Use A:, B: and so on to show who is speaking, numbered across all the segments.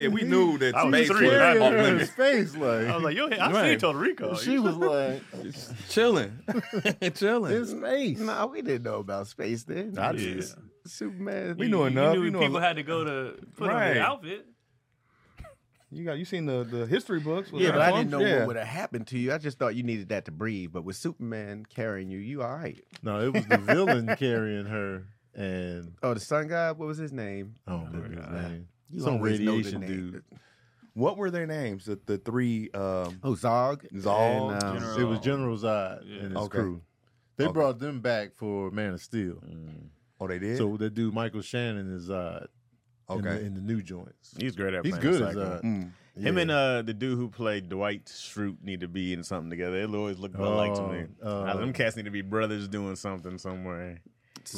A: Yeah, we knew that
B: I was
A: space was
B: three,
A: off
B: not four.
C: in
A: limits.
C: space,
B: I was
C: like
B: like, yo, I see
D: Right.
B: Total Rico.
C: she was like
D: Just chilling,
C: in
D: chilling.
C: space. No, we didn't know about space then. I
B: Yeah.
C: just Superman.
D: We knew enough.
B: You
D: We
B: knew
D: knew
B: people
D: a-
B: had to go to put on
D: Right.
B: the outfit.
D: You got you seen the the history books? with
C: Yeah, but I didn't
D: uniforms?
C: know
D: Yeah.
C: what would have happened to you. I just thought you needed that to breathe. But with Superman carrying you, you all right.
E: No, it was the villain carrying her, and
C: Oh, the sun god, what was his name?
E: I
F: Oh
E: don't remember his
C: God.
E: name.
C: You
E: Some
C: always know the
E: radiation
C: name.
E: dude.
A: What were their names? The, the three. Um,
C: Oh, Zog.
A: Zog,
C: And, um,
B: General-
E: It was General Zod
B: Yeah.
E: and his
A: Okay.
E: crew. They
A: Okay.
E: brought them back for Man of Steel.
A: oh, they did.
E: So that dude Michael Shannon is Zod in, the,
A: okay.
E: in the new joints.
F: He's great at
E: He's
F: playing
E: good
F: the
E: as uh,
F: psycho.
C: uh,
E: Zod.
A: Mm.
F: Him and uh, the dude who played Dwight Schrute need to be in something together. It'll always look about like to me.
E: Uh, uh,
F: Uh, them cats need to be brothers doing something somewhere.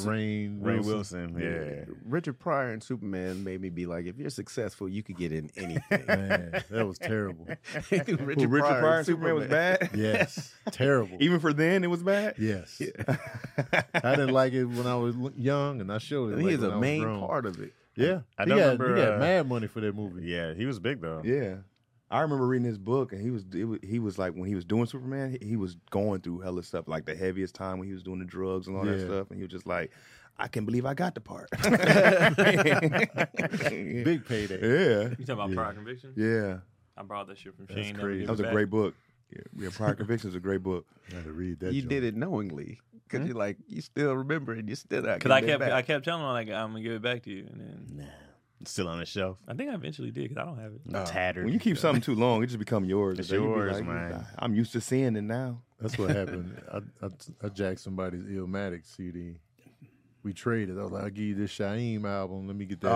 E: Rain
F: Ray
E: Wilson.
F: Wilson, yeah.
C: Richard Pryor and Superman made me be like, if you're successful, you could get in anything.
E: Man, that was terrible.
C: Richard,
A: Who, Richard Pryor,
C: and
A: and Superman was bad.
E: Yes, terrible.
A: Even for then, it was bad.
E: yes, I didn't like it when I was l- young, and I showed it.
C: He
E: like,
C: is
E: when
C: a
E: I was
C: main
E: grown.
C: part of it.
E: Yeah,
F: I
E: he
F: don't
E: got,
F: remember,
E: he got
F: uh,
E: mad money for that movie.
F: Yeah, he was big though.
A: Yeah. I remember reading his book, and he was, it was he was like when he was doing Superman, he, he was going through hella stuff, like the heaviest time when he was doing the drugs and all that
E: Yeah.
A: stuff, and he was just like, "I can't believe I got the part."
E: Big payday.
A: yeah,
B: You talking about
E: Yeah.
B: prior conviction?
A: yeah,
B: I brought that shit from
E: That's
B: Shane.
E: crazy.
A: that was a great book. Yeah, yeah Prior Convictions is a great book.
E: I had to read that.
C: you
E: joint. Hmm?
C: did it knowingly because you're like, you still remember it. You still not.
B: Because I
C: getting it
B: kept, I
C: back.
B: kept telling him like, I'm gonna give it back to you, and then
F: Nah. It's still on the shelf.
B: I think I eventually did because I don't have it.
F: Tattered.
A: When you keep something too long, it just become yours.
F: It's
A: They be
F: yours,
A: like,
F: man.
A: I'm used to seeing it now.
E: That's what happened. I, I, I jacked somebody's Illmatic CD. We traded. I was like, I'll give you this Shaim album. Let me get that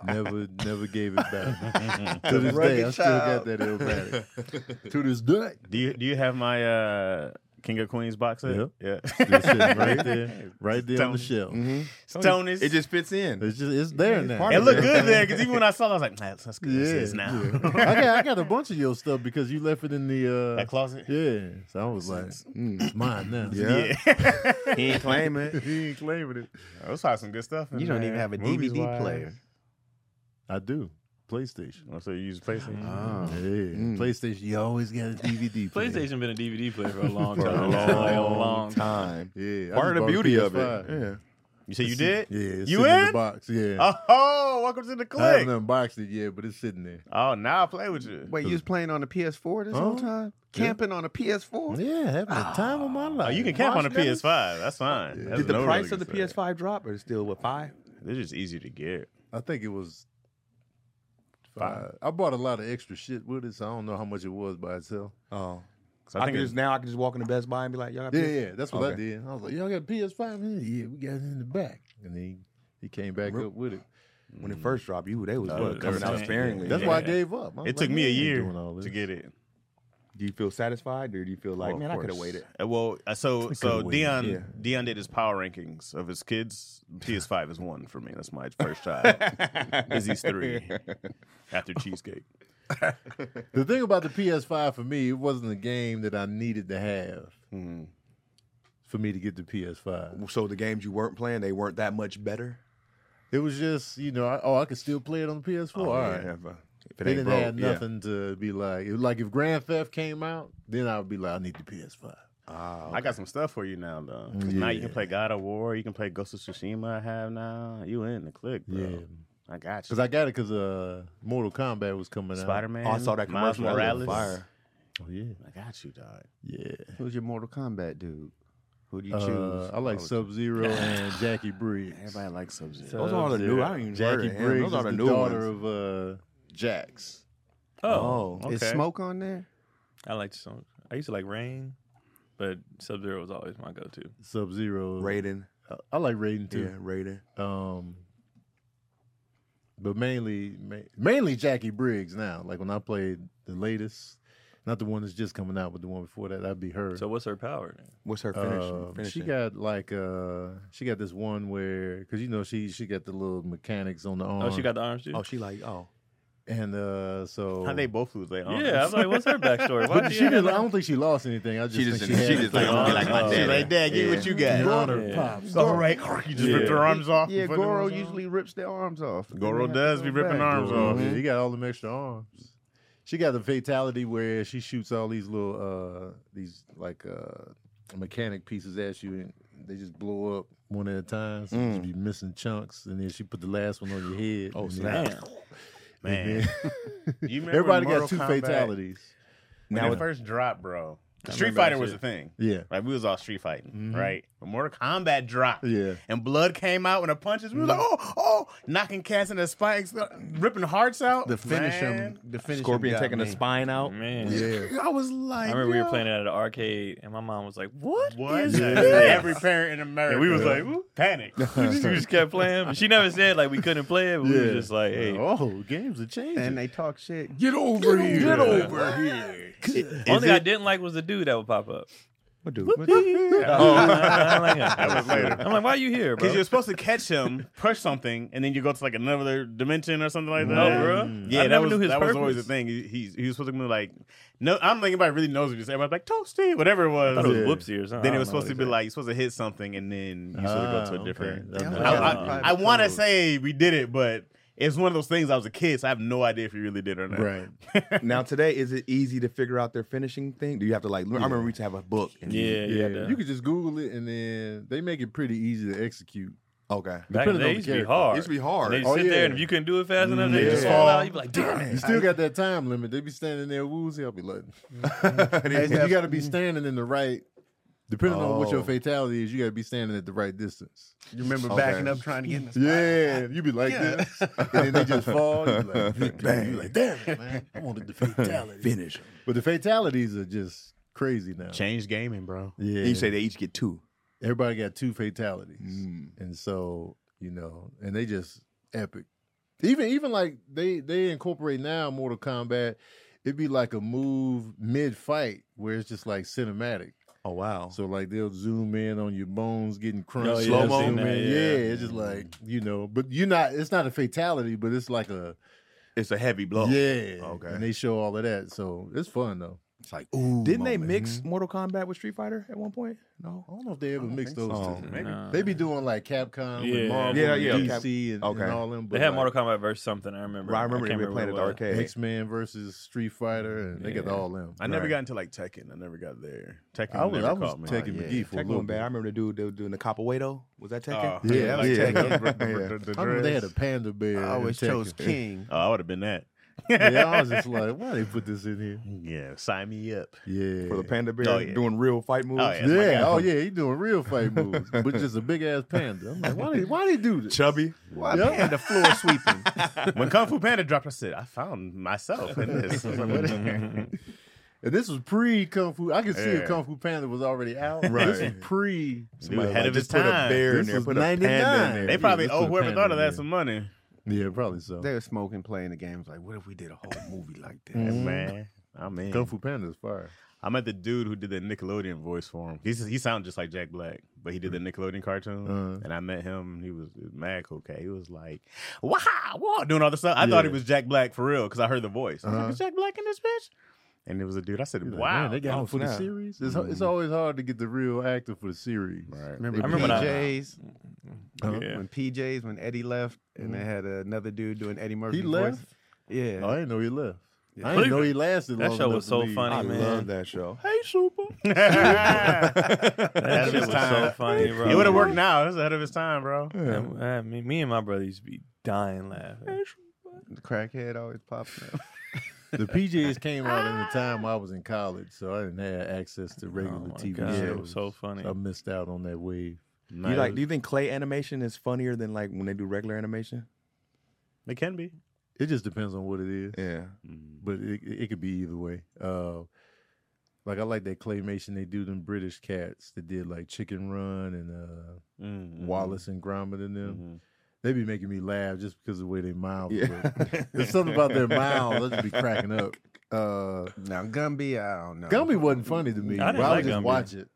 E: Illmatic. Never, never gave it back. to this day, I
C: rugged
E: still
C: child.
E: got that Illmatic. to this day.
F: Do you do you have my uh, King of Queens box set?
E: Yep.
F: Yeah.
E: It's sitting right there, right there on
F: Stone.
E: the shelf.
F: Stoners.
A: Mm-hmm. It just fits in.
E: It's just, it's there now.
F: it looked good there because even when I saw it, I was like, nah, that's that's good. It's his now.
E: yeah. I got, I got a bunch of your stuff because you left it in the. Uh,
F: that closet.
E: Yeah, so I was like,
A: Mm.
E: it's mine now.
A: Yeah, he ain't claiming.
E: he ain't claiming it.
F: Let's hide some good stuff. in
C: You don't
F: there.
C: even have a
F: Movies
C: DVD
F: wise.
C: player.
E: I do. PlayStation.
F: Oh, so you use PlayStation.
E: Yeah, PlayStation. You always got a DVD. player.
B: PlayStation been a DVD player for a long
A: For a
B: time. like a long time.
A: time.
E: Yeah, I
A: Part
E: just
A: of
E: bought
A: the
E: a
A: beauty of it.
E: PS5.
A: Yeah.
F: You say you did?
E: Yeah, it's
F: You
E: sitting in
F: in?
E: the box. Yeah,
F: Oh, welcome to the
E: I haven't
F: click.
E: unboxed it yet, but it's sitting there.
F: Oh, now I play with you.
C: Wait, you was playing on a PS4 this whole
E: Huh?
C: time? Camping on a PS4?
E: Oh, Yeah, having the time of my life.
F: Oh, you can camp on a PS5. That's fine. That's
A: Did the
F: no
A: price
F: really
A: of the
F: good stuff.
A: PS5 drop, or it's still what five?
F: They're just easy to get.
E: I think it was five. I bought a lot of extra shit with it, so I don't know how much it was by itself.
A: Oh,
F: 'Cause
A: I,
F: I think
A: can
F: it-
A: just now I can just walk into Best Buy and be like, y'all got
E: Yeah,
A: this?
E: yeah, that's what I
A: Okay.
E: did. I was like, y'all got PS5 in here? Yeah, we got it in the back. And then he, he came back
A: Rip.
E: up with it.
A: When it first dropped, you they was
F: Oh,
A: what,
F: Mm. that
A: coming
F: was
A: out
B: insane.
A: sparingly.
E: That's
F: Yeah.
E: why I gave up. I was
F: it took
E: like,
F: me
E: "Man,
F: a
E: I ain't
F: year
E: doing all this."
F: to get it.
A: Do you feel satisfied, or do you feel like,
F: Well, of
A: man, I could have
F: course.
A: waited?
F: Uh, Well, uh, so so
E: waited,
F: Dion
A: yeah.
F: Dion did his power rankings of his kids. PS5 is one for me. That's my first child. Izzy's three after cheesecake.
E: The thing about the PS5 for me, it wasn't a game that I needed to have for me to get the PS5.
A: So the games you weren't playing, they weren't that much better.
E: It was just, you know, I, oh, I could still play it on the
F: Oh,
E: PS4. All right.
A: yeah, if, uh, if it
E: They
A: ain't
E: didn't
A: broke,
E: have
A: yeah.
E: nothing to be like. It, like if Grand Theft came out, then I would be like, I need the PS5.
A: Ah,
F: I got some stuff for you now though. 'Cause Now you can
E: Yeah.
F: play God of War. You can play Ghost of Tsushima. I have now. You in the click, bro?
E: Yeah.
F: I got you.
E: Because I got it because uh, Mortal Kombat was coming
F: Spider Man.
A: oh, I saw that commercial.
F: Miles
A: that was
F: Morales.
A: Fire.
E: out. Oh, yeah.
F: I got you, dog.
E: Yeah.
C: Who's your Mortal Kombat dude? Who do you choose?
E: Uh, I like
C: Oh,
E: Sub Zero and Jackie Briggs.
F: Everybody likes Sub Zero.
A: Those are all the new. I don't even heard
E: Jackie
A: of him.
E: Briggs
A: Those are
E: is
A: the
E: the,
A: new
E: daughter
A: ones.
E: of uh, Jax.
B: Oh,
A: Oh,
C: Is
F: okay.
C: Smoke on there?
B: I liked some. I used to like Rain, but Sub Zero was always my go-to.
E: Sub Zero.
A: Raiden.
E: I, I like Raiden
A: Yeah,
E: too.
A: Raiden.
E: Um, but mainly, ma- mainly Jackie Briggs now. Like when I played the latest, not the one that's just coming out, but the one before that, that'd be her.
B: So what's her power? Then?
A: What's her finish?
F: Um,
E: Uh, she
A: finishing?
E: got like uh, she got this one where because you know she she got the little mechanics on the arm.
B: Oh, she got the arms too.
A: Oh, she like oh
E: And uh, so
F: How they both lose their arms.
B: Yeah, I was like, what's her backstory? Why
E: But
B: did
E: she didn't, I don't think she lost anything. I just
A: She just,
E: think
A: she,
E: she, had
A: just
E: like,
A: like,
B: like,
A: be like my
B: oh,
A: daddy.
B: she
C: like, Dad, give me what you got.
E: your honor,
B: Yeah.
E: pops.
C: All right, you
B: just ripped her
F: arms off
C: Yeah,
F: and put them
C: Goro
F: arms on?
C: usually rips their arms off.
F: Goro
C: They have
F: does
C: to
F: be
C: go
F: ripping
C: back.
F: arms
E: Goro,
F: off.
E: yeah, He got all them extra arms. She got the fatality where she shoots all these little uh these like uh mechanic pieces at you and they just blow up one at a time. So you just be missing chunks and then she put the last one on your head. Mm. Oh
B: Man.
F: Man, you remember
E: Everybody
F: Mortal
E: got two
F: Kombat?
E: fatalities.
F: When
A: Now
F: it
A: it-
F: first dropped, bro.
B: I
F: Street
B: remember that
F: Fighter was the
B: shit.
F: thing.
E: Yeah.
F: Like we was all street fighting,
E: Mhm.
F: right? When Mortal Kombat dropped,
E: Yeah.
F: and blood came out when the punches, we was like, oh, oh, knocking cats in the spikes, ripping hearts out.
C: The finish
F: Man.
C: him. The finish 'em
A: Scorpion
C: got
A: taking
C: me.
A: the spine out.
B: Man.
E: Yeah.
F: I was like,
B: I remember we were
F: yo,
B: playing it at an arcade, and my mom was like, "What?
F: What?
B: is
F: is
B: this?"
F: this? Every parent in America.
B: And we was like,
F: panic.
B: we, just, we just kept playing. But she never said like we couldn't play it. But we
E: Yeah.
B: were just like, "Hey,
E: Oh, games are changing.
C: And they talk shit.
E: get over here. Get
F: over
E: here.
B: Only thing I didn't like was the dude that would pop up.
A: What dude?
B: Oh, I, like him.
F: That was later.
B: I'm like, why are you here, bro?
F: Because you're supposed to catch him, push something, and then you go to like another dimension or something like that.
B: No, bro.
F: Yeah,
B: I
F: that
B: never
F: was
B: knew his
F: that was always the
B: purpose.
F: thing. He, he he was supposed to be like, no, I don't think anybody really knows what you say. Everybody's like toasty, whatever
B: I
F: it was.
B: thought it was
E: Yeah.
B: whoopsie or something.
F: Then
B: I
F: it was
B: don't know
F: supposed to be
B: what
F: like you're supposed to hit something, and then you're supposed to go to a different.
B: Uh,
C: Yeah,
F: I,
C: like
F: I,
C: private
F: want to
C: code.
F: say we did it, but it's one of those things. I was a kid, so I have no idea if you really did or not.
E: Right.
A: Now today, is it easy to figure out their finishing thing? Do you have to like? learn- I remember we used to have a book.
B: he
A: And
B: said. Yeah, yeah.
E: Yeah.
B: the-
E: You could just Google it and then they make it pretty easy to execute.
A: Okay.
B: back in the
E: depending
B: day, it
E: on the
B: used to be
E: character.
B: hard.
A: It used to be
B: And they
A: hard.
E: Oh,
B: sit there,
E: yeah.
B: and if you couldn't do it fast enough, they
E: Yeah.
B: just fall out. You'd be like, "Damn
E: You
B: it!"
E: still got that time limit. They be standing there woozy. I'll be like,
A: Mm-hmm.
E: you got to be standing in the right. Depending on what your
A: Oh.
E: fatality is, you got to be standing at the right distance.
C: You remember
A: Okay.
C: backing up trying to get in the spot?
E: Yeah, you be like
C: Yeah.
E: this, and then they just fall. You be like,
A: Bang.
E: victory. You like, damn it, man! I wanted the fatality.
A: Finish. 'em.
E: but the fatalities are just crazy now.
F: Change gaming, bro.
E: Yeah,
A: And you say they each get two.
E: everybody got two fatalities,
A: Mm.
E: and so you know, and they just epic. Even even like they they incorporate now Mortal Kombat. It'd be like a move mid fight where it's just like cinematic.
A: Oh wow.
E: So like they'll zoom in on your bones getting crunched,
B: Oh, yeah,
E: slow
A: I've seen
E: mo.
B: that,
E: Yeah,
B: yeah.
E: it's just like you know, but you're not. It's not a fatality, but it's like a
A: it's a heavy blow.
E: yeah.
A: Okay.
E: and they show all of that, so it's fun though.
A: It's like, ooh. Mm-hmm. Didn't they mix
E: Mhm.
A: Mortal Kombat with Street Fighter at one point? No.
E: I don't know if they ever
F: don't
E: mix
F: think
E: those
A: so.
E: two.
A: Oh,
F: maybe.
B: Nah.
E: They be doing like Capcom
B: Yeah.
E: with Marvel,
A: Yeah,
E: and
A: yeah,
E: DC,
A: Cap-
E: and,
A: okay.
E: and all them. But
B: They had
E: like,
B: Mortal Kombat versus something. I remember.
A: Right, I remember they
B: can't
A: were playing at the
B: what it was.
A: arcade.
E: X Men versus Street Fighter, and they got
B: Yeah.
E: all them.
F: I never
A: Right.
F: got into like Tekken. I never got there. Tekken.
E: I was-
F: never
E: I was
F: caught my
E: Tekken
F: eye.
E: McGee for a
A: Tekken
E: little
A: went bad. I
E: bit.
A: remember the dude that was doing the Capoeiro. Was that Tekken?
F: Oh,
E: Yeah,
F: like
E: yeah.
F: Tekken, the-
A: Yeah.
F: the- the
E: I remember they had a
F: dress.
E: panda bear.
C: I
E: in
C: always chose
E: Tekken.
C: King.
F: Oh, I would have been that.
E: yeah, I was just like, why they put this in here?
F: Yeah, sign me up.
E: Yeah,
A: For the panda bear
F: Oh, yeah.
A: doing real fight moves.
F: Oh, yeah. That's my
E: Yeah.
F: guy.
E: Oh yeah, he doing real fight moves, but just a big ass panda. I'm like, why they why they do this?
A: Chubby.
C: Why
E: Yep.
C: panda floor sweeping?
F: when Kung Fu Panda dropped, I said, I found myself in this. I was like, what is-
E: And this was pre Kung Fu. I could see
F: Yeah.
E: if Kung Fu Panda was already out. This was
A: Right.
E: pre.
F: Dude, ahead
A: Like,
F: of his
A: just put a
F: time.
A: bear in
E: This
A: there,
E: was
A: put a panda in
E: 99.
A: there.
F: They
E: Yeah,
F: probably
E: let's
F: owe
E: put a
F: whoever
E: panda
F: thought of
E: in
F: that
E: there.
F: some money.
E: Yeah, probably so.
C: they were smoking, playing the games. Like, what if we did a whole movie like that?
F: Mm-hmm.
E: Mhm.
F: Man, I'm in.
E: Kung Fu Panda is fire.
F: I met the dude who did the Nickelodeon voice for him. He's, he sounded just like Jack Black, but he did the Nickelodeon cartoon.
E: Uh-huh.
F: And I met him. and He was mad okay. He was like, "Wow, wow," doing all this stuff. I thought
E: Yeah.
F: it was Jack Black for real because I heard the voice. I was
E: Uh-huh.
F: like, "Is Jack Black in this bitch?" And it was a dude. I said,
E: You're like,
F: "Wow,
E: man, they got
A: Oh,
E: him for the
A: snap.
E: series. It's, it's always hard to get the real actor for the series.
F: Right.
E: Remember,
C: Remember,
B: I remember when I-
C: PJs?
F: Uh-huh.
E: Huh?
B: Yeah.
C: When PJs, when Eddie left, and
F: Mm-hmm.
C: they had another dude doing Eddie Murphy.
E: he left.
C: Yeah.
E: Oh, I didn't know he left.
B: But
E: I didn't know
B: it-
E: he lasted.
B: that
E: long
B: show
E: enough
B: was
E: to
B: so
E: leave.
B: funny,
A: I
B: man.
A: love that show.
F: Hey, super. that
B: That shit was so funny, bro.
F: It would have worked now. It was ahead of his time, bro.
B: And, uh, me, me and my brother used to be dying laughing.
C: The crackhead always pops up.
E: The PJs came out in the time I was in college, so I didn't have access to
B: Oh
E: regular
B: my
E: TV
B: God,
E: shows.
B: it was so funny.
E: I missed out on that wave.
A: You like? Do you think clay animation is funnier than like when they do regular animation?
F: It can be.
E: It just depends on what it is,
A: Yeah.
E: but it, it could be either way. Uh, like I like that claymation they do them British cats that did like Chicken Run and uh,
B: Mm-hmm.
F: Mm-hmm.
E: Wallace and Gromit and them. They be making me laugh just because of the way they mouth.
A: Yeah.
E: look. There's something about their mouths I just be cracking up. Uh,
C: Now Gumby, I don't know.
E: Gumby wasn't funny to me.
B: I didn't
E: but I
B: like
E: would just
B: Gumby.
E: watch it.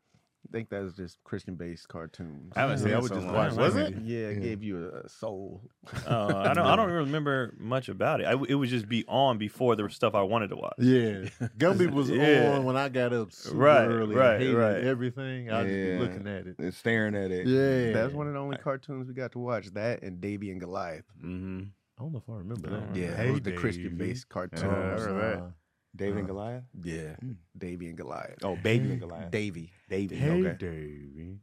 C: think that was just Christian based cartoons.
F: I haven't seen
E: Yeah, I
F: that
E: would
F: so
E: just
F: long.
E: watch
F: Was
E: that
F: it?
E: movie.
C: Yeah, it
E: Yeah.
C: gave you a soul.
B: Uh, I don't. I don't remember much about it. I, it would just be on before the stuff I wanted to watch.
E: Yeah, Gumby was
B: Yeah.
E: on when I got up super
B: Right,
E: early.
B: right,
E: and hated
B: right.
E: Everything I just
A: Yeah.
E: be looking at it.
A: It's staring at it.
E: Yeah,
C: That's one of the only cartoons we got to watch. That and Davy and Goliath.
F: Mm-hmm.
E: I don't know if I remember
B: I don't
E: that.
B: Yeah,
C: Yeah,
B: Hey,
C: those the Christian based
E: Uh,
C: cartoons.
E: uh,
A: David and Goliath.
C: yeah,
A: Mm.
C: Davy and Goliath. Mm-hmm.
A: Oh, Baby and Goliath.
C: Davy.
A: Davey.
E: Hey,
A: Okay.
E: Davey.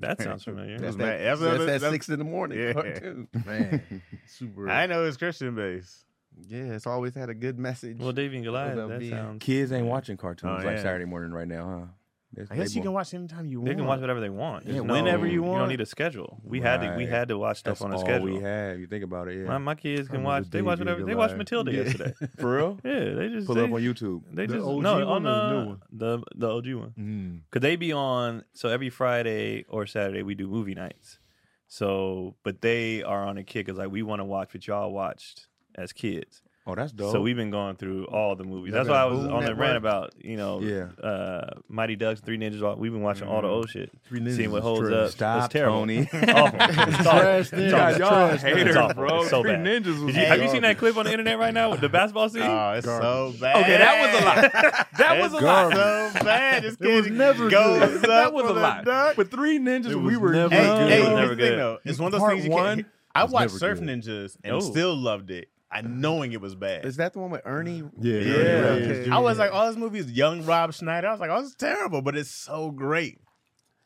B: That sounds familiar.
C: That's
F: That's
C: that,
F: my- that's
C: that's
F: another-
C: that
F: that's-
C: six in the morning
F: Yeah.
C: cartoon.
E: Man, super.
F: I know it's Christian based.
C: Yeah, it's always had a good message.
B: Well, Davy and Goliath.
C: Without
B: That
C: being-
B: sounds.
A: Kids ain't watching cartoons
F: Oh,
A: like
F: yeah.
A: Saturday morning right now, huh? There's-
F: I guess
A: they
F: you can
A: won't-
F: watch anytime you want.
B: They can watch whatever they want.
A: Yeah,
B: There's
A: whenever you
B: You
F: want.
B: don't need a schedule. We had to. We
A: Right.
B: had to watch stuff
A: That's
B: on a
A: all
B: schedule.
A: we have. You think about it, yeah.
B: My, my kids can
E: remember
B: watch. They watch
E: Davy and
B: whatever. They watched
E: Goliath.
B: Matilda
E: Yeah.
B: yesterday.
A: For real?
B: Yeah, they just
A: Pull
B: they,
A: up on YouTube.
B: They
E: The
B: just
E: OG
B: no
E: one
B: on
E: or the new
B: the
E: one?
B: the the OG one.
A: Hmm.
E: Mm.
B: Could they be on? So every Friday or Saturday we do movie nights. So, but they are on a kick because like we want to watch what y'all watched as kids.
A: Oh, that's dope.
B: So we've been going through all the movies.
E: Y'all
B: That's why I
E: got
B: was
E: Boom
B: on the
E: Network?
B: rant about you know
A: Yeah.
B: uh, Mighty Ducks, Three Ninjas. all- We've been watching all the old shit,
E: Three Ninjas
B: seeing what
E: is
B: holds
E: trash.
B: up.
A: Stop,
B: it's terrible.
A: Tony.
B: It's awful. It's awful.
E: Trash
B: It's
E: Ninjas.
B: awful.
E: God, y'all
B: Trash
E: haters,
B: It's awful.
F: bro.
B: It's so
F: Three
B: bad.
F: Ninjas was
B: Did you- have you
F: garbage.
B: seen that clip on the internet right now with the basketball scene?
F: Oh, it's so
E: Garbage.
F: bad.
B: Okay, that was a lot. That was a lot.
F: So bad. This
E: It was
F: kid
E: never
F: goes
E: good.
F: up
E: That was
F: with
E: a lot.
F: duck.
A: With three ninjas,
E: It
A: we
E: was
A: were
E: never
F: Hey,
E: good.
B: It
F: hey,
B: was
F: here's
B: never
F: the thing,
B: good.
F: though. It's one of those
A: Part
F: things you
A: one
F: can't. I
E: was
F: watched
E: never
F: Surf
E: good.
F: Ninjas and
B: No.
F: still loved it. I knowing it was bad.
C: Is that the one with Ernie?
E: Yeah,
F: Yeah.
E: Okay.
F: I was like, all this movie is young Rob Schneider. I was like, oh, this is terrible, but it's so great.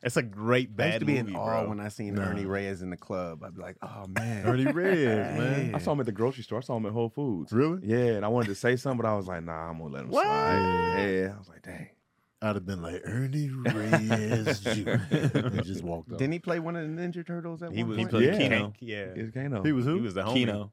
F: It's a great
C: I
F: bad
C: used to be
F: movie,
C: in awe
F: bro.
C: when I seen
E: Nah.
C: Ernie Reyes in the club. I'd be like, oh man.
E: Dirty Reds, man.
A: I saw him at the grocery store. I saw him at Whole Foods.
E: Really?
A: Yeah, and I wanted to say something, but I was like, nah, I'm gonna let him
F: What?
A: slide. Yeah, I was like, dang.
E: I'd have been like Ernie Reyes Jr. and just walked off.
C: Didn't he play one of the Ninja Turtles at
F: he
C: one
F: was
B: He
C: point?
B: played
A: Yeah.
B: Keno.
F: yeah.
A: It's Kano.
E: He was
F: He
E: who?
F: was the homie.
B: Keno.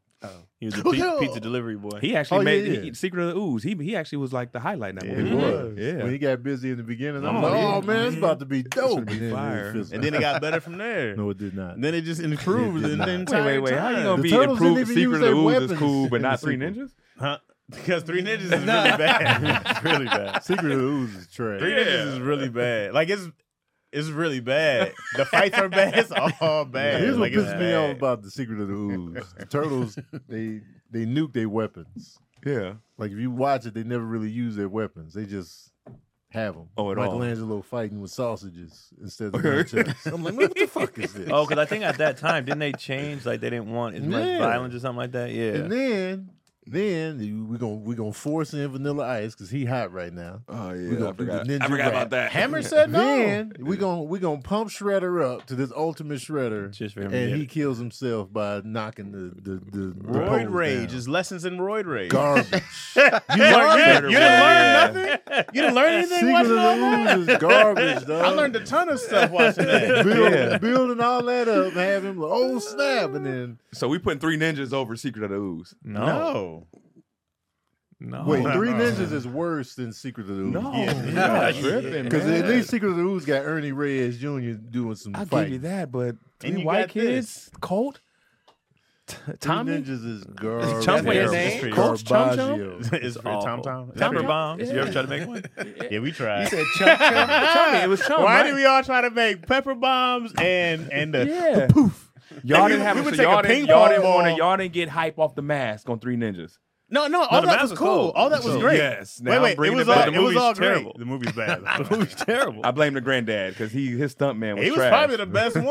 B: He was the
F: Oh,
B: pe-
F: yeah.
B: pizza delivery boy.
A: He actually
E: Oh, yeah,
A: made
E: yeah.
A: He, Secret of the Ooze. He he actually was like the highlight in that
F: Yeah,
A: movie.
F: he
E: When
F: was.
A: Yeah.
E: he got busy in the beginning, I'm
F: Oh,
E: like,
F: yeah.
E: oh man, it's about to be dope.
A: be
E: And then it
A: fire.
E: fizzled.
F: And then it got better from there.
E: no, it did not.
F: And then it just improved.
E: It did
F: and then
E: not.
A: Wait, wait, wait. How you gonna
E: The
A: be
E: Turtles didn't
A: improved Secret
E: even use
A: of the
E: their
A: Ooz is
E: weapons
A: cool, but
E: in the
A: not Three
E: sequel.
A: Ninjas?
F: Huh? Because Three Ninjas is really bad. It's really bad.
E: Secret of the Ooze is trash.
F: Three Ninjas is really bad. Like it's it's really bad. The fights are bad. It's all bad.
E: Here's what
F: like, it's
E: pisses me off
F: bad.
E: about the Secret of the Ooze. The turtles, they they nuke their weapons.
A: Yeah.
E: Like if you watch it, they never really use their weapons. They just have them.
A: Oh, at all.
E: Michelangelo fighting with sausages instead of nunchucks. I'm like, what the fuck is this?
B: Oh, because I think at that time didn't they change like they didn't want as much
E: Yeah.
B: violence or something like that? Yeah.
E: And then, then we're gonna we're gonna force in Vanilla Ice because he hot right now.
A: Oh
E: we
A: yeah.
E: gonna
A: I
E: do the
A: forgot.
E: ninja rap.
A: that.
F: Hammer said no.
E: Then we gonna we gonna pump Shredder up to this ultimate Shredder,
B: Just for him to
E: and
B: get
E: he
B: it.
E: kills himself by knocking the the the, the poles
F: Roid rage
E: down.
F: is lessons in roid rage.
E: garbage.
F: you, learned, you, you didn't
A: Yeah.
F: learn nothing. You didn't learn anything
E: Secret of
F: watching all
E: the
F: that.
E: Ooze is garbage, dog.
F: I learned a ton of stuff watching that.
E: Build, building all that up, have him like, oh snap, and then
A: So we putting three ninjas over Secret of the Ooze.
B: no. No.
F: No,
E: wait,
F: Oh, no,
E: Three
F: no,
E: Ninjas is worse than Secret of the Ooze.
A: Yeah.
F: Yeah.
E: Because at least Secret of the Ooze got Ernie Reyes Jr. doing some
A: I'll give you
E: fighting.
A: that, but three
F: you
A: white
F: got
A: kids, Colt, T-
E: Three
A: Tommy,
E: Ninjas is garbage.
B: Chump
A: Wait,
B: Terrible.
A: name?
B: It's for you.
A: Coach Chum Chum?
E: Garbaggio.
F: it's for
B: awful.
F: Tom Tom.
B: Pepper
F: Tom?
B: bombs. You ever try to make one?
F: Yeah, we tried.
C: Chuck Chuck.
A: Tommy, it was Chum.
F: Why
A: right?
F: do we all try to make pepper bombs and and the
A: Yeah. Poof. Y'all
F: We-
A: didn't have
F: we
A: it,
F: would
A: so
F: take a
A: y'all didn't,
F: ping
A: y'all
F: pong
A: didn't wanna-
F: ball.
A: y'all didn't get hype off the mask on Three Ninjas.
F: no no all
B: the
F: that
B: mask
F: was
B: was
F: cool.
B: cool.
F: All that was
B: So-
F: great.
A: Yes. Now
F: Wait
A: I'm
F: wait, it
A: bringing
F: was
A: it
F: all
A: back. The
F: it was
A: movie's
F: all
B: terrible.
F: great. The movie's bad.
B: It was terrible.
A: I blame the granddad because he his stuntman was
F: he was
A: trash.
F: probably the best one,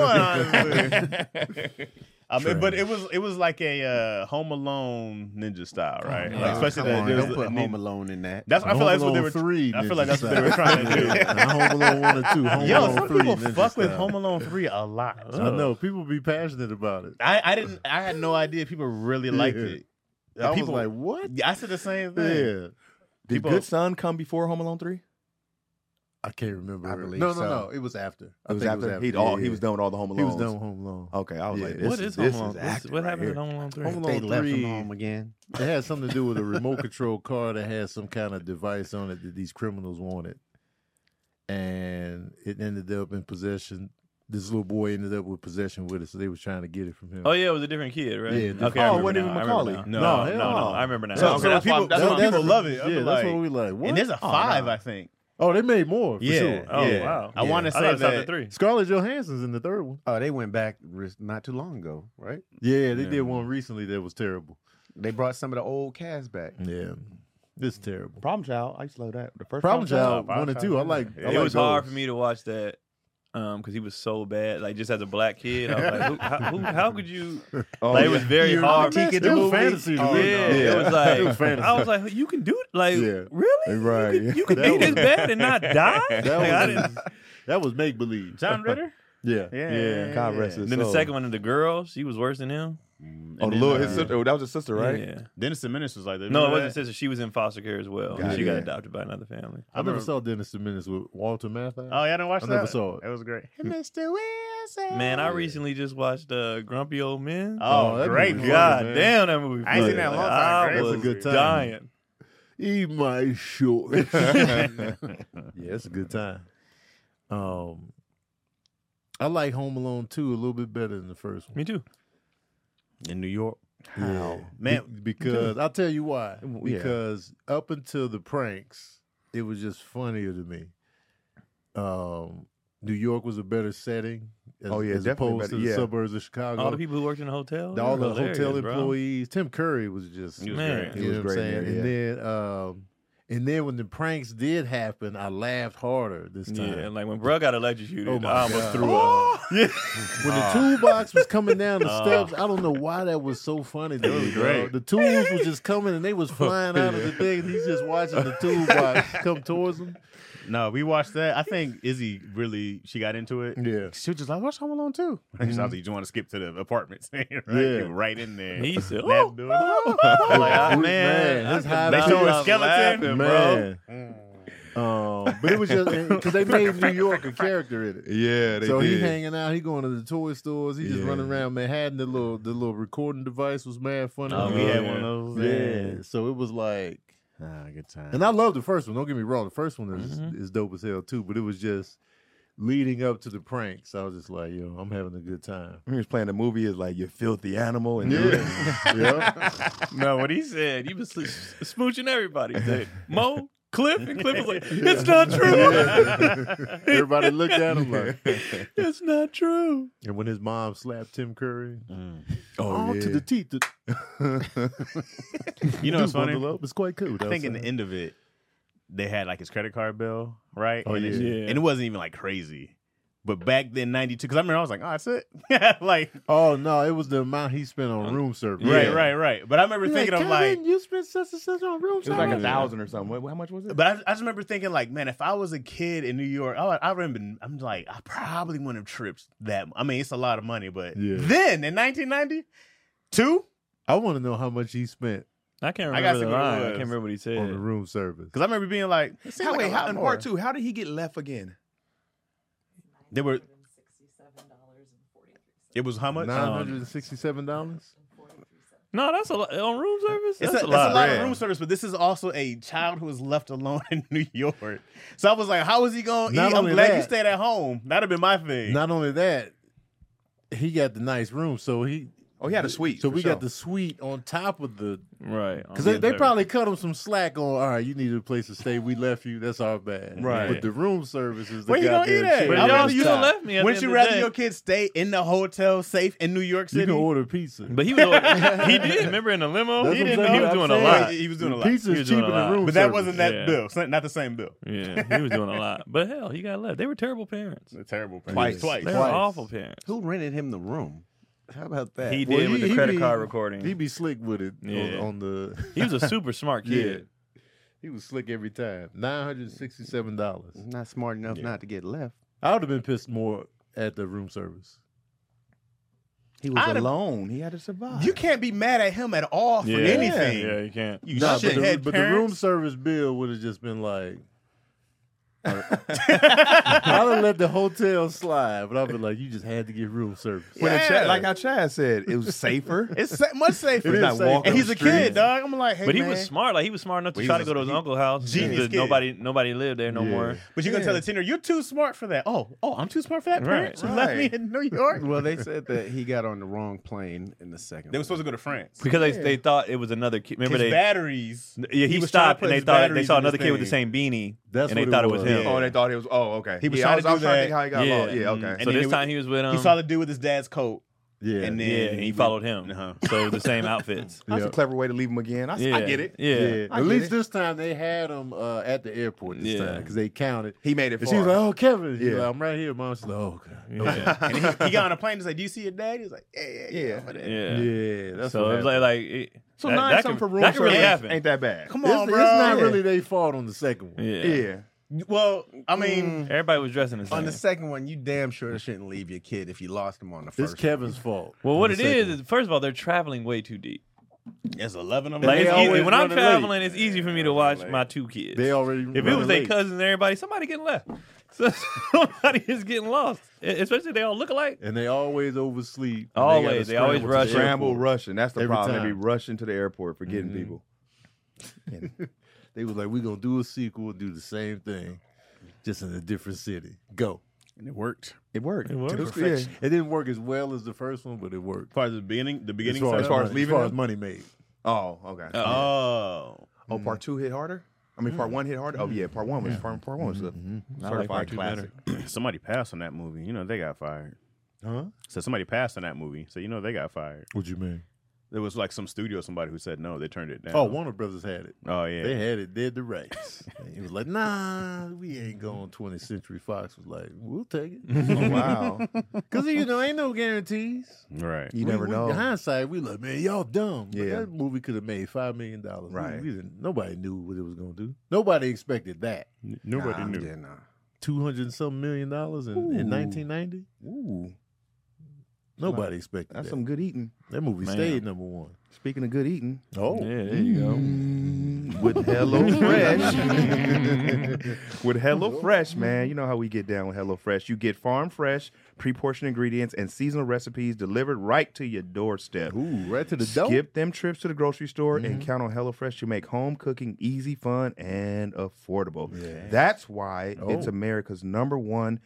F: honestly. I mean, but it was it was like a uh, Home Alone ninja style, right?
C: Oh,
F: like, especially
C: come
F: the,
C: on,
F: there was
C: don't
F: a
C: put
F: nin-
C: Home Alone in that.
F: That's I feel
E: Home
F: like that's what they
E: Alone
F: were.
E: three
F: I feel
E: ninja
F: like that's what they were
E: style.
F: trying to do.
E: Nah, Home Alone one or two. Home
F: Yo,
E: Alone
F: some
E: three
F: people
E: ninja
F: fuck with
E: style.
F: Home Alone three a lot.
E: I know people be passionate about it.
F: I, I didn't. I had no idea people really liked
E: Yeah.
F: it.
E: I
F: people
E: was like, what?
F: Yeah, I said the same thing.
E: Yeah,
A: Did
F: people-
A: Good Son come before Home Alone three?
E: I can't remember.
C: I believe
E: no, no,
C: so.
E: no. It was after.
A: It
E: I
A: was
E: think
A: after,
E: it was after.
A: He'd,
E: Yeah,
A: all, he
E: yeah.
A: was done with Oh. all the Home
E: He was
A: Alones.
E: done with Home Alone.
A: Okay, I was
E: Yeah,
A: like, this
E: this
B: what is
A: this
B: Home Alone?
A: is
B: What's-
A: acting
B: What
A: right
B: happened
A: here.
B: in Home Alone three?
E: Home
C: They
E: Alone
C: left him
E: three.
C: home again.
E: It had something to do with a remote control car that had some kind of device on it that these criminals wanted, and it ended up in possession. This little boy ended up with possession with it, so they was trying to get it from him.
B: Oh yeah, it was a different kid, right?
E: Yeah,
B: Okay.
E: different-
B: I
A: Oh,
B: remember
A: wasn't even
B: now, I remember
A: Macaulay.
B: now. No,
E: No,
B: no,
E: hell
B: no.
E: no.
B: I remember now.
F: So-
B: Okay,
F: so
B: that's why-
F: people-
B: that's
F: so
B: why I'm
F: people
B: confused.
F: love it. I'm
E: Yeah, that's
F: like-
E: what we like. What?
F: And there's a
E: Oh,
F: five,
E: nah.
F: I think.
E: Oh, they made more for
A: Yeah.
E: sure.
B: Oh
A: Yeah.
B: wow!
C: I wanna
B: I
C: say
B: thought it stopped
C: that-
B: at three.
E: Scarlett Johansson's in the third one.
C: Oh, they went back re- not too long ago, right?
E: Yeah, they
F: Yeah.
E: did one recently that was terrible.
C: They brought some of the old cast back.
E: Yeah, it's terrible.
G: Problem Child. I used to love that. The first
E: Problem Child
F: Problem Child,
E: one and two. I like. I
F: yeah.
E: like
B: It was hard
E: those.
B: for me to watch that um because he was so bad. Like just as a black kid, I was like, who, how, who, how could you?
A: Oh,
B: Like, it
A: yeah.
B: was very
E: You're
B: hard.
E: messed
B: It
E: up.
B: was
E: fantasy to
B: Yeah,
E: me.
B: it was like
E: It was fantasy.
B: I was like, you can do it. Like
E: Yeah.
B: really?
A: Right,
B: You
A: yeah.
B: can, you can
E: That
B: be this
E: was-
B: bad and not die?
E: That
B: Like, I
E: was-
B: didn't-
E: That was make believe.
F: John Ritter?
E: Yeah.
F: Yeah.
A: Yeah, God rest his
B: And then the
A: soul.
B: second one, the girl, she was worse than him.
A: Oh,
F: Mm, and
A: the
F: then,
A: little his
F: uh,
A: sister. Oh, that was his sister, right?
B: Yeah.
F: Dennis the Menace was like that.
B: No, it
F: Remember
B: wasn't his
F: that?
B: sister. She was in foster care as well.
A: Got
B: she
A: it.
B: got
A: Yeah.
B: adopted by another family.
E: I never saw Dennis the Menace with Walter Matthau.
F: Oh, yeah, I didn't watch
E: I
F: that.
E: never saw it.
F: That was great.
C: Mr. Wilson.
B: Man, I recently just watched uh, Grumpy Old Men.
E: Oh,
F: Oh,
E: that
F: great.
E: movie was
B: God
E: man.
B: damn, that movie!
F: I ain't
B: funny.
F: seen that in a long
B: Like,
F: time.
B: I
F: Great
B: was
E: movie. Good time.
B: dying.
E: Eat my shorts. yeah, it's a good time. Um, I like Home Alone two a little bit better than the first one.
B: Me too.
F: In New York.
E: Yeah.
F: Man,
E: Be- because I'll tell you why.
A: Well, yeah.
E: Because up until the pranks, it was just funnier to me. Um, New York was a better setting. As,
A: Oh, yeah,
E: as
A: definitely
E: opposed
A: better-
E: to the
A: yeah.
E: suburbs of Chicago.
F: Oh,
B: All the people who worked in the hotel,
E: The- all
B: they were
E: the hotel
B: hilarious, bro.
E: employees. Tim Curry was just
F: He was
B: Man.
F: great.
E: you
A: He
E: know
A: was
E: what I'm
A: great
E: saying?
A: in there,
E: And then um and then when the pranks did happen, I laughed harder this
B: Yeah,
E: time.
B: and like when bro got electrocuted,
E: Oh my
B: I almost
E: God.
B: threw up. Yeah,
E: When the toolbox was coming down the steps, I don't know why that was so funny. To
F: was
E: me,
F: great.
E: Bro. The tools was just coming and they was flying out of the thing. And he's just watching the toolbox come towards him.
F: no, we watched that. I think Izzy really, she got into it.
E: Yeah,
F: She was just like, watch Home Alone too. And She was like, you want to skip to the apartment scene, right?
E: Mm-hmm. Yeah.
F: You were Right in there.
B: And he said,
F: Nap
B: "Oh,
F: doing-
B: I'm like, ah,
E: Man,
B: man,
E: that's
B: I
E: high
B: could not
E: value.
F: They threw oh, a
B: stop
F: skeleton,
B: laughing, bro.
E: man. Um, but it was just because they made New York a character in it.
A: Yeah, they
E: so
A: did.
E: he hanging out, he going to the toy stores, he just
A: Yeah.
E: running around Manhattan. The little the little recording device was mad funny.
F: Oh,
E: to
F: we
E: me.
F: had one of those.
E: Yeah. So it was like
F: Ah, good time.
E: and I love the first one, don't get me wrong. The first one is
F: Mm-hmm.
B: Mhm.
E: is dope as hell too, but it was just leading up to the pranks. I was just like, yo, I'm having a good time.
A: He was playing the movie is like you filthy animal and
E: Yeah. yeah.
B: No, what he said, he was s- smooching everybody. He said, Mo, Cliff, and Cliff was like, it's not true.
E: Everybody looked at him like
B: it's not true.
E: and when his mom slapped Tim Curry,
F: Mm.
A: oh
E: on to the teeth. The,
F: you know what's
E: dude,
F: funny?
E: bundle up. It's quite cool.
F: I think in the end of it, they had like his credit card bill, right?
E: Oh,
F: and, It,
B: yeah. Yeah.
F: and it wasn't even like crazy. But back then, 92, because I remember I was like, oh, that's it. like,
E: Oh no, it was the amount he spent on room service.
F: right, right, right. But I remember
E: He's
F: thinking,
E: like,
F: I'm like,
E: "Kevin, you spent such and such on room
G: It was like a
E: service?"
G: thousand or something. What- How much was it?
F: but I, I just remember thinking, like, man, if I was a kid in New York, I, I remember, I'm like, I probably wouldn't have tripped that. I mean, it's a lot of money, but
E: Yeah.
F: then in 1992,
E: I want to know how much he spent
B: I can't
F: I got
B: remember the
F: some
B: line. I
F: words.
B: can't remember what he
E: on the
B: said.
E: room service.
F: because I remember being like,
A: How,
F: like
A: wait,
F: a
A: how,
F: lot
A: in
F: more.
A: part two, how did he get left again?
F: They were-
H: $967.43.
F: it was how much? Um,
E: Nine hundred and sixty-seven dollars.
B: No, that's a lot. On room service?
F: It's
B: That's
F: a,
B: a
F: that's
B: lot.
F: a lot of
A: Yeah.
F: room service, but this is also a child who was left alone in New York. So I was like, how is he going to
E: Not
F: eat? I'm
E: only
F: glad you
E: that-
F: stayed at home. That'd have been my thing.
E: Not only that, he got the nice room, so he
A: Oh, he had a suite.
E: so
A: for
E: we
A: sure.
E: got the suite on top of the
F: Oh,
B: Right.
E: because they, they probably cut him some slack on. All right, you needed a place to stay. We left you. That's our bad.
B: Right.
E: But the room service is the
F: Where you gonna
E: goddamn
F: eat at?
E: shit.
F: But I'd
B: y'all
F: rather
B: you
F: you-
B: still left me. At
F: Wouldn't
B: the
F: you
B: end of the
F: rather
B: day.
F: your kids stay in the hotel safe in New York
E: You
F: City?
E: can order pizza.
B: But he was on- he did. Remember in the limo,
E: That's
B: he
E: what I'm
B: didn't.
E: saying.
B: He was
E: I'm
B: doing a
E: saying
B: lot.
F: he was doing a lot.
E: pizza
B: He
E: is
B: was doing
E: cheaper
B: a
E: than
B: lot.
E: room
F: but
E: service.
F: that wasn't that
B: Yeah.
F: bill. So- Not the same bill.
B: Yeah, he was doing a lot. But hell, he got left. They were terrible parents.
F: It's a terrible parent.
G: Twice.
F: Twice.
B: They were
E: Twice.
B: awful parents.
C: Who rented him the room? How about that?
B: He did
E: Well,
B: with
E: he-
B: the
E: he
B: credit
E: be-
B: card recording.
E: He
B: He,
E: be slick with it on-
B: Yeah.
E: on, the.
B: was a super smart
E: Yeah.
B: kid.
E: He was slick every time. Nine hundred sixty-seven dollars.
F: Mm-hmm.
C: not smart enough not to get left.
E: I would have been pissed more at the room service.
G: He was
F: I'd have-
G: alone. He had to survive.
F: You can't be mad at him at all for anything.
B: Yeah, you can't.
F: You
E: Nah, but,
F: shithead
E: the, but the room
F: parents.
E: service bill would have just been like. I would have let the hotel slide, but I'd be like, you just had to get room service.
A: When the
F: Yeah.
A: Chad, like how Chad said, it was safer.
F: It's sa- much safer.
E: is
F: Not
E: safer.
F: walking
E: And
F: he's
E: he's
F: a
E: a
F: kid, dog. I'm like, hey,
B: but he
F: man.
B: was smart. Like he was smart enough to
F: Well, he
B: try to
F: was-
B: go to his
F: he-
B: uncle's house.
F: Genius
B: That
F: kid.
B: Nobody, nobody lived there no
E: Yeah.
B: more.
F: But you're gonna tell the teenager, you're too smart for that. Oh, oh, I'm too smart for that. Parents
A: Right.
F: who left me in New York.
C: Well, they said that he got on the wrong plane in the second.
F: they were
C: one.
F: supposed to go to France.
B: Because they, they thought it was another kid. Remember
F: His
B: they
F: batteries.
B: yeah, he,
F: was trying to
B: stopped
F: put
B: and they
F: his
B: thought they
F: batteries
B: saw
F: in his
B: another kid with the same
F: thing.
B: beanie.
E: That's
B: And they
E: what
B: thought it was him.
A: Oh, and they thought it was. Oh, okay.
H: He was
A: yeah,
H: trying
A: I was,
H: to
A: I
H: do
A: was trying to
H: that.
A: think how he got
B: Yeah.
A: lost. Yeah, okay.
B: And
H: So
B: then
H: then
B: this
H: it-
B: time he was with um.
H: he saw the dude with his dad's coat,
E: Yeah.
H: and then
B: yeah, and he followed him.
H: Uh-huh.
B: So the same outfits.
A: That's
E: Yeah.
A: a clever way to leave him again. I, s- I
B: Yeah,
A: get it.
B: Yeah.
E: Yeah.
A: I
E: At
A: get
E: least
A: it.
E: this time they had him uh, at the airport this
B: Yeah.
E: time because they counted.
A: He made it
E: And
A: far.
E: she was like, "Oh, Kevin, yeah,
A: Yeah.
E: I'm right here." Mom, she's like, "Oh, God.
B: Yeah.
H: And he, he got on a plane. He's like, "Do you see your dad?" He's like, "Yeah, yeah, yeah."
A: Yeah.
H: I'm with it."
B: yeah.
E: yeah." that's
B: so
E: what
B: it was like, like it,
A: so
B: that,
A: nine
B: that
A: something
B: could,
A: for room
B: that could really
A: service
B: happen.
A: Ain't that bad?
H: Come
E: It's,
H: on,
E: it's
H: bro.
E: not
A: Yeah.
E: really they fault on the second one.
B: yeah.
A: Yeah.
H: Well, I mean,
B: Everybody was dressing the same.
C: On the second one, you damn sure shouldn't leave your kid if you lost him on the
E: It's
C: first. one.
E: Kevin's fault.
B: well, what
E: on
B: it
E: the
B: is is
E: second
B: first of all, they're traveling way too deep.
H: there's eleven of them.
B: Like
E: they
B: it's
E: always
B: easy. when I'm
E: running late.
B: traveling, it's easy for me to watch my two
E: one.
B: kids.
E: they already.
B: if it was their cousins and everybody, somebody getting left. So somebody is getting lost. E, Especially if they all look alike.
E: and they always oversleep. and
B: Always.
E: gotta
B: They always
E: scramble to
B: rush
E: the airport.
A: Scramble rushing. That's the
E: Every
A: problem. They be
E: time.
A: rushing to the airport, forgetting people.
E: They was like, "We're gonna do a sequel, do the same thing, just in a different city. Go."
H: And it worked.
A: It worked.
B: worked.
A: It was- yeah.
E: Perfection. It didn't work as well as the first one, but it worked.
H: As far as the beginning, the beginning.
E: as far as,
H: setup?
A: far as
E: money-
A: leaving
E: as far
A: him?
E: as money made.
A: Oh, okay.
F: Uh,
H: oh,
A: oh, part two hit harder. I mean, part one hit harder. Oh yeah, part one was part, part one was a
B: I like
A: certified
B: part two
A: classic.
B: better.
H: somebody passed on that movie. You know they got fired.
E: Huh?
H: So somebody passed on that movie. So you know they got fired.
E: What you mean?
H: There was like some studio somebody who said no. They turned it down.
E: Oh, Warner Brothers had it.
H: Oh, yeah.
E: They had it. Did the rights. it was like, nah, we ain't going. 20th Century Fox was like, we'll take it
A: Oh, wow,
E: because you know ain't no guarantees.
H: right.
A: you
E: We-
A: never
E: we-
A: know.
E: in hindsight, we like, man, y'all dumb. But
A: Yeah.
E: that movie could have made five million dollars. We-
A: Right.
E: we didn't- nobody knew what it was gonna do. Nobody expected that.
H: Nobody
C: Nah,
H: knew.
C: yeah, nah.
E: Two hundred and some million dollars in, in
A: Ooh.
E: nineteen ninety.
A: Ooh,
E: Nobody expected
A: that's
E: that.
A: some good eating.
E: that movie
B: Man.
E: stayed number one.
A: Speaking of good eating,
E: Oh,
B: Yeah, there you go.
A: with Hello Fresh. with Hello Fresh, man, you know how we get down with Hello Fresh. You get farm fresh, pre-portioned ingredients, and seasonal recipes delivered right to your doorstep.
E: ooh, right to the dope.
A: Skip them trips to the grocery store and count on HelloFresh to make home cooking easy, fun, and affordable. That's why it's
E: Oh.
A: America's number one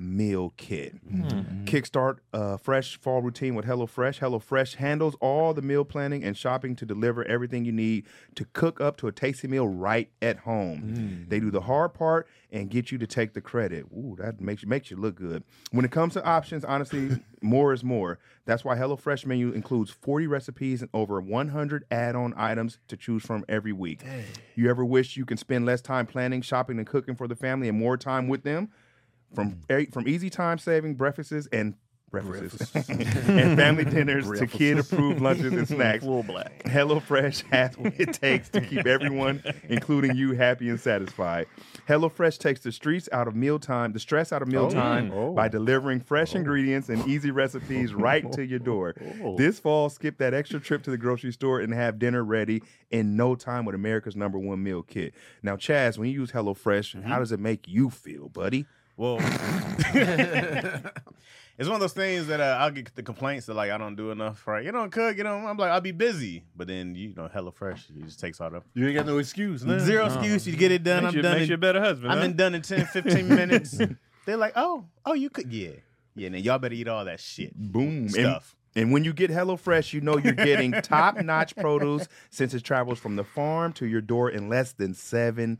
A: meal kit.
E: Hmm.
A: Kickstart a fresh fall routine with HelloFresh. HelloFresh handles all the meal planning and shopping to deliver everything you need to cook up to a tasty meal right at home. They do the hard part and get you to take the credit. Ooh, that makes you makes you look good. When it comes to options, honestly, more is more. That's why HelloFresh menu includes 40 recipes and over 100 add-on items to choose from every week. You ever wish you can spend less time planning, shopping, and cooking for the family and more time with them? From e- from easy time saving breakfasts and breakfasts and family dinners to kid approved lunches and snacks.
B: Full black.
A: HelloFresh has what it takes to keep everyone, including you, happy and satisfied. HelloFresh takes the streets out of mealtime, the stress out of mealtime
E: Oh.
A: by delivering fresh ingredients and easy recipes right to your door.
E: Oh.
A: This fall, skip that extra trip to the grocery store and have dinner ready in no time with America's number one meal kit. Now, Chaz, when you use HelloFresh, how does it make you feel, buddy?
H: Well, it's one of those things that uh, I'll get the complaints that like I don't do enough. Right? You don't cook. You know, I'm like I'll be busy. But then you know, HelloFresh, it just takes all the
E: You ain't got no excuse. Now.
H: zero excuse. You get it done.
B: Makes
H: I'm
B: you,
H: done.
B: makes
H: in-
B: you a better husband.
H: I've
B: huh?
H: been done in 10, 15 minutes. They're like, oh, oh, you could, yeah, yeah. Now y'all better eat all that shit.
A: Boom. And-
H: Stuff.
A: And, when you get HelloFresh, you know you're getting top notch produce since it travels from the farm to your door in less than seven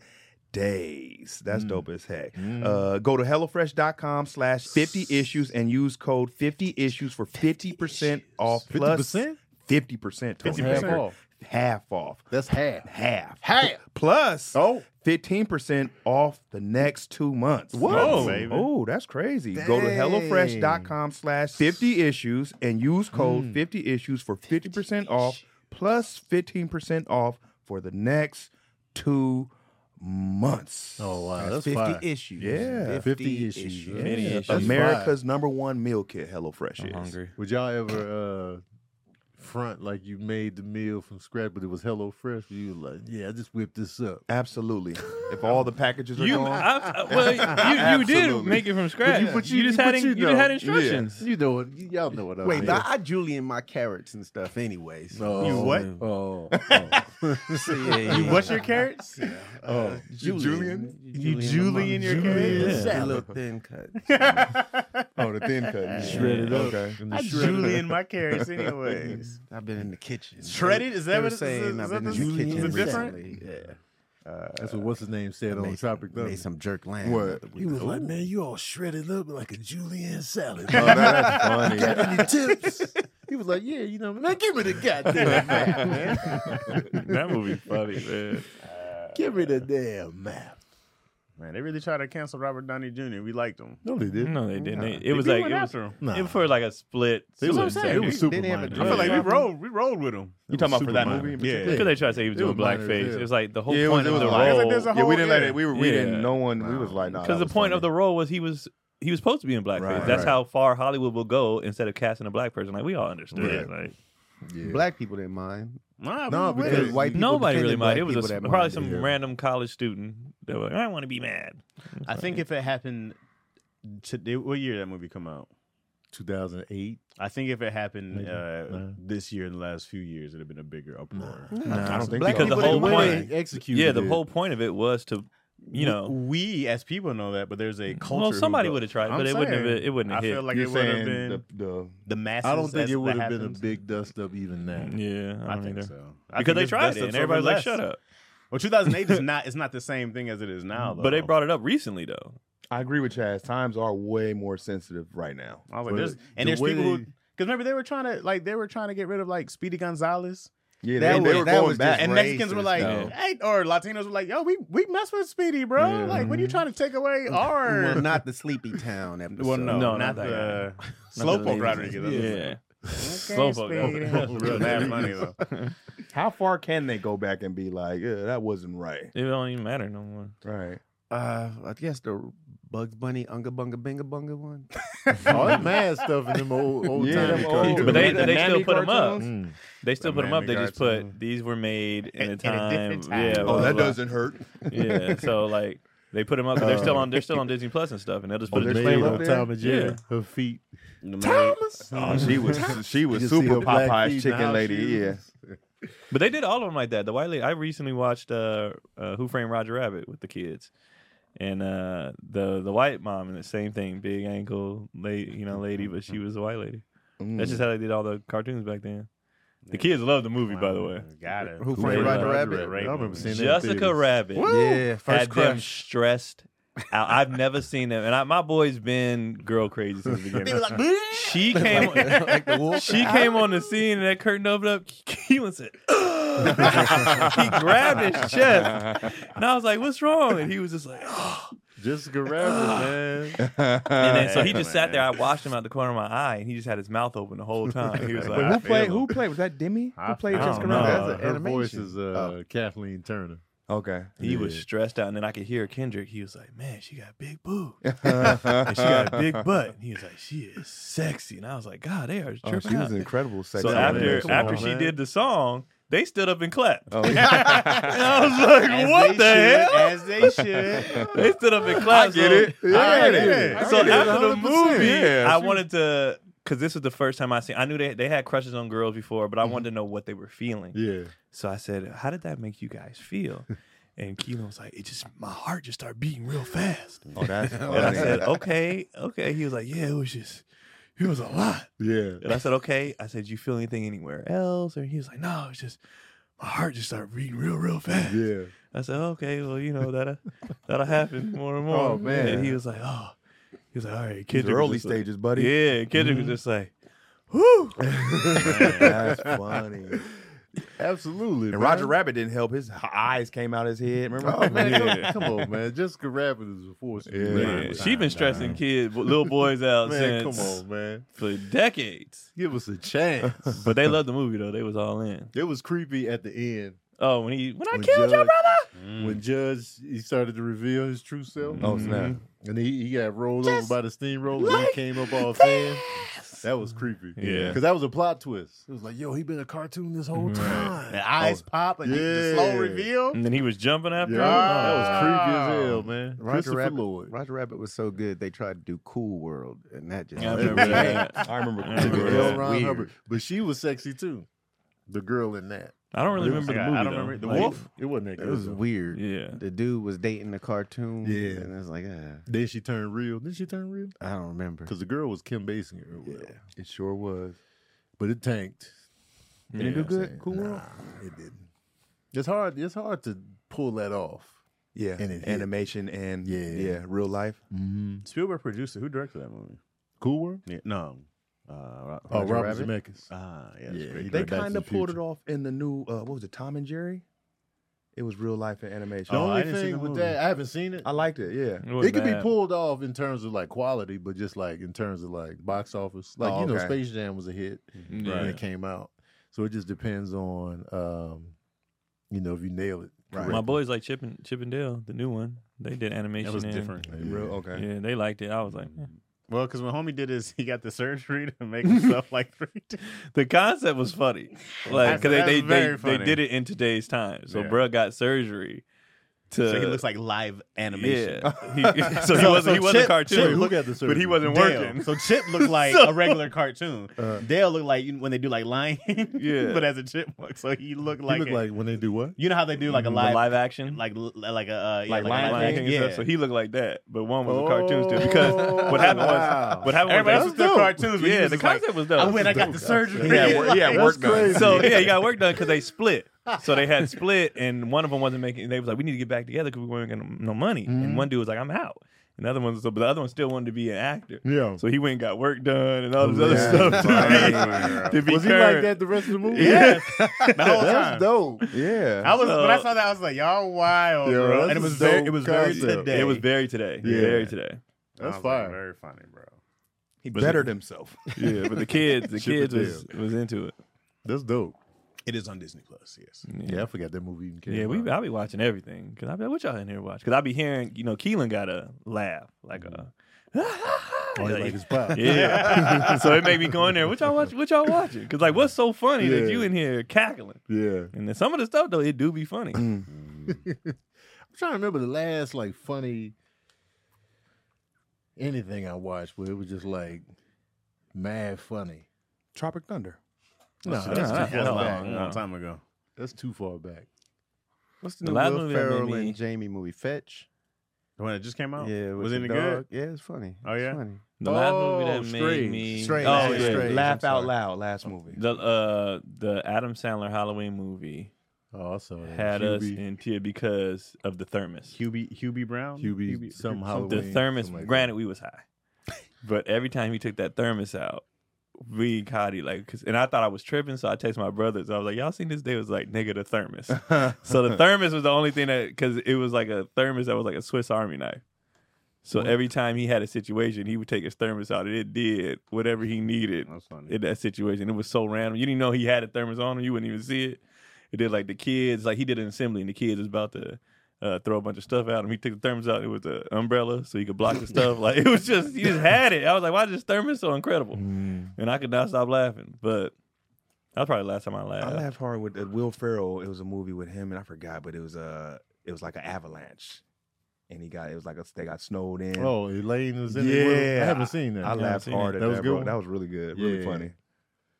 A: days. That's dope as heck. Uh, go to HelloFresh.com slash 50 issues and use code 50 issues for 50% off plus
E: 50%?
A: 50%. Tony
E: 50%
A: Becker.
E: off.
A: Half off.
E: That's half.
A: Half.
E: Half.
A: Plus
E: Oh.
A: 15% off the next two months.
E: Whoa.
H: Baby.
A: Oh, that's crazy. Go to
E: Dang.
A: HelloFresh.com slash 50 issues and use code 50 issues for 50% off plus 15% off for the next two months.
E: Oh wow, that's
C: That's 50
E: fire.
C: issues.
A: Yeah.
E: 50 issues.
C: Yeah.
E: Yeah.
B: Many issues.
E: That's
A: America's number one meal kit, HelloFresh
B: I'm
A: is.
B: hungry.
E: Would y'all ever uh front like you made the meal from scratch, but it was Hello Fresh? You were like, yeah, I just whipped this up.
A: Absolutely. if all the packages are
B: You,
A: gone.
B: I, I- well, you, you did
A: Absolutely.
B: make it from scratch.
E: you- but you-
B: just
E: but
B: had in-
E: you
B: you just had
E: know.
B: instructions.
E: You know what? y- Y'all know what I
C: Wait,
E: mean.
C: but I Julian my carrots and stuff anyway. So
E: Oh,
H: You what?
E: Oh, oh.
H: You what's your carrots?
E: oh.
C: Julian,
H: You Julian your
C: Julian,
H: carrots?
B: Yeah.
C: a little thin cut.
E: Oh, the thin cut. Shredded up. Okay.
H: I Julian my carrots anyways.
C: I've been in the kitchen.
H: Shredded? Is that
C: They were
H: what it- is-
C: saying?
H: is
C: I've
H: that
C: been
H: the-
C: in the
H: is
C: kitchen
H: it different?
C: recently. Yeah. Uh,
E: That's what what's his name said on
C: made,
E: Tropic Thunder.
C: made some jerk lamb.
A: What?
E: He was like, "Man, you all shredded up like a julienne salad."
A: Oh, that's funny.
E: Got any tips? He was like, "Yeah, you know, man, give me the goddamn map, man.
B: that movie funny, man.
E: Give me the damn map."
H: Man, they really tried to cancel Robert Downey Jr. We liked him.
E: No, they didn't.
B: No, they didn't. They-
H: They
B: it was
H: beat
B: like
H: one
B: it was,
H: after him.
E: Nah.
B: it was for like a split.
H: See what I'm
B: split
H: saying?
E: It
B: second.
E: was
C: They
E: super
C: didn't have a
E: minor.
H: I
C: Yeah.
H: feel like we
C: Robert-
H: rode, we rode with him.
B: You talking about for that
E: Superman.
B: movie?
H: Yeah.
B: Because they tried to say he was
E: It was
B: doing blackface.
E: minor as hell.
B: It was like the whole
A: Yeah, it was-
B: point
A: it
B: of
A: was
B: the
A: a whole-
B: role.
H: There's a
A: yeah, we
H: whole-
A: didn't let
H: yeah.
A: it. We were. We
B: Yeah.
A: didn't. No one. We was
C: Oh,
A: like, nah.
B: Because the point of the role was he was he was supposed to be in blackface.
A: Right,
B: That's
A: right.
B: how far Hollywood will go instead of casting a black person. Like we all understood. Like
E: Yeah.
C: Black people didn't mind.
H: Nah,
E: No,
H: we were
E: because
H: with
C: white people
B: nobody really
C: defended
B: minded. It
C: black
B: was a,
C: people
B: s-
C: that
B: probably
C: minded.
B: some
E: Yeah.
B: random college student that was like, I want to be mad.
H: it. I think if it happened today, what year did that movie come out?
E: 2008.
H: I think if it happened
E: Maybe.
H: uh,
E: Nah.
H: this year in the last few years, it'd have been a bigger uproar.
A: I don't think
C: Black
A: so.
B: Because the
C: people
B: whole
C: didn't
E: way
C: mind.
E: they
B: point-
E: executed.
B: Yeah, the
E: it.
B: whole point of it was to, you know,
H: we as people know that, but there's a culture.
B: well,
H: who
B: somebody
H: go-
B: would have tried,
H: I'm
B: but it wouldn't have.
H: saying,
B: It wouldn't
H: I
B: have hit.
H: feel like
A: You're
H: it would have
A: saying
H: been
A: the, the
H: the masses.
E: I don't think
H: as
E: it would
H: that
E: have been a
H: happened.
E: big dust up even now.
B: yeah, I,
H: I,
B: don't
H: think
B: either.
H: so. I
B: Because
H: think
B: they
H: it's
B: tried
H: best
B: it, and
H: it's over
B: everybody was like,
H: less.
B: "Shut up."
H: Well, 2008 is not. It's not the same thing as it is now, though.
B: But they brought it up recently, though.
A: I agree with Chaz. Times are way more sensitive right now.
H: I was like,
E: But
H: there's, and
E: the
H: there's
E: way
H: people who
E: they-
H: because remember they were trying to like they were trying to get rid of like Speedy Gonzalez
A: Yeah,
C: That
A: they, they
C: was-
A: were
C: that
A: going
C: was
A: back.
C: just
H: and Mexicans were
C: racist,
H: like,
B: though.
H: hey, or Latinos were like, yo, we we mess with Speedy, bro.
E: Yeah.
H: Like, what are you
B: Mm-hmm.
H: trying to take away
C: Well,
H: our?
C: not the Sleepy Town episode.
H: Well, no,
B: No,
H: not
B: not that
H: the
B: Not
H: Slowpoke
B: the-
H: Rodriguez.
B: Yeah,
H: Slow
B: Slowpoke, that was-
H: Real bad money though.
A: How far can they go back and be like, yeah, that wasn't right?
B: it don't even matter no more.
A: Right.
C: Uh, I guess the Bugs Bunny Unga Bunga Binga Bunga one.
E: All that mad stuff in them old old
A: Yeah,
E: time
A: them old- Mm.
B: But they
A: The
B: they still
A: Mammy
B: put them up.
A: cartoons?
B: They still put them up. They just put these were made in a
C: At- at a
B: time.
C: different time.
B: Yeah.
C: Oh,
A: Oh,
B: blah,
A: that
B: blah.
A: doesn't hurt.
B: Yeah. So like they put them up. But they're still on. They're still on Disney Plus and stuff. And they'll just put a
A: Oh,
C: Oh,
A: they're
E: Made
A: still
B: disclaimer.
A: up
E: on
A: there?
E: Tom and Jerry. Her feet. Thomas.
B: uh,
A: Oh, she was she was
E: You see
A: super
E: her black
A: Popeye's
E: feet
A: chicken
E: now,
A: lady.
E: she
A: Yeah.
E: was-
B: But they did all of them like that. The White Lady. I recently watched uh, uh, Who Framed Roger Rabbit with the kids, and uh, the the white mom and the same thing. Big ankle, lady, you know, lady, but she was a white lady. That's just how they did all the cartoons back then. The kids loved the movie, by the way.
H: Got it.
C: Who Framed
B: Roger
C: Rabbit?
E: I remember seeing that. in
B: Jessica
E: theaters.
B: Rabbit.
C: Yeah, first
B: had them
C: crush.
B: stressed out. I've never seen them, and I, my boy's been girl crazy since the beginning. she came, she came on the scene, and that curtain opened up. Keelan said, "Ugh." he grabbed his chest, and I was like, "What's wrong?" And he was just like, "Ugh."
E: Jessica
A: Ah.
E: Rabbit, man.
B: and then so he just sat there. I watched him out the corner of my eye, and he just had his mouth open the whole time. He was like,
A: Who played? Who played? Was that Demi?
H: I
A: Who played
B: don't
A: Jessica
B: know.
A: Rabbit?
E: Oh, Her voice is uh,
C: Oh.
E: Kathleen Turner.
A: Okay.
B: He was
E: Yeah.
B: stressed out, and then I could hear Kendrick. He was like, "Man, she got big boobs, and she got a big butt." And he was like, "She is sexy," and I was like, "God, they are
A: Oh,
B: tripping
A: she
B: out."
A: was incredible. Sex
B: so after after she did the song, they stood up and clapped.
A: Oh,
B: and I was like, "What the hell?"
H: As they should.
B: They stood up and clapped.
A: get
B: so,
A: it. Yeah,
B: I
A: I get
B: it.
A: it.
B: So
A: I get it
B: after the
A: 100%.
B: movie,
A: Yeah,
B: I
A: she-
B: wanted to. Cause this was the first time I seen. I knew they, they had crushes on girls before,
A: Mm-hmm.
B: but I wanted to know what they were feeling.
E: Yeah.
B: So I said, "How did that make you guys feel?" And Keelan was like, "It just my heart just started beating real fast."
A: Oh, that's
B: And I said, "Okay, okay." He was like, "Yeah, it was just, it was a lot."
E: Yeah.
B: And I said, "Okay." I said, "You feel anything anywhere else?" And he was like, "No, it's just my heart just started beating real, real fast."
E: Yeah.
B: I said, "Okay, well, you know that that'll happen more and more."
E: Oh, man.
B: And he was like, "Oh." He was like, "All right,
A: These
B: Kendrick." was
A: early
B: just like-
A: stages, buddy.
B: Yeah, Kendrick was just like, "Whoo!"
A: That's funny.
E: Absolutely.
A: And
E: man.
A: Roger Rabbit didn't help. His eyes came out his head. Remember?
E: Oh man, come, come on, man. Jessica Rabbit is a force. to be
A: Yeah.
E: reckoned
B: Yeah,
E: with.
B: she been stressing kids, little boys out
E: Man,
B: since
E: come on, man.
B: for decades.
E: Give us a chance.
B: But they loved the movie though. They was all in.
E: It was creepy at the end
B: Oh, when he when I
E: When
B: killed your
E: Judge-
B: brother.
E: when Judge he started to reveal his true self. Mm-hmm.
A: Oh snap!
E: And he, he got rolled
B: Just
E: over by the steamroller. and
B: like
E: he came up all thin. That was creepy.
B: Yeah.
E: Because that was a plot twist. It was like, yo, he been a cartoon this whole time.
H: The eyes pop and the- the slow
E: Yeah.
H: reveal.
F: Mm.
B: And then he was jumping after.
E: Oh, Yeah,
B: him.
E: that was creepy as hell, man.
C: Roger
E: Christopher
C: Rabbit-
E: Lloyd.
C: Roger Rabbit was so good they tried to do Cool World, and that just
B: Yeah, I remember that.
A: I remember.
B: Yeah.
E: The
B: Rabbit.
E: girl,
B: Yeah.
E: Ron
C: Weird.
E: Hubbard. But she was sexy too. The girl in that.
B: I don't really remember the movie.
H: I don't
B: though.
H: remember the
B: Like,
H: wolf.
E: It wasn't that
C: It
E: good.
C: was
E: though.
C: weird.
B: Yeah.
C: The dude was dating the cartoon.
E: Yeah.
C: and it was like, uh,
E: Then she turned real. Did she turn real?
C: I don't remember.
E: Because the girl was Kim Basinger. Or whatever.
C: Yeah.
A: It sure was.
E: But it tanked.
B: Yeah.
A: Did it do good? Cool.
E: Nah, it didn't. It's hard. It's hard to pull that off.
C: Yeah,
E: And it hit.
C: animation and yeah.
E: Yeah.
C: real life.
E: Mm-hmm.
F: Spielberg produced it. Who directed that movie?
E: Cool World?
F: Yeah, no. Uh, Ro-
E: Oh,
F: Roger
E: Robert
F: Rabbit?
E: Zemeckis.
F: Ah, yeah.
E: Yeah,
F: that's great.
E: he
C: They
E: Back to the
C: kind of pulled it
E: Future.
C: off in the new uh, what was it, Tom and Jerry? It was real life and animation.
E: The
F: Oh, I
E: only
F: didn't see
E: thing
F: the
E: with
F: movie.
E: that, I haven't seen it.
C: I liked it. Yeah,
B: It, wasn't
E: It could be
B: bad.
E: pulled off in terms of like quality, but just like in terms of like box office. Like
C: Oh,
E: you know,
C: okay.
E: Space Jam was a hit
B: Yeah.
E: when it came out. So it just depends on um, you know, if you nail it.
C: Right.
B: My boys like Chip and Chip and Dale, the new one. They did animation.
F: That was
B: and-
F: different.
C: real okay.
B: Yeah, they liked it. I was like, eh.
F: Well, because when homie did his, he got the surgery to make himself like three. D.
B: the concept was funny. Like,
F: That's-
B: 'cause they,
F: that's
B: they, they,
F: very
B: they
F: funny.
B: did it in today's time. So,
F: Yeah.
B: bruh got surgery to.
F: so he looks like live animation.
B: Yeah. He- so he wasn't, he wasn't
F: Chip-
B: cartoon.
F: Chip
E: Look at the surgery.
B: but he wasn't
F: Dale.
B: working.
F: So Chip looked like a regular cartoon. Dale looked like you- when they do like lion,
B: Yeah.
F: but as a chipmunk. So he looked
E: He
F: like,
E: looked
F: a-
E: like when they do what?
F: you know how they do like a
B: The
F: live,
B: live action.
F: like l- like a uh, yeah,
C: Like
F: a
C: Lion
F: lion Oh.
C: King
B: and
F: yeah.
B: stuff. So he looked like that, but one was a cartoon still because what happened was what happened
F: Everybody else
B: was
F: was doing cartoons. but he
B: yeah,
F: was
B: the
F: just like,
B: concept was dope.
F: I went, I got the surgery.
C: He had, wor- he had
F: Like,
C: work done.
E: crazy.
B: So yeah, he got work done because they split. So they had split, and one of them wasn't making. They was like, "We need to get back together because we weren't getting no money."
F: Mm-hmm.
B: And one dude was like, "I'm out." And the other one, was, but the other one still wanted to be an actor.
E: Yeah.
B: So he went and got work done and all this other
E: Yeah.
B: stuff. To
C: Right.
B: be, to be
E: was he like
B: current.
E: that the rest of the movie?
F: Yes, the whole time.
E: That's dope.
C: Yeah,
F: I was when I
B: So-
F: saw that, I was like, y'all wild,
E: Yo,
F: bro.
E: that's
F: And it was
E: a
F: very,
E: dope
F: it was very
E: concept.
F: today.
B: It was very today.
E: Yeah.
B: Very today.
E: That's
F: I was like,
E: fire.
F: very funny, bro.
C: he bettered himself.
B: Yeah, but the kids, the
E: Chip
B: kids
E: and
B: was, was into it.
E: That's dope.
F: It is on Disney Plus. Yes.
E: Yeah, I forgot that movie even came
B: Yeah, we
E: out.
B: I'll be watching everything because I be like, what y'all in here watch? Because I be hearing, you know, Keelan got a laugh like a.
E: Oh, he like his pop.
B: yeah, so it made me go in there. What y'all watch? What y'all watching? Because like, what's so funny that
E: Yeah.
B: you in here cackling?
E: Yeah.
B: And then some of the stuff though, it do be funny.
E: I'm trying to remember the last like funny anything I watched where it was just like mad funny.
C: Tropic Thunder.
E: No,
F: That's,
E: that's,
B: nah,
F: that's,
E: too
F: a
E: far
B: nah.
E: back.
F: long, long time ago.
E: That's too far back.
I: What's the
B: The
I: new
B: last
I: Will
B: movie that made
I: Ferrell
B: me-
I: and Jamie movie Fetch?
F: The one that just came out.
I: Yeah, with
F: was
I: the
F: it any
I: dog.
F: good?
I: Yeah, it's funny.
F: Oh,
I: It's
F: yeah?
I: funny.
B: The last movie
E: Oh,
B: that made
E: Strays.
B: me
E: Strays.
B: oh
E: Yeah,
B: yeah,
E: Strays.
C: Laugh
I: I'm
C: out
I: sorry.
C: loud. Last movie.
B: the uh the Adam Sandler Halloween movie
E: Oh, I saw that.
B: had us
E: Hubie-
B: in tear because of the thermos.
F: Hubie Hubie Brown.
E: Hubie, some
B: the
E: Halloween.
B: thermos.
E: something like
B: granted, we was high, but every time he took that thermos out, we caught it like. 'cause- and I thought I was tripping, so I texted my brothers. I was like, "Y'all seen this day?" It was like, "Nigga, the thermos." so the thermos was the only thing that because it was like a thermos that was like a Swiss Army knife. So every time he had a situation, he would take his thermos out, and it did whatever he needed
F: That's funny.
B: in that situation. It was so random. You didn't know he had a thermos on him. You wouldn't even see it. It did like the kids, like he did an assembly, and the kids was about to uh, throw a bunch of stuff out, and he took the thermos out. It was an umbrella, so he could block the stuff. Like it was just he just had it. I was like, why is this thermos so incredible?
C: Mm-hmm.
B: And I could not stop laughing. But that was probably the last time I laughed.
C: I laughed hard with uh, Will Ferrell. It was a movie with him, and I forgot, but it was uh, it was like an avalanche, and he got it was like a, they got snowed in.
E: that. Oh, Elaine was in it.
C: Yeah.
E: Well, I haven't seen that.
C: I
E: I,
B: Yeah, I've
C: laughed
B: seen it.
C: hard at
E: That
C: that,
E: was
C: bro.
E: good one?
C: That was really good, really
E: Yeah.
C: funny.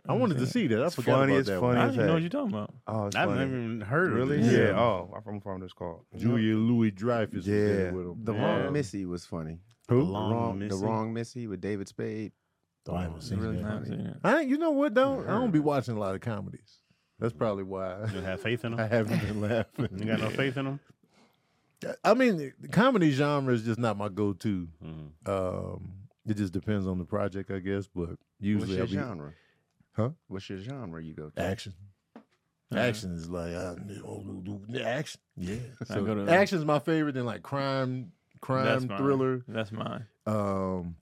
E: wanted to see that. I
C: It's
E: forgot
C: funny,
E: about
C: it's
E: that
C: funny.
B: I
E: one.
B: didn't even know what you're talking about.
C: Oh, it's
F: I haven't
C: funny.
F: even heard of
C: Really?
F: this.
C: Yeah.
E: Yeah.
C: Oh, I'm from farm. It's called.
E: Julia Louis Dreyfus was in
C: Yeah.
E: it with him.
I: The
F: Yeah.
I: wrong Missy was funny.
E: Who?
F: The Long
I: the wrong,
F: Missy?
I: the wrong Missy with David Spade.
E: Oh, I haven't seen
I: Really
E: that.
B: I haven't seen it.
E: I ain't, you know what? Don't I don't be watching a lot of comedies. That's probably why
F: You have faith in
E: I
F: him.
E: haven't been laughing.
F: You got no faith in him.
E: I mean, the- the comedy genre is just not my go-to. Um, it just depends on the project, I guess. But
I: What's
E: usually,
I: your
E: I'll be
I: genre?
E: Huh?
I: What's your genre you go to?
E: action.
B: Uh-huh.
E: Action is like uh, action. Yeah,
B: I go
E: so
B: to-
E: action is my favorite. Then like crime,
B: That's
E: crime
B: mine.
E: thriller,
B: That's mine.
E: um,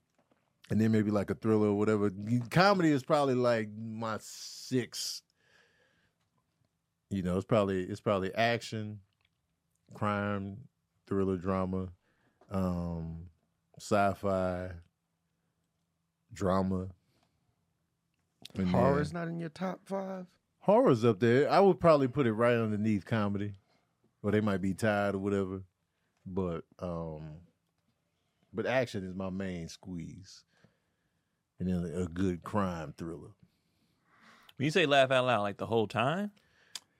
E: and then maybe like a thriller or whatever. Comedy is probably like my sixth. You know, it's probably it's probably action, crime, thriller, drama, um, sci-fi, drama. And
I: Horror's
E: then-
I: not in your top five.
E: horror's up there. I would probably put it right underneath comedy, or they might be tired or whatever. But um, but action is my main squeeze, and then a good crime thriller.
B: When you say laugh out loud, like the whole time,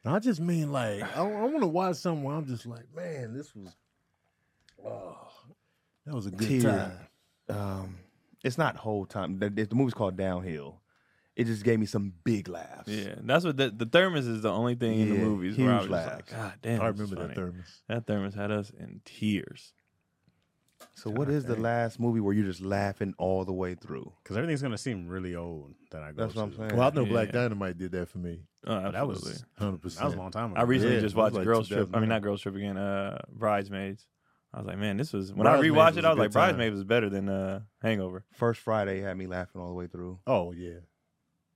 E: And I just mean like I, want to watch something where I'm just like, man, this was, oh, that was a good
C: Tear.
E: time.
C: Um, it's not whole time. The, the movie's called Downhill,
A: it just gave me some big laughs.
B: Yeah, that's what the, the thermos is the only thing in the
A: Yeah,
B: movies where I was
A: huge
B: just
A: laughs.
B: like, God damn,
E: I
B: this is
E: remember that
B: funny."
E: thermos.
B: That thermos had us in tears.
A: So what is the last movie where you're just laughing all the way through?
F: Because everything's gonna seem really old that I go.
A: That's what I'm
F: to.
A: saying.
E: Well, I know Black
B: Yeah.
E: Dynamite did that for me.
B: Oh,
F: But That
B: absolutely.
F: was
E: Hundred percent.
F: that was a long time ago.
B: I recently
E: Yeah,
B: just
E: it was
B: watched
E: like
B: Girls Trip. I mean,
E: 2009.
B: not Girls Trip again. Uh, Bridesmaids. I was like, man, this was when
E: Bridesmaids
B: I rewatched
E: was
B: it.
E: a
B: I was
E: good
B: like,
E: time.
B: Bridesmaids was better than uh, Hangover.
A: First Friday had me laughing all the way through.
E: Oh yeah.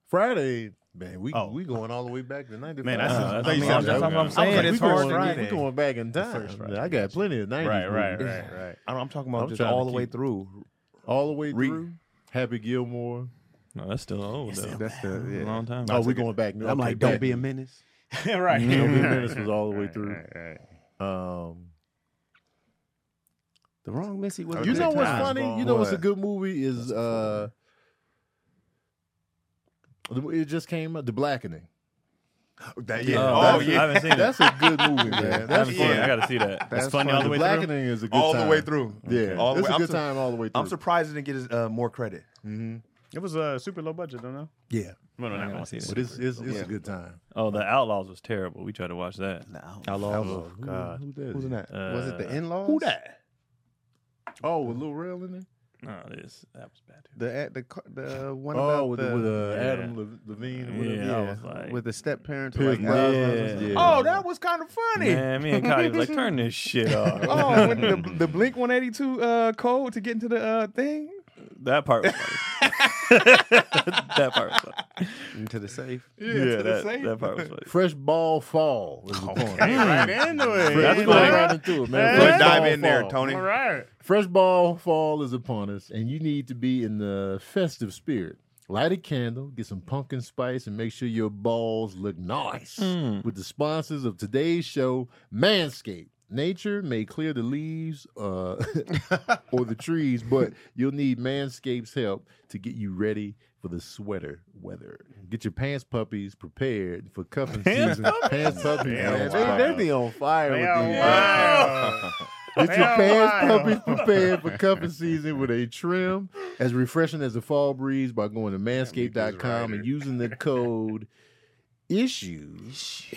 E: Friday, man. We
F: Oh.
E: we going all the way back to ninety.
F: Man, that's-
B: Uh,
F: I
B: that's
F: thought you
B: what
F: said
B: I'm-
F: that
B: that's what
F: was-
B: I'm
E: I was
B: saying.
E: like,
C: it's
E: we going,
C: Hard
E: we-
C: Friday.
E: We going back in time.
F: First Friday,
E: I got plenty of nineties.
F: right, right, right, right.
A: I don't, I'm talking about
E: I'm
A: just
E: trying to
A: all the way
E: keep-
A: through.
E: All the way
A: Re-
E: through. Happy Gilmore.
B: No, that's still old though.
C: That's the
B: A
C: yeah.
B: long time.
E: Oh, we going back.
C: I'm like, don't be a menace.
F: right.
E: Don't be a menace was all the way
F: Right,
E: through.
F: right, right.
E: Um,
C: The wrong Missy was.
E: you know what's
F: Time
E: funny?
F: bomb.
E: You know what's a
A: What?
E: good movie is uh, the- it just came out, The Blackening.
A: That,
B: Yeah.
A: Oh,
B: Oh,
A: that's-
B: yeah. I haven't seen it.
E: That's a good movie, man.
B: That's
E: That's
B: funny.
E: fun.
B: I got to see that.
A: that's
F: funny
A: fun.
F: all the way through?
E: Blackening is a good
A: All
E: time.
A: the way through.
E: Yeah,
A: All the
E: it's
A: way-
E: a
A: I'm
E: good
A: sur-
E: time all the way through.
A: I'm surprised it didn't get his, uh, more credit.
F: It was a uh, super low budget. Don't know.
E: Yeah,
F: No, no,
B: I
F: not
B: gotta
F: one.
B: see
E: but
B: that.
E: it's it's, it's a good time.
B: Oh, the Outlaws was terrible. We tried to watch that.
E: Oh
A: Outlaws.
E: God, who, that
A: Who's
E: is?
A: in that?
C: Was it
E: Uh,
C: the in laws?
A: Who that?
E: Oh, with Lil Rel in it.
B: No, Oh, this that was bad. Too.
C: The the car- the one
E: Oh,
C: about
E: with,
C: the,
E: with uh,
B: yeah.
E: Adam Lev- Levine. or whatever.
B: yeah, I was like,
C: with the step parents.
E: Pierce
C: Like,
E: Brosnan.
B: Yeah.
A: Oh, that was kind of funny.
B: man, me and Cody was like, turn this shit off.
A: Oh, when the, the Blink 182 uh, code to get into the uh, thing.
B: That part was funny. that part was funny.
C: into the safe.
B: Yeah,
A: the
B: that,
A: safe.
B: that part was funny.
E: Fresh ball fall. Was the
F: Hey,
E: porn.
F: right into it.
E: Fresh
B: That's
E: ball
B: funny.
E: right into it, man.
F: Let's
E: Fresh
A: dive
E: ball
A: in there,
E: fall.
A: Tony.
F: All right.
E: Fresh ball fall is upon us, and you need to be in the festive spirit. Light a candle, get some pumpkin spice, and make sure your balls look nice. With the sponsors of today's show, Manscaped. Nature may clear the leaves uh, or the trees, but you'll need Manscaped's help to get you ready for the sweater weather. Get your pants puppies prepared for cuffing season. Pants puppies,
F: Damn,
E: man.
F: wow.
E: They, they be on fire
F: They
E: with
F: are
E: these.
F: wild.
E: Get your
F: Hell
E: pants
F: no.
E: puppies prepared for cuffing season with a trim as refreshing as a fall breeze by going to manscaped.com and using the code ISSUES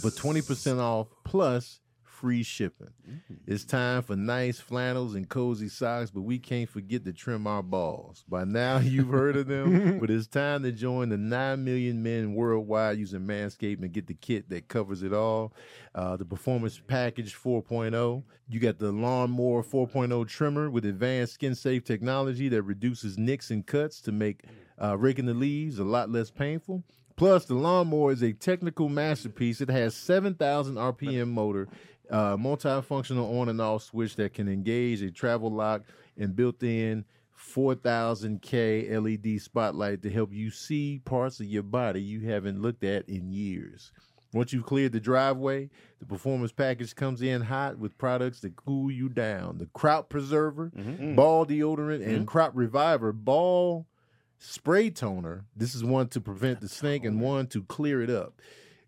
E: for 20% off plus free shipping. It's time for nice flannels and cozy socks, but we can't forget to trim our balls. By now, you've heard of them, but it's time to join the 9 million men worldwide using Manscaped and get the kit that covers it all. Uh, the Performance Package 4.0. You got the Lawnmower 4.0 trimmer with advanced skin safe technology that reduces nicks and cuts to make uh, raking the leaves a lot less painful. Plus, the lawnmower is a technical masterpiece. It has 7,000 RPM motor, uh, multifunctional on and off switch that can engage a travel lock and built-in 4,000K LED E spotlight to help you see parts of your body you haven't looked at in years. Once you've cleared the driveway, the performance package comes in hot with products that cool you down. The crop preserver, ball deodorant, and crop reviver ball spray toner. This is one to prevent the stink and one to clear it up.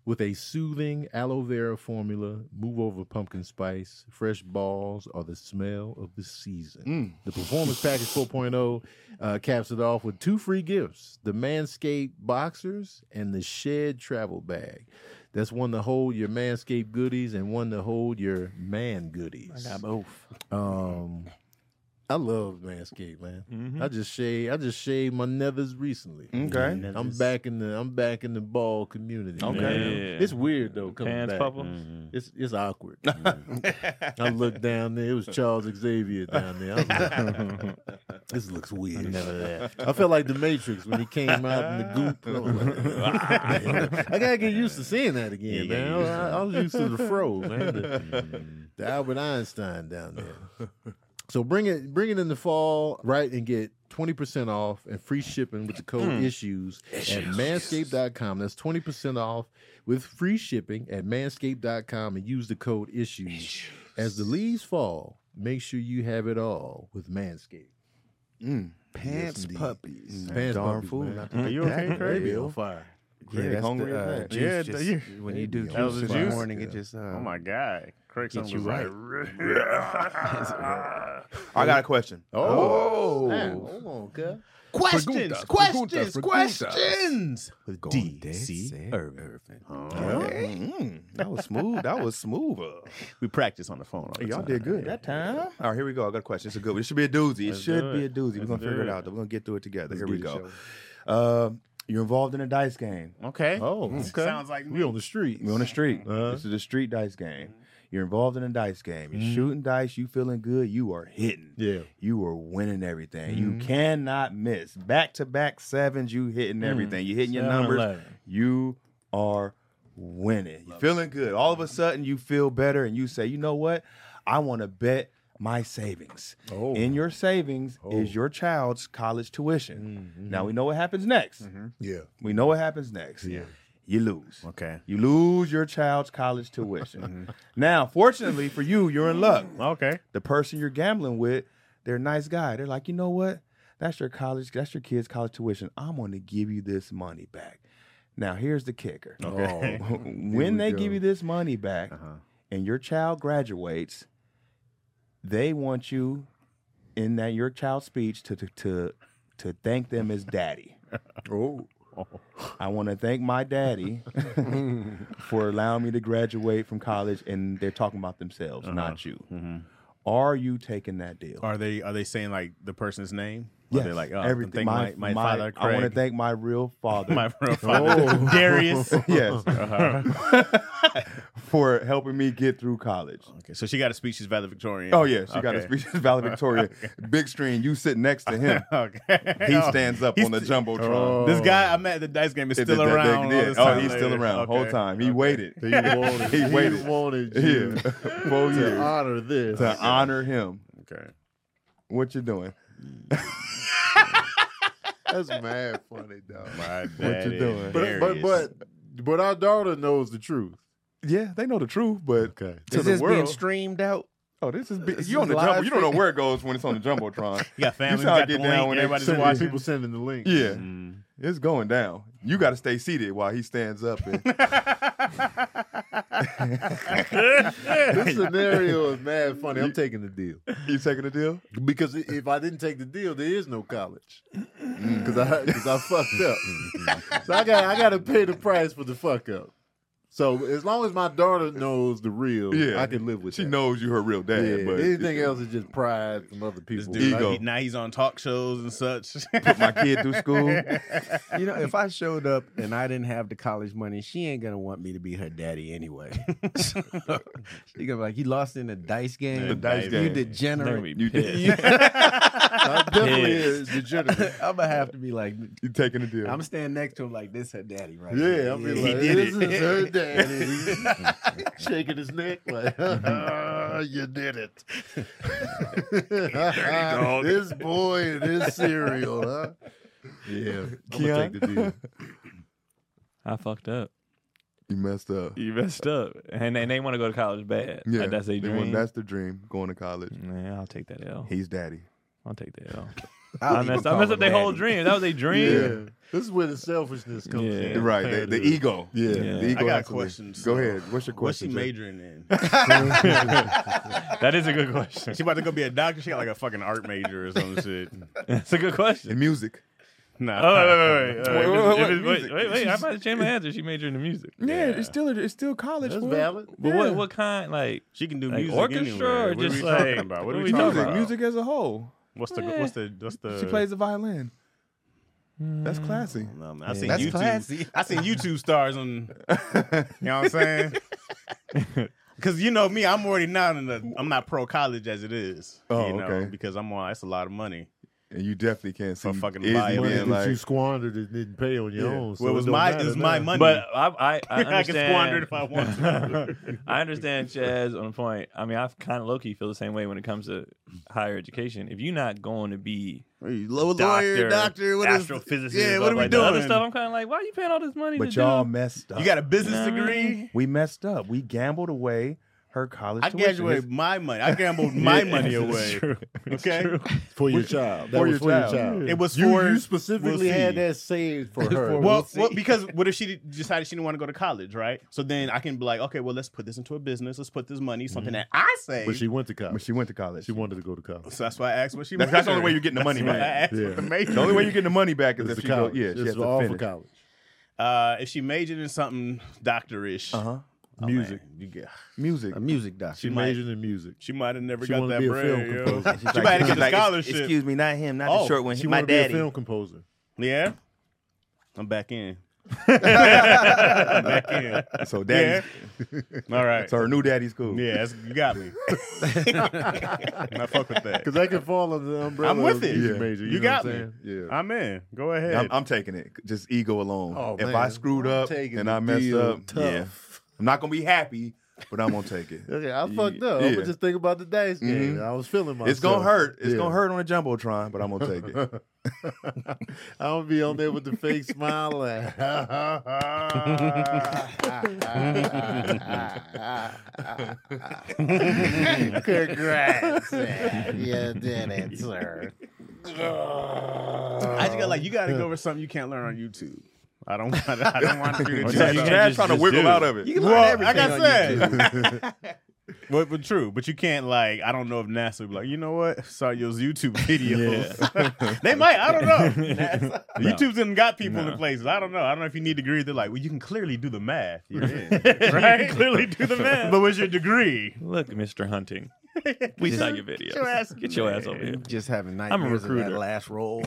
E: With a soothing aloe vera formula, move over pumpkin spice, fresh balls are the smell of the season. The Performance Package 4.0 uh, caps it off with two free gifts the Manscaped Boxers and the Shed Travel Bag. That's one to hold your Manscaped goodies and one to hold your man goodies.
B: I got both.
E: Um, I love Manscaped, man. I just shaved. I just shaved my nethers recently.
A: Okay.
E: I'm back in the. I'm back in the ball community.
A: Okay.
E: man.
B: Yeah.
E: It's weird though. Coming
B: Pants
E: back. Mm. mm-hmm.
B: purple.
E: It's it's awkward. Mm. I looked down there. It was Charles Xavier down there. I was like, this looks weird. I never left. I felt like the Matrix when he came out in the goop. I, was like, I gotta get used to seeing that again, man. I, I was used to the fro, man. The, the Albert Einstein down there. So bring it, bring it in the fall, right, and get twenty percent off and free shipping with the code Hmm. issues, at manscaped.com. That's twenty percent off with free shipping at manscaped.com and use the code issues. As the leaves fall, make sure you have it all with Manscaped.
A: Mm.
E: Pants
C: puppies.
E: Fans
A: darn
E: puppies,
A: fool.
E: man.
C: Mm-hmm.
F: Are you okay,
E: They be
F: Kirby?
E: on fire.
A: Greg
E: that's the,
A: hungry
E: uh,
A: as that.
E: juice
F: Yeah,
E: just-
F: you-
C: When you do
E: That
C: juice
F: was
C: in
F: the
C: the
F: juice?
C: morning,
E: Yeah.
C: it just uh,
F: Oh my God, Craig's
C: Get you
F: was
C: right.
F: right.
A: I got a question.
E: Oh,
C: snap.
E: hold on, cuz.
C: questions,
E: Preguntas,
C: questions,
E: preguntas,
C: questions.
A: With
C: Irvin.
A: Mm, Oh, that was smooth. That was smooth. Uh,
H: We practice on the phone. All the
A: Y'all
H: time.
A: did good that time. All right, here we go. I got a question. It's a good one. It should be a doozy. It should be a doozy. We're gonna figure it out. though. We're gonna get through it together. here we
E: get it,
A: go. Uh, you're involved in a dice game.
F: Okay.
E: Oh, okay.
F: Sounds like
E: we
F: me.
E: on the street.
A: We're on the street.
E: Uh-huh. Mm-hmm.
A: This is a street dice game. You're involved in a dice game. You're shooting dice. You feeling good. You are hitting.
E: Yeah. Mm-hmm.
A: You are winning everything. You cannot miss. Back to back sevens. You hitting everything. You hitting your
E: Sound
A: numbers.
E: like it.
A: You are winning. You feeling good. All of a sudden, you feel better, and you say, "You know what? I want to bet my savings."
E: Oh.
A: In your savings is your child's college tuition.
E: Mm-hmm.
A: Now we know what happens next.
E: Yeah.
A: We know what happens next. Yeah. You lose.
H: Okay.
A: You lose your child's college tuition. now, fortunately for you, you're in luck.
F: Okay.
A: The person you're gambling with, they're a nice guy. They're like, you know what? That's your college, that's your kid's college tuition. I'm gonna give you this money back. Now here's the kicker.
E: Okay.
A: when they give you this money back
H: Uh-huh.
A: and your child graduates, they want you in that your child's speech to to to, to thank them as daddy.
E: Oh.
A: I want to thank my daddy for allowing me to graduate from college, and they're talking about themselves, not you. Are you taking that deal?
H: Uh-huh. Mm-hmm. Are they are they saying like the person's name? Are they
A: Yes,
H: like oh,
A: everything.
H: Thank my, my, father. Craig,
A: I want to thank Oh. my real father.
H: my real father, Darius.
A: yes,
F: Uh-huh.
A: for helping me get through college.
H: Okay, so she got a speech. She's valedictorian.
A: Oh yeah, she got a
H: Okay.
A: speech valedictorian. Big screen, you sit next to him.
H: okay.
A: He
H: Oh.
A: stands up
H: He's
A: on the
H: th-
A: jumbotron.
H: This guy I met at the dice game is still
A: Oh. That- that- that-
H: around. all
A: yeah.
H: this
A: Oh,
H: time
A: he's still
H: later.
A: around the whole
H: Okay.
A: time. He waited.
E: He wanted,
A: He
E: he
A: waited.
E: wanted you
A: Yeah, four
E: to
A: years
E: honor this.
A: to honor him.
H: Okay.
A: What you doing?
E: That's mad funny, dog.
H: My
A: What you doing?
E: But, but but but our daughter knows the truth.
A: Yeah, they know the truth, but
E: Okay.
A: to
C: Is
A: the
C: this being
A: world.
C: streamed out?
A: oh, this is be-
E: This
A: you on
E: is
A: the
E: live
A: jumbo. You don't know where it goes when it's on the jumbotron.
H: You got family.
A: You
H: You
A: saw I
H: got
A: get
H: the
A: down when
H: link.
A: they send
H: Everybody's
E: Sending-
H: watching.
E: People sending the link.
A: yeah,
H: Mm.
A: it's going down. You got to stay seated while he stands up. And,
E: This scenario is mad funny. I'm taking the deal
A: you taking the deal?
E: because i- if I didn't take the deal, there is no college because I because I fucked up. so I got I got to pay the price for the fuck up. So as long as my daughter knows the real,
A: Yeah.
E: I can live with.
A: She
E: that.
A: knows you her real
E: Yeah,
A: dad, but
E: anything else is just pride from other
H: This
E: people.
H: dude,
A: Ego.
H: he- now he's on talk shows and such.
A: put my kid through school.
C: You know, if I showed up and I didn't have the college money, she ain't gonna want me to be her daddy anyway. she gonna be like, "You lost in the dice game.
H: The dice
C: you
H: game.
C: degenerate."
A: You did.
E: I definitely is degenerate.
C: I'm gonna have to be like,
A: You taking the deal?
C: I'm standing next to him like this. Her daddy, right?
E: Yeah, I'll be
C: here.
E: like,
A: did
E: this
A: it.
E: is her daddy. Shaking his neck like, "Ah, you did it. this boy and his cereal, huh? Yeah, I'm gonna
A: Keon?
E: take the deal.
B: I fucked up.
A: you messed up.
B: You messed up, and and they want to go to college bad.
A: Yeah,
B: Like, that's a
A: they
B: dream.
A: want- that's the dream. Going to college.
B: Nah, I'll take that L.
A: He's daddy.
B: I'll take that L.
C: I'll
B: I
C: even
B: messed, I
C: call
B: messed
C: her
B: up their whole
C: daddy.
B: dream. That was a dream.
E: Yeah, this is where the selfishness comes
B: Yeah.
E: in.
A: Right. The, the ego.
E: Yeah.
A: The ego
H: I got
A: has to leave.
H: questions.
A: Go ahead. What's your
H: What's she
A: question? Jay?
H: majoring in?
B: That is a good question.
H: She about to go be a doctor. She got like a fucking art major or some shit.
B: That's a good question.
A: In music.
H: Nah.
B: Oh,
A: Uh,
B: wait, wait,
A: Wait,
B: wait, wait.
A: wait,
B: If it-
A: wait,
B: Wait,
A: music.
B: wait, wait. I might have changed my answer. She majored in the music.
A: Yeah, it's still it's still college.
E: That's
A: boy.
E: valid.
B: But what what kind like
H: She can do
B: Like
H: music
B: orchestra
H: anywhere.
B: or
H: What are we
B: just
H: talking
B: like-
H: about?
B: what
H: What
B: are
H: are
B: we
H: we
B: talking
H: talking
A: Music,
H: about?
A: music as a whole.
H: What's the what's the what's the?
A: She plays the violin. That's classy.
H: No,
F: Um,
H: man, I seen
C: That's
H: YouTube.
C: classy.
H: I seen YouTube stars on. You know what I'm saying? Because you know me, I'm already not in the. I'm not pro college as it is.
A: Oh,
H: you know,
A: okay.
H: Because I'm on. That's a lot of money.
A: And you definitely can't see
H: For fucking
A: Izzy
H: violin.
E: Money
A: being
E: that
A: like,
E: you squandered and didn't pay on your
A: Yeah.
E: own. So
H: well, it was
E: don't
H: my it
E: matter
H: was my
E: now.
H: money.
B: but I I, I
H: I can squander
B: understand
H: it if I want to.
B: I understand Chaz on the point. I mean, I kind of low key feel the same way when it comes to higher education. If you're not going to be
H: Low
B: doctor, astrophysicist,
H: yeah, what
B: stuff
H: are we
B: like
H: doing?
B: The other stuff, I'm kind of like, why are you paying all this money?
A: but
B: to
A: y'all
B: do?
A: messed up.
H: You got a business
B: Nah.
H: degree?
A: we messed up. We gambled away her college
F: I
A: tuition.
F: graduated my money. I gambled my money away. Okay,
E: for your child. That
F: For
E: was
F: your child. it was
E: You,
F: for
E: you specifically
F: we'll
E: had
F: see.
E: that saved for her.
F: Well, well, because what if she de- decided she didn't want to go to college, right? So then I can be like, okay, well, let's put this into a business. Let's put this money, something that I say.
E: but she went to
A: Mm-hmm. But
E: college.
A: she went to college.
E: She wanted to go to college.
F: so that's why I asked what she.
A: That's, that's the only way
F: majored.
A: you're getting the money
F: That's why I
A: back.
F: asked what
E: Yeah.
F: the major-
A: The only way you're getting the money back is
E: It's
A: if
E: the
A: she goes,
E: college.
A: yeah, she
E: It's
A: has to
E: all for
A: finish.
E: college.
F: Uh, if she majored in something doctorish,
A: Uh-huh.
F: oh,
E: Music.
F: man, you get,
A: Music.
C: A music doc.
E: She
F: might-
E: majored in music.
F: she might have never
E: She
F: got
E: wanna
F: that
E: be a film
F: bread. yo.
E: composer.
F: She might have got a scholarship.
A: me, not him, not
F: Oh, short
A: one.
E: She wanted to be a film composer.
F: Yeah, I'm back in.
A: So daddy's
F: All right.
A: so her new daddy's cool.
F: Yeah, that's, you got me. I fuck with that.
E: Because that could fall under the umbrella.
F: I'm with
E: of
F: it.
E: music
F: Yeah.
E: Major, you,
F: You
E: know
F: got
E: what
F: me.
E: I'm saying? Yeah.
J: I'm in. Go ahead.
A: I'm, I'm taking it. Just ego alone.
E: Oh,
A: if
E: man.
A: I screwed
E: I'm
A: up
E: taking
A: and
E: the
A: I messed
E: deal
A: up,
E: tough.
A: yeah. I'm not gonna be happy, but I'm gonna take it.
E: Okay, I fucked up. I'm
A: Yeah. Mm-hmm.
E: gonna just think about the dice game. I was feeling myself.
A: It's gonna hurt. It's
E: Yeah.
A: gonna hurt on a jumbotron, but I'm gonna take it.
E: I don't be on there with the fake smile. Like, Congrats. you did it, sir.
F: I just got like you got to go over something you can't learn on YouTube. I don't want. I don't want to
B: Or
F: do that.
B: something you can't
A: Chad's
B: just-
A: trying to
B: just
A: wiggle
B: do.
A: out of it.
F: You can learn everything like I said. but, but true, but you can't like I don't know if NASA would be like, you know what? Saw your YouTube videos. they might, I don't know. NASA. YouTube's didn't got people in places. I don't know. I don't know if you need degrees. They're like, well, you can clearly do the math. You're in. right? clearly do the math. But with your degree.
B: Look, Mr. Hunting. We saw your videos.
F: your ass-
B: Get your ass over here.
C: Just having nightmares of
B: recruiter.
C: that last role.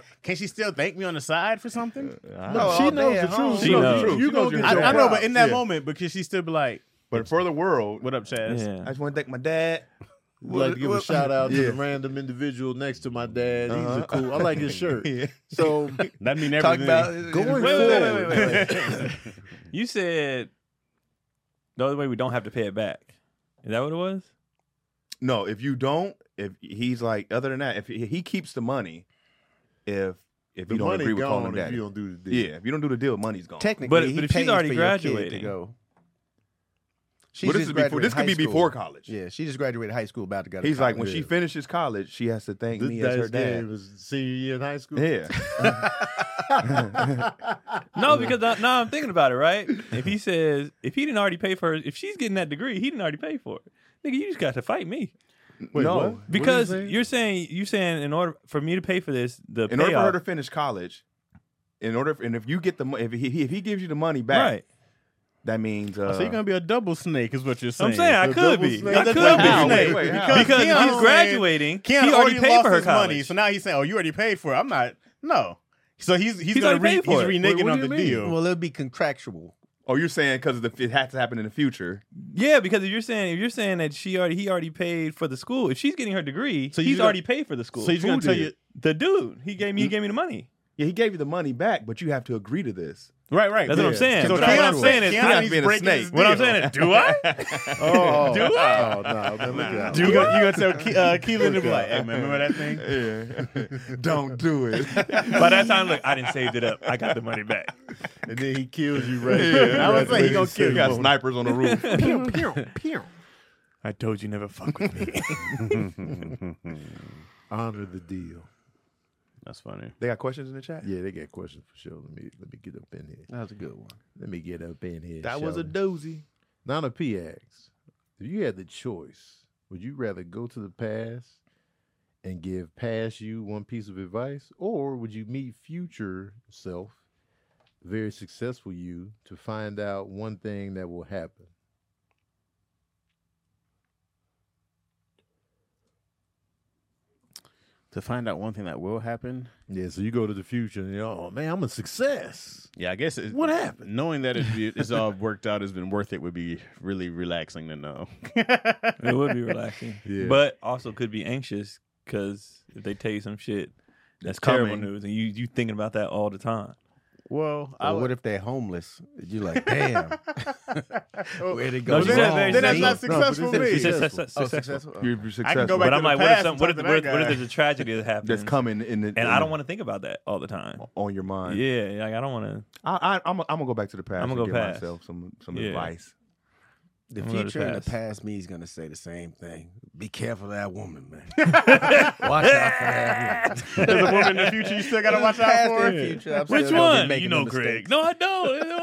F: Can she still thank me on the side for something?
C: Oh,
F: Oh,
E: she knows the truth.
B: She
E: You
B: knows.
E: gonna- You gonna get
F: I,
E: your
F: I know,
E: props.
F: but in that
E: Yeah.
F: moment, but can she still be like,
A: But for the world,
F: what up, Chaz?
B: Yeah.
A: I just want to thank my dad.
E: I'd like to give a shout out to
A: Yeah. Uh-huh.
E: the random individual next to my dad. He's a cool. I like his shirt. So
F: That mean everything.
C: Talk about
B: wait,
E: going
B: wait, wait,
E: forward,
B: wait, You said the other way we don't have to pay it back. Is that what it was?
A: No, if you don't, if he's like, other than that, if he, he keeps the money, if if
E: the
A: you don't
E: money
A: agree with calling
E: gone
A: him
E: if
A: daddy,
E: you don't do the deal.
A: yeah, if you don't do the deal, money's gone.
C: Technically,
B: But-
C: he
B: but if she's
C: pays
B: already
C: for your kid to
B: graduating.
C: go. She's
A: Well, this
C: just
A: is before. This
C: graduated
A: could be
C: high school.
A: before college.
C: Yeah, she just graduated high school, about to go. To
A: He's
C: college.
A: like, when she finishes college, she has to thank
E: This
A: me as her
E: dice game
A: dad.
E: was senior year in high school.
A: Yeah,
B: No, because I, now I'm thinking about it, right? If he says, if he didn't already pay for it, if she's getting that degree, he didn't already pay for it. Nigga, you just got to fight me.
E: Wait,
A: No.
E: what? What
B: Because
E: did he say?
B: you are saying, you're saying in order for me to pay for this, the
A: in order for her to finish college, in order, and if you get the, mo- if he if he gives you the money back,
B: Right. Oh,
A: that means uh,
F: So you're gonna be a double snake, is what you're saying.
B: I'm saying I
E: The
B: could
E: double
B: be.
E: snake?
B: I
E: The
B: could
F: double
B: be.
A: How? Wait,
F: snake.
A: wait, how?
B: Because
F: Keanu's
B: he's
F: saying-
B: graduating.
F: Keanu
B: he already paid
F: lost
B: for her
F: his
B: college.
F: money, so now he's saying, "Oh, you already paid for it." I'm not. No. So he's he's,
B: He's
F: gonna re,
B: already
F: he's
B: paid for it.
F: reneging
E: Wait, what
F: on
E: do
F: the
E: you mean?
F: deal.
C: well, it'll be contractual.
A: Oh, you're saying because it has to happen in the future.
B: Yeah, because if you're saying if you're saying that she already he already paid for the school, if she's getting her degree,
F: So
B: so
F: you
B: he's
F: gonna-
B: already paid for the school.
F: so he's gonna
B: Who
F: tell
B: did?
F: you-
B: the dude he gave me he gave me the money.
A: Yeah, he gave you the money back, but you have to agree to this.
F: right, right.
B: That's what I'm saying.
F: So
B: But what
F: Keanu-
B: I'm saying is
F: Keanu
B: I-
F: needs
A: being a
F: breaking
A: snake.
F: his
B: what I'm
F: deal. uh,
B: saying is, do I?
E: Oh,
B: Do I?
E: oh no, man, look out.
F: You gonna, you gonna tell Ke- uh, Keelan to be like, "Hey man, remember that thing?"
A: Yeah, don't do it.
B: By that time, look, I didn't saved it up. I got the money back.
E: and then he kills you right
A: Yeah,
E: there.
A: I
F: was like, he gonna kill
A: you. Got snipers on the roof.
B: I told you never fuck with me.
E: Honor the deal.
F: That's funny.
A: they got questions in the chat.
E: Yeah, they got questions for sure. Let me let me get up in here.
C: That was a good one.
E: Let me get up in here.
A: That was a
E: shall we?
A: doozy.
E: Nana P asks, if you had the choice, would you rather go to the past and give past you one piece of advice, or would you meet future self, very successful you, to find out one thing that will happen?
F: To find out one thing that will happen.
E: Yeah, so you go to the future and you're, oh man, I'm a success.
F: Yeah, I guess it,
E: What happened?
F: Knowing that it's, it's all worked out has been worth it would be really relaxing to know.
B: It would be relaxing,
E: Yeah.
B: but also could be anxious because if they tell you some shit that's
F: Coming.
B: terrible news and you you thinking about that all the time.
F: Well, I
C: Or
F: would.
C: what if they're homeless? You like, damn. Where'd it go?
B: No, she said
C: wrong?
B: that-
F: then that's
B: she-
F: not successful
C: no,
F: for
C: but
F: me.
C: it's
B: She's
C: successful.
B: success-
F: Oh,
B: successful.
F: successful.
A: You're successful.
F: I can go back
B: But
F: to
B: I'm like,
F: the
B: what if,
F: past
B: some,
F: and
B: what,
F: talk
B: if,
F: to
B: what, if,
F: that
B: what if
F: guy.
B: there's a tragedy that happens?
A: that's coming in the,
B: And I don't want to think about that all the time.
A: on your mind.
B: Yeah, like I don't want to.
A: I, I, I'm, I'm gonna go back to the past.
B: I'ma
A: and
B: go
A: give
B: past.
A: myself some some
B: Yeah.
A: advice.
C: The
B: I'm gonna
C: future and
B: pass.
C: the past me is gonna say the same thing. Be careful of that woman, man. Watch out for that woman.
F: There's a woman in the future you still gotta watch out
C: Past
F: for.
C: and future, I'm
B: Which
C: sure they'll be
B: one?
C: making
B: You know,
C: the
B: Greg.
C: mistakes.
B: No, I don't.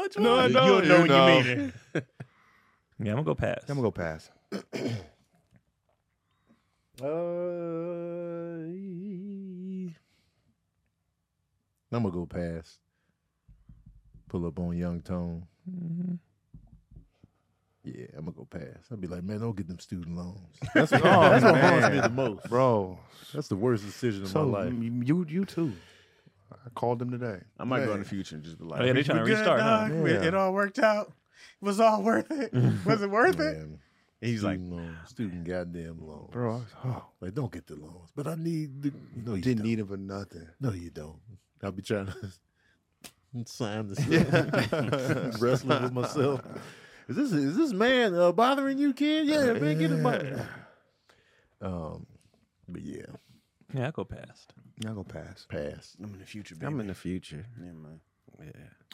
B: Which one?
A: I
F: You'll know when you meet it.
B: Yeah, I'm gonna go pass.
A: I'm gonna go past.
E: Uh, I'm gonna go past. Pull up on Young Tone. Yeah, I'm gonna go past. I'll be like, man, don't get them student loans.
A: That's, oh, that's
E: what haunts me the most,
A: bro.
E: That's the worst decision of
A: So
E: my life.
A: you, you you too. I called him today.
F: I might go
E: Man.
F: in the future and just be like,
B: Oh, yeah, they trying to
F: "We good,
B: restart, huh?
F: dog? We-
A: Yeah.
F: It all worked out. It was all worth it. Was it worth it?
E: Man,
F: He's like,
E: student loan, student goddamn loan,
A: Bro, I was, oh,
E: Like, don't get the loans. But I need. The, no, you
A: didn't
E: don't.
A: need him for nothing.
E: No, you don't. I'll be trying to sign this. up. Wrestling with myself. Is this is this man uh, bothering you, kid? Yeah,
A: Uh,
E: man, get him. by- Um, but yeah,
B: Yeah, I go past.
A: Y'all go past.
E: pass.
F: I'm in the future, baby.
C: I'm in the future.
F: Yeah, man.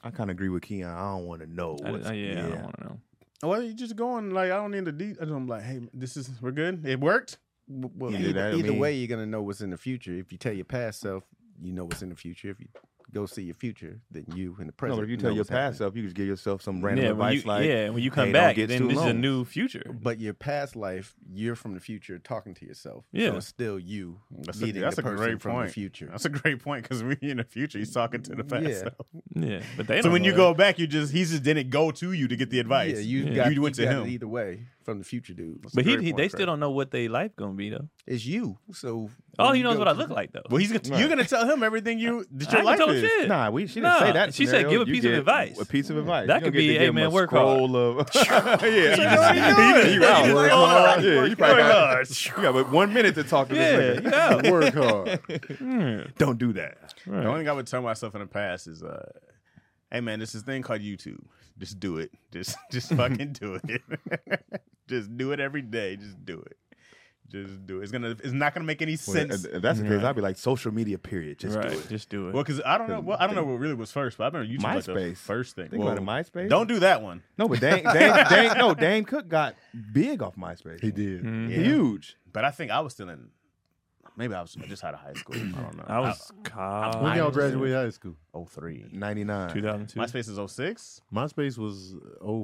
A: I kind of agree with Keon. I don't want to know.
B: I,
A: what's-
B: I- yeah, I don't want to know.
F: "Oh, Well, you just going like I don't need the deep. I'm like, hey, this is we're good. It worked.
C: W- Well,
A: Yeah,
C: either,
A: that- I
C: either
A: mean-
C: way, you're gonna know what's in the future. If you tell your past self, you know what's in the future. If you go see your future, then you in the
A: No,
C: present.
A: but if you
C: know
A: tell your
C: what's
A: past
C: happening.
A: self, you just give yourself some random
B: yeah, when
A: advice
B: you,
A: like,
B: yeah, when you come
A: hey, don't
B: back,
A: get
B: then this
A: too
B: is a
A: long.
B: new future.
C: but your past life, you're from the future talking to yourself.
B: Yeah.
C: so it's still you
F: That's a,
C: meeting
F: that's
C: the
F: a
C: person
F: great
C: from
F: point.
C: the future.
F: That's a great point because we in the future. He's talking to the past.
C: Yeah.
F: self.
B: Yeah, but they
F: So
B: don't
F: when
B: know
F: you
B: that.
F: go back, you just he just didn't go to you to get the advice.
C: Yeah, you
B: Yeah.
C: got
F: You went
C: you
F: to
C: got it
F: him.
C: either way from the future, dude.
B: but he,
F: Great
B: he
F: point,
B: they
F: Craig.
B: still don't know what their life gonna be though.
C: It's you. So
B: All
C: when
B: Oh, he
C: Oh, you
B: knows
C: go
B: what I
C: to-
B: look like though.
F: Well, he's gonna, you're gonna tell him everything you that
B: I
F: your
B: ain't
F: life
B: told
F: is.
B: shit.
A: Nah, we she didn't
B: Nah,
A: say that.
B: she said
A: scenario.
B: give a
A: You
B: piece of
A: get
B: advice.
A: A piece of advice.
B: That
A: You don't
B: could
A: get to
B: be,
A: give
B: hey,
A: him
B: man,
A: a
B: work
A: scroll of. yeah,
B: Yeah,
A: you out.
B: you
A: Work
B: know,
A: hard. Yeah, you probably got-
B: hard.
A: you got but one minute to talk to
B: Yeah,
A: this
B: you
A: nigga.
B: know.
E: Work hard.
A: Don't do that.
F: The only thing I would tell myself in the past is, uh, "Hey man, there's this thing called YouTube. Just do it. Just just fucking do it. just do it every day. Just do it. Just do it. It's gonna. It's not gonna make any sense.
A: Well, if that's the case. I'd be like social media. Period. Just do it.
B: Just do it.
F: Well, because I don't know. Well, I don't know what really was first, but I remember YouTube was like the
A: MySpace.
F: first thing.
A: Think
F: Well,
A: about it, MySpace.
F: Don't do that one.
A: No, but Dane, Dane, Dane, no, Dane Cook got big off MySpace.
E: He did.
A: Mm-hmm. Huge.
F: But I think I was still in. Maybe I was just out of high school. I don't know.
B: I was college.
E: When y'all graduated high school?
F: oh three.
A: 99.
B: 2002.
F: MySpace is 06?
E: MySpace was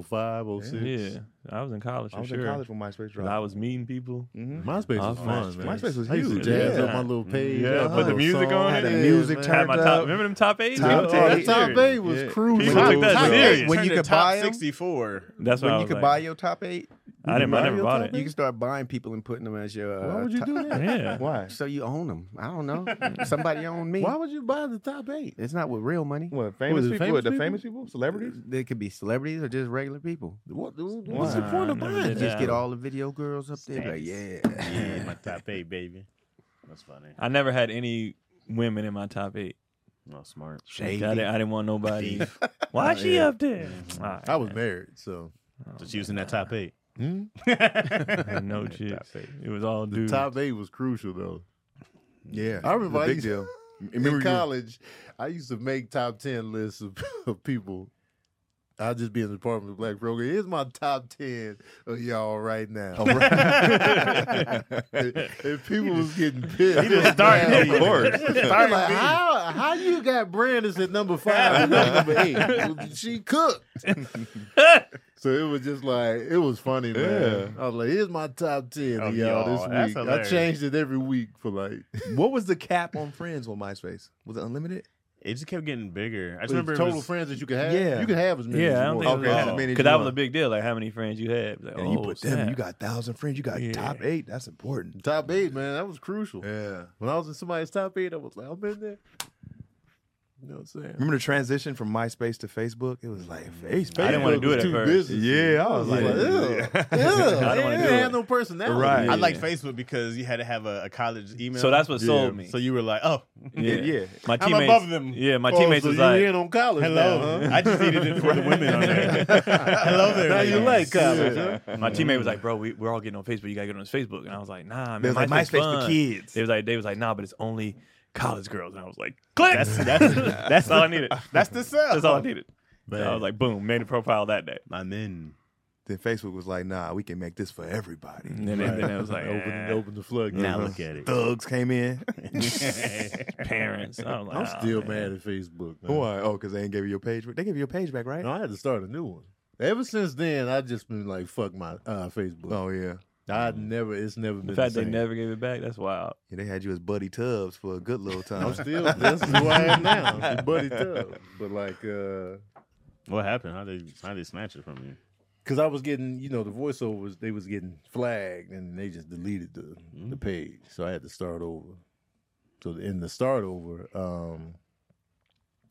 E: 05, 06.
B: Yeah, I was in college. For
A: I was
B: sure.
A: in college when MySpace
B: But I
A: dropped. Mm-hmm.
B: was meeting people.
E: MySpace was
B: Oh,
E: fun, man.
A: MySpace was
E: I used to
A: huge.
E: jazz
B: Yeah.
E: up my little page.
B: Yeah,
E: I
B: put the
E: had a
B: music
E: song,
B: on it.
A: Had the music
E: man.
B: Had
A: turned
B: my top.
A: up.
B: Remember them top eight?
A: Top
B: Oh,
A: eight.
E: That
B: that's-
E: top eight was
A: Yeah.
E: cruising.
B: People took that
F: Top
B: serious.
F: eight
C: When
F: turned
C: you
F: to
C: could
F: top
C: buy 'em?
F: 64.
B: That's what
C: When
B: I
C: you
B: was
C: could
B: like.
C: buy your top eight,
B: I didn't. I
E: buy
B: never
E: your
B: bought
E: top
B: it.
E: eight?
C: you can start buying people and putting them as your. Uh,
E: Why would you
C: top-
E: do that?
B: Yeah.
A: Why?
C: So you own them. I don't know. Somebody owned me.
E: Why would you buy the top eight?
C: It's not with real money.
A: What, famous
E: it
A: people?
E: famous
A: What, the
E: people?
A: famous people? Celebrities?
C: They could be celebrities or just regular people.
E: What, what's the
B: Wow,
E: point
B: I
E: of
B: never
E: buying?
B: did that.
E: Just
C: Get all the video girls up there. Like, yeah.
F: Yeah, my top eight, baby. That's funny.
B: I never had any women in my top eight.
F: Not Oh, smart.
B: Like, I, didn't, I didn't want nobody. Why is she up there? All
E: I was married, so
F: Just using that top eight.
B: right. no chicks. It was all dudes.
E: top eight was crucial though.
A: Yeah.
E: I remember I
A: big
E: used-
A: deal.
E: In
A: you-
E: college, I used to make top ten lists of, of people. I'd just be in the Department of Black Program. Here's my top ten of y'all right now. and, and people was getting pissed. He just
F: started
E: of course.
F: Started
E: like,
F: me.
E: how how you got Brandis at number five and I'm number eight? Well, She cooked. so it was just like it was funny, man. I was like, here's my top ten of
F: Of
E: y'all,
F: y'all.
E: this
F: That's
E: week.
F: hilarious.
E: I changed it every week for like
A: What was the cap on friends on MySpace? Was it unlimited?
F: It just kept getting bigger. I just
E: With
F: remember
E: total
F: it was,
E: friends that you could have.
A: Yeah.
E: you could have as many.
B: yeah, I
E: as
B: don't
E: you
B: think
E: want.
A: Okay, as
B: okay,
A: many as
B: because
A: you
B: that was a
A: want.
B: big deal. Like how many friends you had. Like,
A: And
B: oh,
A: you put them,
B: snap.
A: you got thousand friends, you got
B: Yeah.
A: top eight. That's important.
E: Top eight, man, that was crucial.
A: Yeah.
E: When I was in somebody's top eight, I was like, I'm in there. You know what I'm saying?
A: Remember the transition from MySpace to Facebook? It was like Facebook.
B: I didn't want to do it at
E: Two
B: first.
E: businesses.
A: Yeah, I was like,
B: I didn't want to do it.
E: no personality.
A: Right.
F: I like Facebook because you had to have a, a college email.
B: So that's what sold me.
F: So you were like, oh,
B: yeah.
A: yeah.
B: My
F: I'm
B: teammates.
F: above them.
B: Yeah, my
E: Oh,
B: teammates
E: so
B: was
E: you
B: like,
E: in on college
F: hello.
E: now, huh?
F: I just needed it for the women on there. hello there.
E: Now you
F: ladies.
E: like uh, college, huh?
B: my teammate was like, bro, we, we're all getting on Facebook. You gotta get on this Facebook. And I was like, nah, man,
A: They was like,
B: MySpace,
A: MySpace for
B: fun.
A: kids.
B: They was like, they was like, nah, but it's only college girls. And I was like, click. That's,
F: that's-
B: that's all I needed.
F: That's the sell.
B: That's all I needed.
F: Man.
B: I was like, boom, made a profile that day.
F: I'm in.
A: Then Facebook was like, nah, we can make this for everybody.
B: And then, then it was like,
E: Open,
B: eh,
E: open the floodgates.
F: Now look at it.
A: Thugs came in.
B: parents. I was like,
E: I'm
B: "Aw,
E: still
B: man."
E: mad at Facebook. man.
A: Why? Oh, because they ain't give you your page. back. They give you your page back, right?
E: No, I had to start a new one. Ever since then, I just been like, fuck my uh, Facebook.
A: Oh yeah.
E: I never, it's never been.
B: The fact
E: the
B: they
E: same.
B: never gave it back, that's wild.
A: yeah. They had you as Buddy Tubbs for a good little time.
E: I'm still. This is who I am now, buddy. Tough, but like, uh,
F: What happened? How they how they snatch it from you?
E: cause I was getting, you know, the voiceovers they was getting flagged, and they just deleted the
A: Mm-hmm.
E: the page, so I had to start over. So in the start over, um,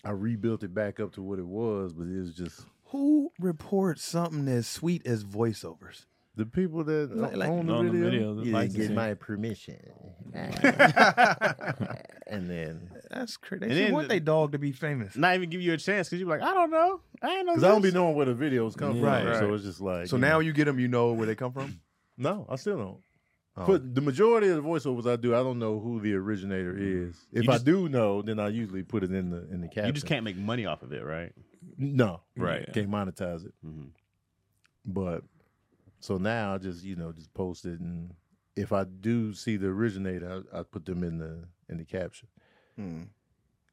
E: I rebuilt it back up to what it was, but it was just
A: Who reports something as sweet as voiceovers?
E: the people that
A: Like- like-
E: own the
B: On the
E: video.
B: video, the
E: you didn't get
B: licensing.
E: my permission, and then
A: That's crazy. They
F: And
A: should
F: then
A: want
F: the-
A: their dog to be famous.
F: Not even give you a chance because you're like, I don't know. I ain't know.
E: Because I don't be
F: this."
E: knowing where the videos come
A: Right.
E: from. So
A: Right.
E: it's just like.
A: So
E: you
A: now
E: know.
A: you get them, you know where they come from.
E: No, I still don't.
A: Oh.
E: But the majority of the voiceovers I do, I don't know who the originator is. If
F: You
E: I
F: just-
E: do know, then I usually put it in the in the caption.
F: You just can't make money off of it, right?
E: No,
B: Right, yeah.
E: Can't monetize it.
F: Mhm.
E: But so now I just you know just post it, and if I do see the originator, I, I put them in the in the caption.
A: Hmm.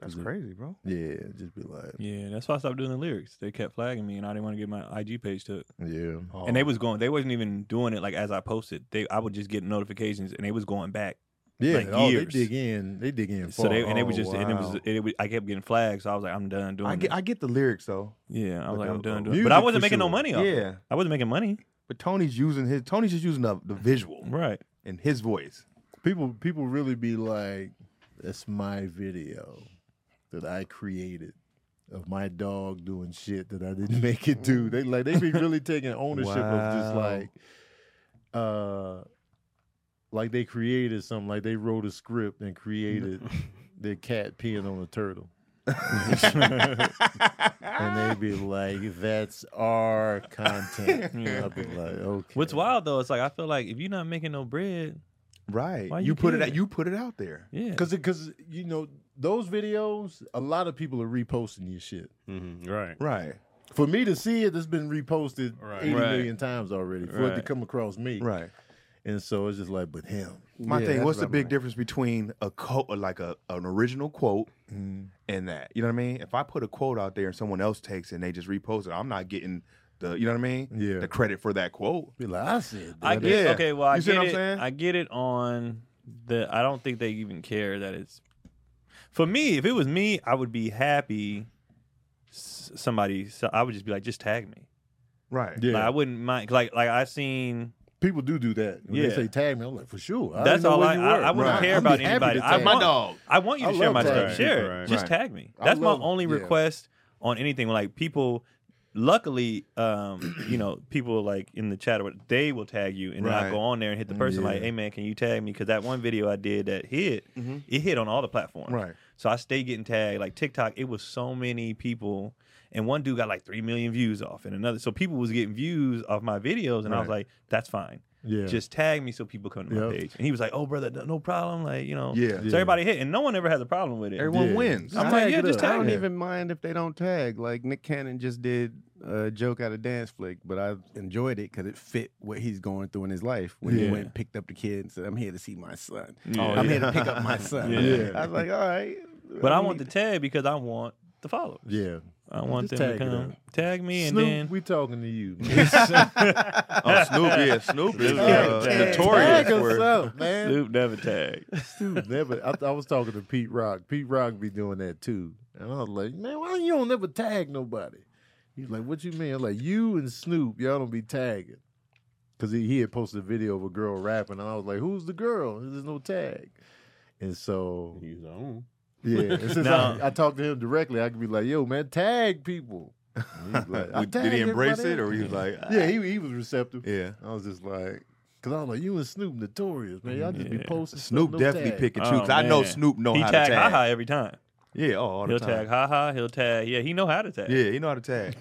A: That's crazy, bro.
E: Yeah, just be like,
B: Yeah, that's why I stopped doing the lyrics. They kept flagging me, and I didn't want to get my IG page to it.
E: yeah,
B: And they was going, they wasn't even doing it like as I posted. They, I would just get notifications, and they was going back.
E: yeah.
B: like
E: oh,
B: years.
E: they dig in. They dig in.
B: So
E: far.
B: they and it was
A: Oh,
B: just and it was
A: wow.
B: it, was I kept getting flagged, so I was like, I'm done doing.
A: I get,
B: this.
A: I get the lyrics though.
B: yeah, I
A: But
B: was like, I'm
A: the-
B: done
A: the
B: doing. it. But I
E: music
B: wasn't
E: for
B: making no
E: sure.
B: money off. it.
A: Yeah,
B: I wasn't making money.
A: but Tony's using his. Tony's just using the, the visual
B: Right.
A: and his voice.
E: people people really be like, "That's my video that I created of my dog doing shit that I didn't make it do." They like they be really taking ownership of just
A: Wow.
E: like, uh, like they created something. Like they wrote a script and created their cat peeing on a turtle. and they be like, "That's our content." I'll be like, "Okay."
B: What's wild though, it's like I feel like if you're not making no bread,
A: Right.
B: Why
A: you
B: you
A: put it
B: care?
A: out. You put it out there.
B: yeah,
E: Because because you know those videos, a lot of people are reposting your shit.
F: Mm-hmm. Right.
A: Right.
E: For me to see it, it's been reposted eighty million
B: Right.
E: times already. For it to
B: Right.
E: come across me,
A: Right.
E: And so it's just like, but him.
A: My
E: Yeah,
A: thing.
E: that's
A: What's the
E: what I'm
A: big
E: like.
A: difference between a quote, or like a an original quote, and that? You know what I mean? If I put a quote out there and someone else takes it and they just repost it, I'm not getting the. You know what I mean?
E: Yeah.
A: The credit for that quote.
E: Be like, I said,
B: I
E: that.
B: get
A: Yeah.
B: okay. Well, I
A: You see
B: get
A: what I'm
B: it.
A: saying?
B: I get it on the. I don't think they even care that it's. For me, if it was me, I would be happy. s- Somebody, so I would just be like, just tag me.
A: Right.
E: Yeah,
B: Like, I wouldn't mind. Like, like I seen.
E: people do do that. When
B: Yeah.
E: they say tag me, I'm like, for sure. I
B: That's
E: didn't know
B: all
E: where
B: I-
E: you
B: I-
E: were.
B: I wouldn't care
E: I'd be
B: about
E: happy to
B: anybody. I
E: tag
B: want-
E: you.
A: dog.
B: I want you
E: I
B: to share
E: love
B: my
E: tagging
B: stuff. Share it.
F: people, right.
B: Just
A: Right.
B: tag me.
E: I
B: That's
E: love-
B: my only
E: yeah.
B: request on anything. Like people, luckily, um, you know, people like in the chat, or what- they will tag you, and then I
A: Right.
B: go on there and hit the person like,
E: Yeah.
B: "Hey man, can you tag me?" Because that one video I did that hit,
E: Mm-hmm.
B: it hit on all the platforms.
A: Right.
B: So I stayed getting tagged. Like TikTok, it was so many people. And one dude got like three million views off, and another. So people was getting views off my videos, and I was like, "That's fine."
E: Yeah.
B: just tag me so people come to my
E: Yep.
B: page. And he was like, "Oh, brother, no- no problem." Like you know,
A: Yeah.
B: So
A: Yeah.
B: everybody hit, and no one ever has a problem with it.
A: Everyone
E: Yeah.
A: wins.
B: I'm
C: Just
B: like,
C: tag
B: yeah,
C: it
B: just
C: up.
B: tag
C: I don't
B: it.
C: even mind if they don't tag. Like Nick Cannon just did a joke out of Dance Flick, but I enjoyed it because it fit what he's going through in his life. When he
E: Yeah.
C: went and picked up the kid and said, "I'm here to see my son.
B: Oh, Yeah.
C: I'm here to pick up my son."
B: Yeah.
C: I was like, "All right."
B: But I want
C: mean,
B: the tag because I want the follow.
E: Yeah.
B: I want
E: Just
B: them to
E: tag it
B: come
E: up.
B: tag me, and
E: Snoop,
B: then
E: we talking to you. man.
A: Oh, Snoop, yeah, Snoop is uh,
E: Tag
A: notorious
E: us
A: for.
E: up, man.
B: Snoop never tag.
E: Dude, never. I, I was talking to Pete Rock. Pete Rock be doing that too, and I was like, "Man, why you don't never tag nobody?" He's like, "What you mean?" I'm like, "You and Snoop, y'all don't be tagging." Because he, he had posted a video of a girl rapping, and I was like, "Who's the girl?" There's no tag, and so
F: He's on.
E: Yeah, and since
B: No.
E: I, I talk to him directly, I could be like, "Yo, man, tag people." And he's like, "I
A: Did he
E: tag
A: embrace
E: everybody
A: it or he was like, uh,
E: else." Yeah, he, he was receptive.
A: yeah.
E: I was just like, because I was like, "You and Snoop notorious, man. Y'all just be
B: Yeah.
E: posting." stuff,
A: Snoop
E: no
A: definitely
E: tag.
A: pick and choose. 'cause I
B: Oh,
A: know
B: man.
A: Snoop know
B: he
A: how
B: tag
A: to tag.
B: ha every time.
A: Yeah, oh, all the
B: he'll
A: time.
B: tag ha ha. He'll tag. Yeah, he know how to tag.
A: Yeah, he know how to tag.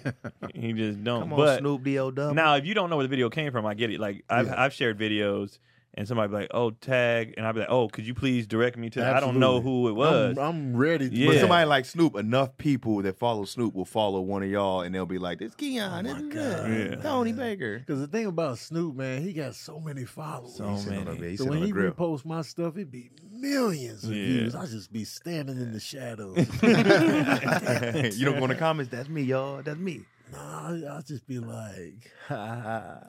B: He just don't.
A: Come on,
B: but
A: Snoop D.O. Double.
B: now, if you don't know where the video came from, I get it. Like I've I've shared videos. And somebody be like, "Oh, tag," and I'd be like, "Oh, could you please direct me to?" I don't know
E: Absolutely.
B: who it was.
E: I'm, I'm ready. To,
A: But
B: Yeah.
A: somebody like Snoop, enough people that follow Snoop will follow one of y'all, and they'll be like, "This Keon, this is good.
B: Oh, Yeah.
A: Tony Baker."
E: Because the thing about Snoop, man, he got so many followers.
B: So
A: He sitting on
B: many.
A: the- he
E: so
A: sitting on
E: when
A: the
E: he
A: grill.
E: reposts my stuff, it'd be millions of
B: Yeah.
E: views. I just be standing in the shadows.
A: you don't go in the comments. That's me, y'all. That's me.
E: nah, I- I'll just be like, ha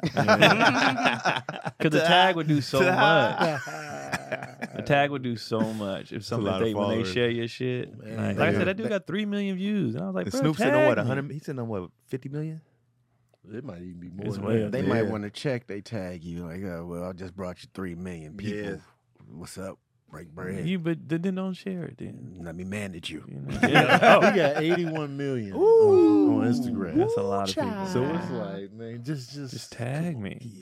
B: Because the tag would do so much.
E: ha, ha.
B: The tag would do so much if
A: lot
B: somebody
A: of
B: they, when they
A: followers. Oh,
B: share your shit.
E: Man.
B: Like, like I
E: Yeah.
B: said, that dude got three million views, and I was like,
A: And
B: "Bro,
A: Snoop sitting
B: tag
A: on what?
B: me."
A: 100? He's sitting on what? 50 million?
E: It might even be more.
B: It's
E: than
B: way
E: that.
B: up
C: They
B: there.
C: might
A: Yeah.
C: want to check. They tag you like, oh, well, I just brought you three million people. What's up? Break bread.
B: You but then then don't share it then.
C: Let me manage you.
B: You know? Yeah.
E: Oh, he got 81 million on- on Instagram.
B: That's a lot of people.
E: so it's like, man, just just,
B: just tag me.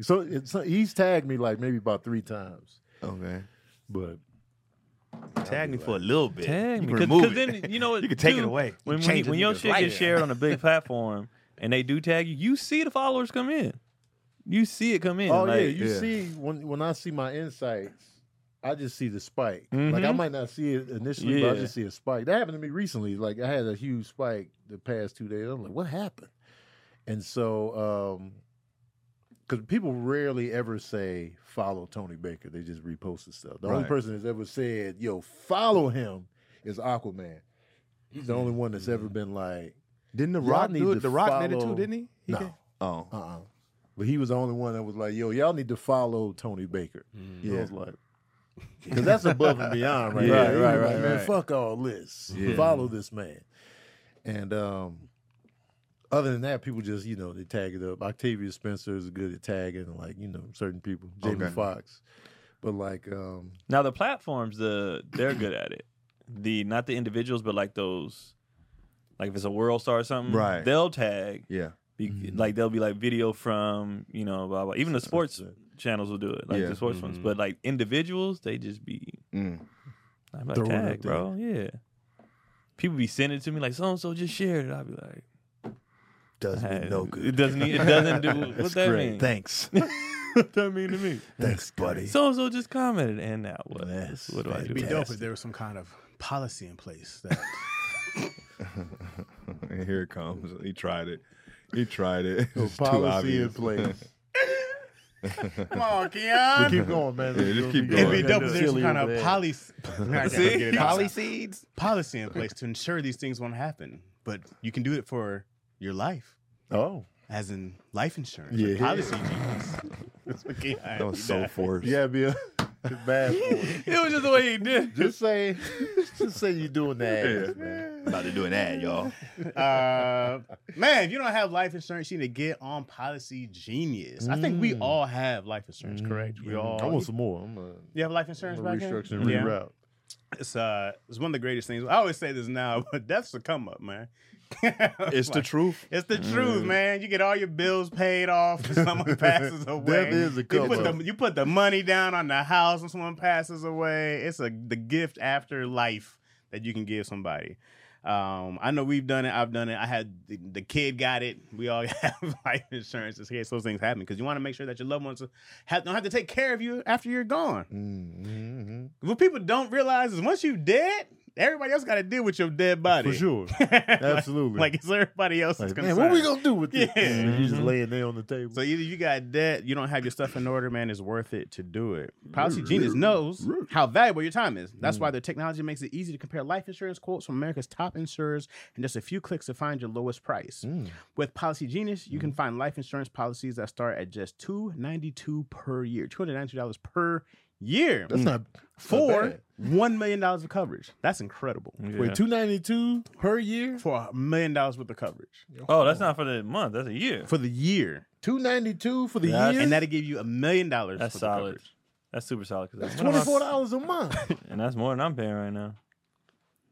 E: So it's he's tagged me like maybe about three times,
A: Okay.
E: but
A: Tag me for a little bit.
B: Tag
A: You
B: me.
A: can remove
B: Because
A: it.
B: then you know
A: You can take it
B: too,
A: away.
B: When when,
C: Change
B: when
C: the
B: your
C: niggas
B: shit
C: right
B: gets shared on a big platform and they do tag you, you see the followers come in. You see it come in.
E: oh yeah,
B: like,
E: you
A: yeah.
E: see when when I see my insights, I just see the spike. Like I
B: Mhm.
E: might not see it initially, but I
B: Yeah.
E: just see a spike. That happened to me recently. Like I had a huge spike the past two days. I'm like, what happened? And so, um, because people rarely ever say follow Tony Baker, they just repost his stuff. The only
A: Right.
E: person that's ever said, "Yo, follow him," is Aquaman. He's the only one that's ever been like,
A: Didn't The
E: Y'all
A: Rock
E: need
A: do
E: to
A: it? The Rock did it too,
E: follow-
A: didn't he? He
E: "No."
A: did? Oh.
E: Uh-uh. But he was the only one that was like, "Yo, y'all need to follow Tony Baker."
F: Mm-hmm.
E: Yeah. I was like, because that's above and beyond, right?
B: Yeah,
E: there. He was
B: right,
E: like,
B: right,
E: Man,
B: right.
E: fuck all this. Follow this man. And um, other than that, people just you know they tag it up. Octavia Spencer is good at tagging, like you know certain people, Jamie
A: Okay.
E: Foxx. But like, um,
B: Now the platforms, the they're good at it. The not the individuals, but like those, like if it's a world star or something,
A: Right.
B: They'll tag,
A: Yeah.
B: be, like they'll be like video from you know blah blah. Even the sports channels will do it, like
A: Yeah.
B: the sports ones. But like individuals, they just be
A: Mm.
B: I'm like
E: Throw it up
B: tag, bro. Yeah. People be sending it to me like so and so just shared it. I'll be like,
A: Doesn't
B: hey,
A: mean no
B: it
A: good.
B: doesn't e- it doesn't do what that
E: great.
B: mean.
A: Thanks.
B: what that mean to me?
A: Thanks, buddy.
B: So and so just commented, and now what? what do I do?
F: It'd be dope if there was some kind of policy in place that
A: and here it comes. He tried it. He tried it. It's too
E: policy in
A: obvious.
E: place.
F: Come on, Keon.
E: keep going, man.
A: Yeah, just keep
F: It'd
A: going.
F: be
A: Yeah,
F: dope if there's some kind of
E: policy.
F: policy,
B: See?
F: policies, policy in place to ensure these things won't happen. But you can do it for your life,
E: Oh,
F: as in life insurance.
E: Yeah.
F: Yeah, policy. Jesus. That's what Keon
A: That was so
F: did.
A: forced.
E: yeah, be a it's bad. for it.
B: it was just the way he did.
E: Just say, just say you're doing that.
A: About to do an ad, y'all.
F: Uh, man, if you don't have life insurance, you need to get on Policy Genius. I think we all have life insurance, correct? We all.
E: Mm-hmm. I want some more. I'm gonna,
F: you have life
E: I'm
F: insurance
E: gonna
F: back here?
E: restructure and
F: Yeah.
E: reroute.
F: It's uh, it's one of the greatest things. I always say this now, but that's the come up, man. it's
A: It's the truth.
F: It's the
E: Mm.
F: truth, man. You get all your bills paid off when someone passes away.
E: is a
F: you put,
E: come-up.
F: the, you put the money down on the house when someone passes away. It's a the gift after life that you can give somebody. Um, I know we've done it. I've done it. I had the, the kid got it. We all have life insurance in case those things happen because you want to make sure that your loved ones have, don't have to take care of you after you're gone.
E: Mm-hmm.
F: What people don't realize is once you're dead, everybody else got to deal with your dead body
E: For sure, absolutely.
F: like it's everybody else's
E: Like,
F: concern.
E: man, what we gonna do with this?
F: Yeah.
E: And You just laying there on the table.
F: so either you got debt, you don't have your stuff in order, man. It's worth it to do it. Policy Genius knows how valuable your time is. That's
E: Mm.
F: why their technology makes it easy to compare life insurance quotes from America's top insurers in just a few clicks to find your lowest price.
E: Mm.
F: With Policy Genius, you can find life insurance policies that start at just two ninety two per year, two hundred ninety two dollars per year
E: that's not
F: for
E: bad.
F: one million dollars of coverage. That's incredible.
E: wait two ninety two per year.
F: For a million dollars worth of coverage
B: Oh, that's not for the month. That's a year.
F: for the year.
E: Two ninety two for the
B: That's-
E: year.
F: and that'll give you a million dollars.
B: That's
F: for the
B: solid.
F: coverage.
B: That's super solid because that's
E: Twenty four dollars a month.
B: and that's more than I'm paying right now.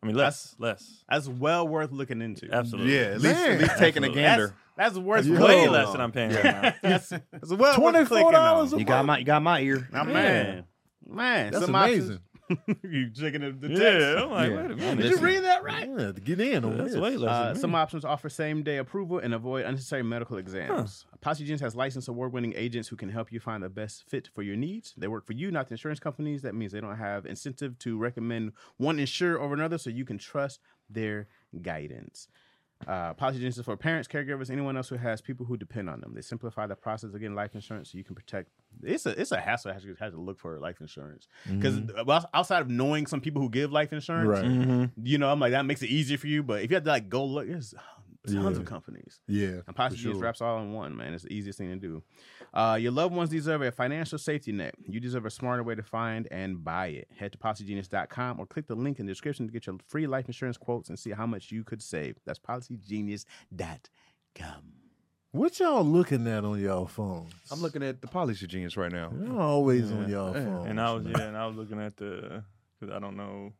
B: I mean, less, less,
F: That's well worth looking into.
B: absolutely.
A: Yeah, at least, at least
B: Man.
A: taking a gander.
F: That's worth
E: Yeah.
F: looking
B: way
E: Yo.
B: less than I'm paying right now.
F: It's well
E: Twenty four dollars a
H: You
E: month.
H: got my you got my ear.
F: Now, man, man,
E: That's
F: some
E: amazing.
F: options- you checking the, the text.
B: Yeah, I'm like, wait a minute.
E: Did you read
F: that
E: Yeah, to get in on
B: That's
E: this.
B: way less.
F: Uh,
B: than me.
F: some options offer same day approval and avoid unnecessary medical exams. Posse Jeans has licensed award winning agents who can help you find the best fit for your needs. They work for you, not the insurance companies. That means they don't have incentive to recommend one insurer over another, so you can trust their guidance. Uh, Posse Jeans is for parents, caregivers, anyone else who has people who depend on them. They simplify the process of getting life insurance so you can protect. It's a it's a hassle. Has to, has to look for life insurance because outside of knowing some people who give life insurance,
E: Right.
B: Mm-hmm.
F: you know, I'm like that makes it easier for you. But if you have to like go look, there's tons
E: Yeah.
F: of companies.
E: Yeah.
F: And Posse
E: for
F: Jeans wraps all in one, man. It's the easiest thing to do. Uh, your loved ones deserve a financial safety net. You deserve a smarter way to find and buy it. Head to PosseGenius.com or click the link in the description to get your free life insurance quotes and see how much you could save. That's PosseGenius.com.
E: What y'all looking at on y'all phones?
A: I'm looking at the policy genes right now.
E: Y'all always on y'all phones.
B: and I was
E: man.
B: yeah, and I was looking at the because I don't know.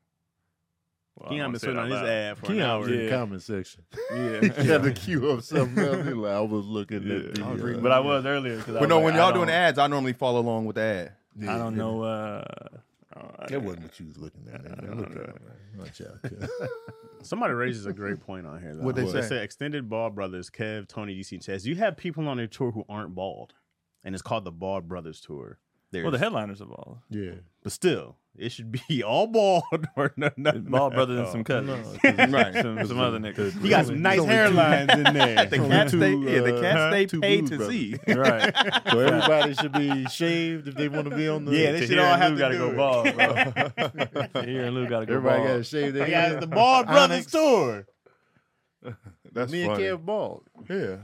B: Well, I
F: Keon
B: don't wanna say it
F: been sitting on
B: out
F: his
B: loud.
F: ad for an
E: Keon
F: hour.
E: was in the
B: Yeah.
E: comment section.
B: Yeah,
E: He had to queue up something else. He like, I was looking at the. uh,
B: Yeah.
A: I was reading
B: but I was earlier because
A: But no, when y'all doing ads, I normally follow along with the ad.
E: yeah,
B: I don't know. Uh,
E: That wasn't what you was looking at. Man. Look at it, man. Watch out.
F: Somebody raises a great point on here. Though.
A: What'd they say?
F: said extended ball brothers, Kev, Tony, DC, and Chaz. You have people on their tour who aren't bald, and it's called the Ball Brothers Tour. There's,
B: well, the headliners of all
E: yeah.
F: but still, it should be all bald or no, no,
B: ball
F: no.
B: brothers and some cousins,
A: Right.
B: Oh, some, some other niggas.
F: You got some nice hairlines in there.
A: The cats
E: two,
A: they, yeah, the cats
E: uh,
A: they
E: two
A: pay
E: blues
A: to
E: brothers.
A: see.
B: right?
E: So everybody should be shaved if they want to be on the.
F: Yeah, they
B: To
F: should
B: here
F: all
B: and
F: have
B: Lou
F: to
B: gotta
F: do
B: go
F: it.
B: bald, bro. To here and Lou gotta go
E: Everybody got
B: bald.
E: to shave their
F: Yeah, it's
E: head.
F: the Ball Brothers Tour.
A: That's
E: Me and
A: funny.
E: Kev bald.
A: Yeah.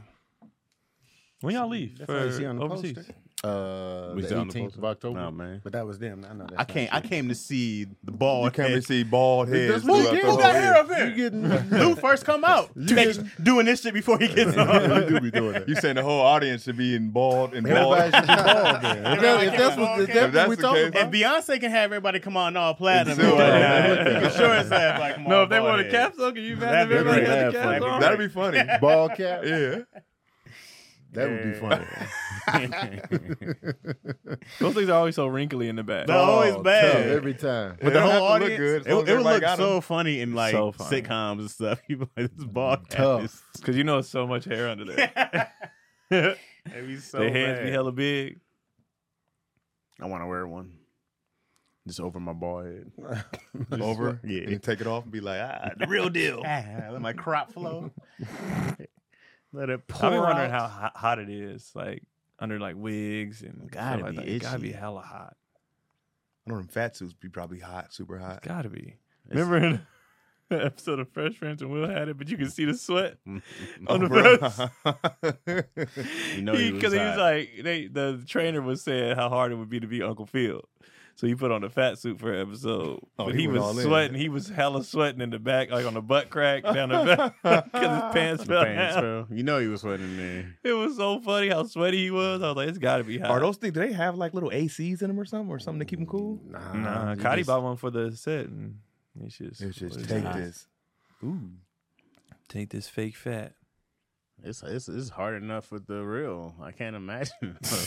B: when y'all leave for
C: what you see on the
B: overseas?
C: poster.
E: Uh,
F: We
E: the
F: still on the
E: 18th of October.
F: No man,
C: But that was them. I know that.
F: I can't. I came to see the
A: You
F: ball.
A: can't really see bald heads.
E: Who-
A: throughout
E: who
A: the
E: got
A: whole
E: hair
A: year.
F: up here. Lou first come out. Takes- doing this shit before he gets on.
E: we do be doing that.
A: You saying the whole audience should be in bald and
E: Everybody
A: bald?
E: should be bald then. If, that, if that's what, if that's
A: If that's
E: what we're
A: the
E: talking
A: case-
E: about.
F: If Beyonce can have everybody come on all platinum,
A: Silver.
F: boy, nah, you can sure as hell like
B: No, if they want a cap, so can you imagine if
F: That'd be
B: everybody
E: great.
B: had the
E: That'd
B: caps
E: be
B: on?
A: That'd be funny.
E: Ball cap.
A: yeah.
E: That would be funny.
B: Those things are always so wrinkly in the back.
F: They're always
E: Oh,
F: bad.
E: tough every time.
F: But
A: They
F: the
A: don't
F: whole
A: have to look
F: audience,
A: good, as long
F: it, it
A: as
F: would
A: everybody
F: look
A: got 'em.
F: so funny in like
B: So funny.
F: sitcoms and stuff. People like this ball cap
E: Tough.
F: is
B: Because you know it's so much hair under there.
F: it'd be so
B: Their hands be
F: bad.
B: hella big.
F: I want to wear one just over my ball head.
A: Over.
F: Yeah.
A: And you take it off and be like, ah,
F: The real deal. Let my crop flow. Let it pour
B: I've been wondering
F: out.
B: how ho- hot it is, like under like wigs and
F: Gotta
B: stuff like
F: be
B: that. It Gotta
F: itchy.
B: be hella hot.
A: I know them fat suits be probably hot, super hot.
B: Gotta be. Remember in the episode of Fresh Prince and Will had it, but you could see the sweat on the vest.
F: You know he was
B: Because he, was
F: hot.
B: like, they, the trainer was saying how hard it would be to be Uncle Phil. So he put on a fat suit for an episode.
A: Oh,
B: but
A: he
B: he,
A: went all
B: was
A: in.
B: sweating. He was hella sweating in the back, like on the butt crack down the back. Because his pants fell
F: Pants,
B: down.
F: bro. You know he was sweating there.
B: It was so funny how sweaty he was. I was like, it's got to be hot.
A: Are those things, do they have like little ACs in them or something or something to keep them cool?
C: Nah,
B: Nah,
C: you
B: Cotty
C: just-
B: bought one for the set, and it's just
A: It's just
B: it's
A: take
B: hot.
A: this. Ooh.
B: Take this fake fat.
F: It's, it's it's hard enough with the real. I can't imagine a,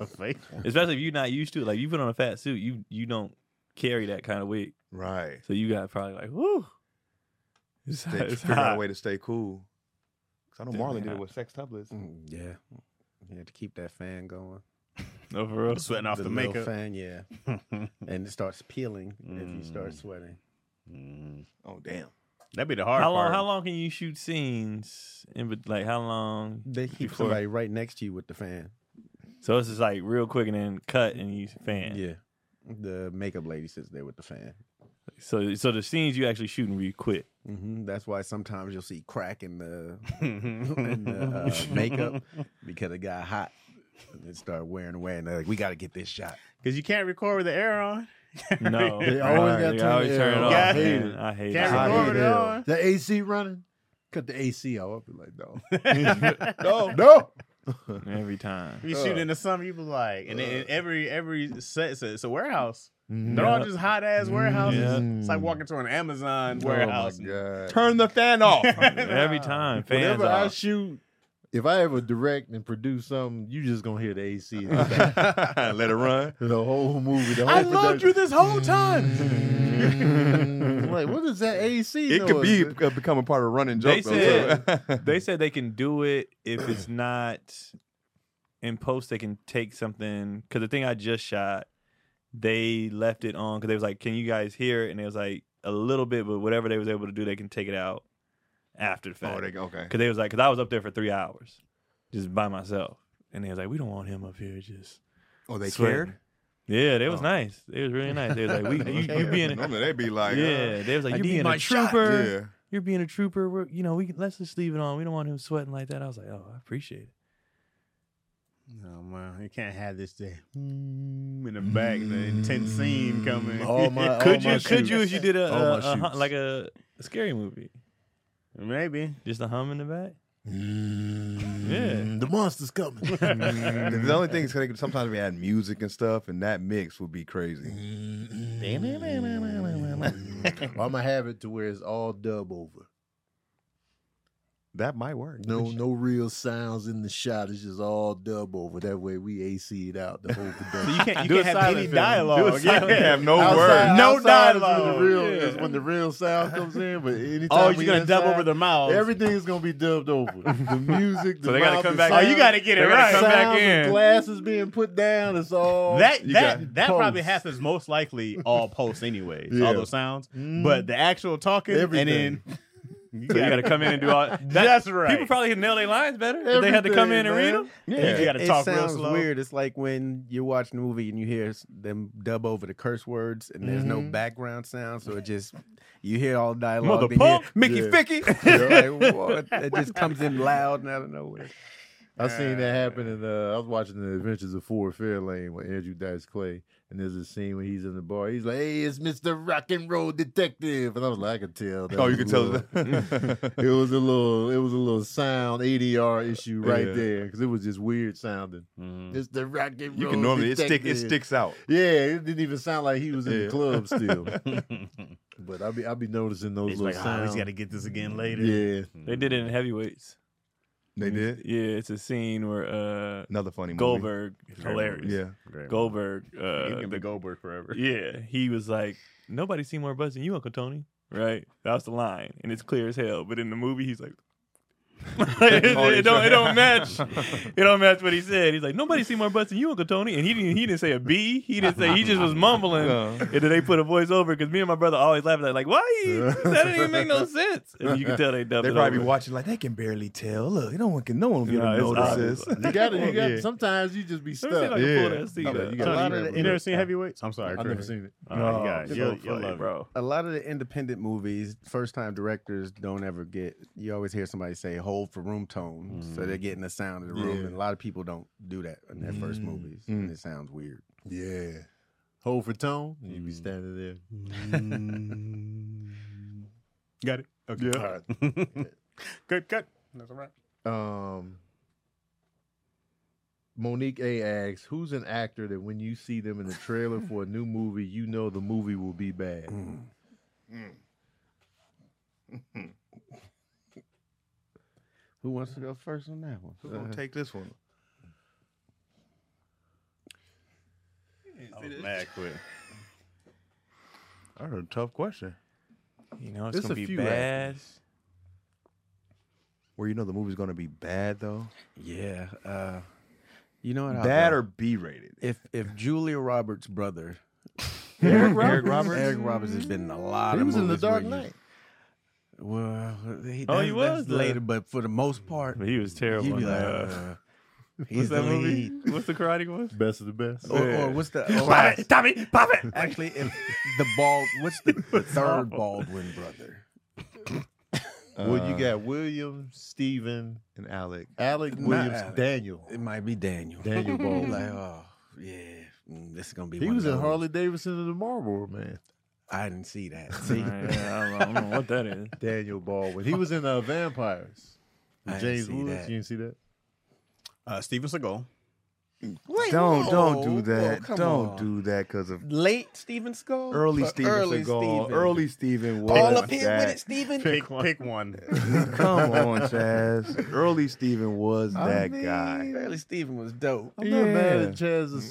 F: a fake one.
B: Especially if you're not used to it. Like you put on a fat suit, you you don't carry that kind of weight,
A: Right.
B: so you got probably like, whoo. It's,
A: They
B: it's
A: figure out
B: hot.
A: a way to stay cool. 'Cause I know
B: Damn
A: Marlon did
B: hot.
A: it with sex tublets.
C: Mm, Yeah. You had to keep that fan going.
B: No, for real.
F: Sweating off the,
C: little
F: makeup.
C: fan, yeah. and it starts peeling if you start sweating.
F: Mm.
A: Oh, damn.
F: That'd be the hard
B: How long?
F: part.
B: How long can you shoot scenes? In bet- like how long?
C: They keep
B: Before-
C: somebody right next to you with the fan.
B: So it's just like real quick and then cut and you fan.
C: Yeah. The makeup lady sits there with the fan.
B: So so the scenes you actually shooting where you quit.
C: hmm That's why sometimes you'll see crack in the, in the uh, makeup because it got hot. And it started wearing away, and they're like, "We got to get this shot."
F: Because you can't record with the air on.
B: No,
E: They
B: Right,
E: always gotta
B: they
E: turn
B: always
E: it
B: turn it
E: on.
B: off.
E: I hate
B: man. I hate
F: Can't
B: it.
E: I
F: record
E: hate
F: it
E: hell.
F: on.
E: The AC running. Cut the AC off. I'll be like, no.
A: No.
E: no.
B: every time.
F: You shoot in the summer, you be like, and, then every every set it's a, it's a warehouse.
E: Oh,
F: They're all just hot ass warehouses. It's like walking to an Amazon warehouse.
E: Mm. Oh my god!
A: Turn the fan off.
B: Every time, fans
E: Whenever I
B: off.
E: shoot, if I ever direct and produce something, you just gonna hear the AC in the back.
A: Let it run.
E: the whole movie. The whole
F: I loved you this whole time.
E: production. Mm. like, what is that AC?
A: It could be
E: noise?
A: uh, become a part of a running
B: They
A: joke. though, too.
B: They said they can do it if it's not in post. They can take something because the thing I just shot, they left it on because they was like, "Can you guys hear it?" And it was like a little bit, but whatever they was able to do, they can take it out after the fact.
A: oh, they, okay.
B: Because they was like, because I was up there for three hours just by myself, and they was like, "We don't want him up here just."
A: Oh, they
B: sweating."
A: cared. Oh.
B: Yeah, they was nice. They was really nice. They was like, "We, you, you being."
A: Normally they'd be like,
B: Yeah, they was like,
F: I
B: you
F: need
B: being
F: my
B: a
F: shot."
B: trooper
A: uh, yeah.
B: you're being a trooper. We're, you know, we can- let's just leave it on. We don't want him sweating like that. I was like, oh, I appreciate it.
F: No Oh, man, you can't have this day Hmm, in the back. The intense scene coming.
E: All Hmm. Oh, my,
B: Could
E: all
B: you?
E: my
B: Could you? If
E: shoots.
B: you did a,
E: All
B: a,
E: my
B: a hu-
E: shoots.
B: like a, a scary movie,
F: Maybe.
B: just a hum in the back.
E: Mm, The monster's coming.
A: the only thing is they could sometimes we add music and stuff, and that mix would be
E: Mm-hmm.
A: crazy.
E: I'm gonna have it to where it's all dub over.
A: That might work.
E: No, no real sounds in the shot. It's just all dub over. That way we AC it out the whole production.
F: You can't. You can't have any dialogue.
A: I have no
E: Outside-
A: words.
F: No
E: outside is
F: dialogue.
E: When the real, is when the real sound comes in, but anytime
F: Oh, you're
E: we
F: gonna dub
E: inside,
F: over the mouth.
E: Everything is gonna be dubbed over. The music, the
B: So they gotta
E: mouth,
B: come
E: the
B: back-
F: oh,
E: Sound,
F: you got to get it
B: They gotta
F: right.
B: come back
E: sounds, the
B: in.
E: Glasses being put down. It's all
F: That
E: You
F: that
E: got
F: that probably
E: posts.
F: happens most likely all posts anyways,
E: Yeah. Hmm.
F: all those sounds. But the actual talking
E: Everything.
F: and then you
B: So you got
F: gotta,
B: to come in and do all. That,
F: That's right.
B: People probably can nail their lines better. if they had to come in and read
E: Everything,
B: them.
F: you gotta
C: it
F: talk real
C: sounds
F: slow.
C: weird. It's like when you're watching a movie and you hear s- them dub over the curse words and there's
F: Mm-hmm.
C: no background sound, so it just you hear all dialogue. then
B: Motherpunk,
C: you-
B: Mickey
E: Yeah.
B: Ficky.
C: You're like, "What?" It just comes in loud and out of nowhere.
E: I seen that happen in uh, I was watching the Adventures of Ford Fairlane with Andrew Dice Clay, and there's a scene where he's in the bar. He's like, "Hey, it's Mister Rock and Roll Detective," and I was like, "I could tell." That
A: Oh, you
E: was a
A: can tell.
E: little- it was a little, it was a little sound ADR issue right
A: Yeah.
E: there because it was just weird sounding.
F: Mm.
E: It's the Rock and Roll.
A: You can normally it stick
E: Detective.
A: it sticks out.
E: Yeah, it didn't even sound like he was in
A: Yeah.
E: the club still. but I be I be noticing those
F: He's
E: little
F: like, oh,
E: sounds.
F: he's got to get this again later.
E: yeah,
B: they did it in heavyweights.
A: They
B: Mm-hmm.
A: did
B: Yeah, it's a scene where uh,
A: another funny movie.
B: Goldberg, hilarious.
A: Yeah,
B: Goldberg. Uh,
F: You can be Goldberg forever.
B: Yeah, he was like, nobody's seen more butts than you, Uncle Tony. Right? That was the line, and it's clear as hell. But in the movie, he's like, it, it don't it don't match. It don't match what he said. He's like, nobody's seen more butts than you, Uncle Tony. And he didn't he didn't say a B. He didn't say he just was mumbling. And then they put a voice over because me and my brother always laugh at that. Like, why? he- That didn't even make no sense. And you can tell they dubbed
A: they
B: it
A: probably
B: over.
A: be watching like they can barely tell. Look, no one can, no one
B: Yeah,
A: gonna
B: it's
A: notice
B: obvious.
E: you
A: this.
E: got to You got.
A: Yeah.
E: to Sometimes you just be
B: Let me see if
E: stuck.
B: I can
A: Yeah.
B: pull that scene.
E: Yeah,
B: up.
E: you
F: So
E: gotta-
F: you, never, you never seen heavyweights? I'm sorry,
E: I've never seen it.
F: Oh, you got
B: it's
F: you'll,
B: so
F: you'll
B: funny,
F: love
B: bro.
C: A lot of the independent movies, first time directors don't ever get. You always hear somebody say "hold for room tone," so they're getting the sound of the room,
E: Yeah.
C: and a lot of people don't do that in their first movies, and it sounds weird.
E: Yeah. Mm. Hold for tone. and You be standing there.
F: it. Mm. Got it. Okay.
E: All right.
F: Good, good. That's all right.
E: Um, Monique A asks, "Who's an actor that when you see them in the trailer for a new movie, you know the movie will be bad?"
C: Who wants to go first on that one?
A: Who's gonna take this one?
F: I was mad quick.
A: That's a tough question.
B: You know it's
E: There's
B: gonna
E: a
B: be
E: few
B: bad.
A: Where you know the movie's gonna be bad though,
C: Yeah, uh, you know what? I'll
A: bad
C: go.
A: or B rated.
C: if if Julia Roberts' brother
A: Eric,
C: Roberts, Eric Roberts has been in a lot
E: He
C: of
E: was in The
C: movies where
E: Dark
C: you-
E: Knight.
C: Well, he,
B: Oh, he
C: that's-
B: was
C: that's
B: the-
C: later, but for the most part,
B: He was terrible.
C: he'd be
B: in
C: like,
B: that.
C: uh,
B: What's
C: he's
B: that
C: the
B: movie?
C: lead.
B: What's the karate one?
E: Best of the best.
C: Or, or what's the? or-
B: Tommy, pop it.
C: actually, if the bald, what's the, the third Baldwin brother?
E: well, you got William, Stephen,
A: Uh, and Alec.
E: Alec, Williams,
C: Alec.
E: Daniel,
C: It might be Daniel.
E: Daniel Baldwin.
C: Like, oh yeah, mm, this is gonna be.
E: He
C: one
E: was
C: of
E: in
C: those.
E: Harley Davidson and the Marlboro Man.
C: I didn't see that. See,
B: I don't know what that is.
E: Daniel Baldwin. He was in uh, Vampires.
C: I
E: with
C: didn't
E: James
C: see
E: Woods.
C: that.
E: You didn't see that?
F: Uh, Steven Seagal.
C: Wait,
A: Don't
C: whoa,
A: don't do
C: whoa,
A: that.
C: come
A: don't
C: on.
A: do that because of
C: Late Steven Skull? Uh,
A: early Steven
C: early
A: Seagal.
C: Steven.
A: Early Steven was
C: All up here
A: that.
C: with it, Steven?
F: Pick one. Pick one.
A: Come on, Chaz. Early Steven was that guy.
C: Early Steven was dope.
E: I'm not mad at Chaz's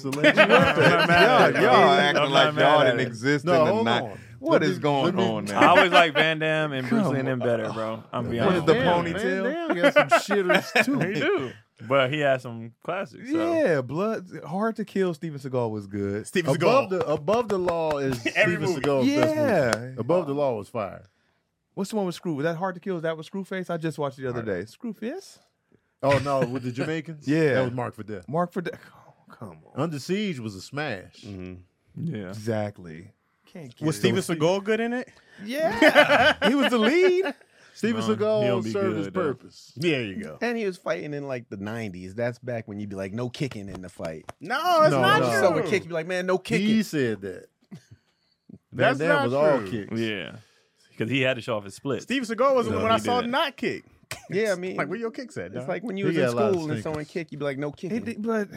E: selection.
A: Y'all, y'all
B: I'm
A: acting
B: not
A: like
B: mad
A: y'all
B: at
A: didn't
B: it.
A: exist
E: No,
A: in the
E: hold
A: night.
E: on.
A: What
E: Let
A: is
E: me-
A: going
E: let me-
A: on
B: I
A: now?
B: always like Van Damme and Bruce Lee and them better, bro. I'm being
A: What is
B: honest.
A: the
B: with you.
E: Damn,
A: ponytail?
E: Man, damn, got some shitters
B: He
E: too.
B: do, but he has some classics. So.
A: Yeah, blood. Hard to kill. Steven Seagal was good.
F: Steven
E: above
F: Seagal.
E: the above the law is Steven
F: movie.
E: Seagal's best movie.
A: Yeah.
E: Above the law was fire.
A: What's the one with Screw? Was that Hard to Kill? Is that with Screwface? I just watched it the other day. Screwface?
E: Oh no, with the Jamaicans,
A: Yeah.
E: that was Mark for Death.
A: Mark for Death. come on.
E: Under Siege was a smash.
B: yeah.
A: Exactly. Can't get
F: Was
A: it.
F: Steven Seagal good in it?
A: He was the lead.
E: Steven
B: No, he'll
E: Seagal
B: be
E: served his
B: good, though.
E: purpose.
F: There you go.
C: And he was fighting in like the 90s. That's back when you'd be like, no kicking in the fight.
F: No, it's
E: No,
F: not
E: no.
F: true.
C: So would kick, you'd be like, man, no kicking.
E: He said that.
F: That's
E: Van Damme
F: not
E: was all
F: true.
E: kicks.
B: Yeah. Because he had to show off his split.
F: Steven Seagal was the
B: No,
F: one
B: he
F: I saw
B: didn't.
F: not kick.
C: yeah, I mean,
F: Like, where your kicks at?
C: it's
F: dog?
C: like when you
E: He
C: was
E: got
C: in
E: a lot of
C: school and
E: stinkers.
C: someone kicked, you'd be like, no
A: It
C: kicking.
A: did- but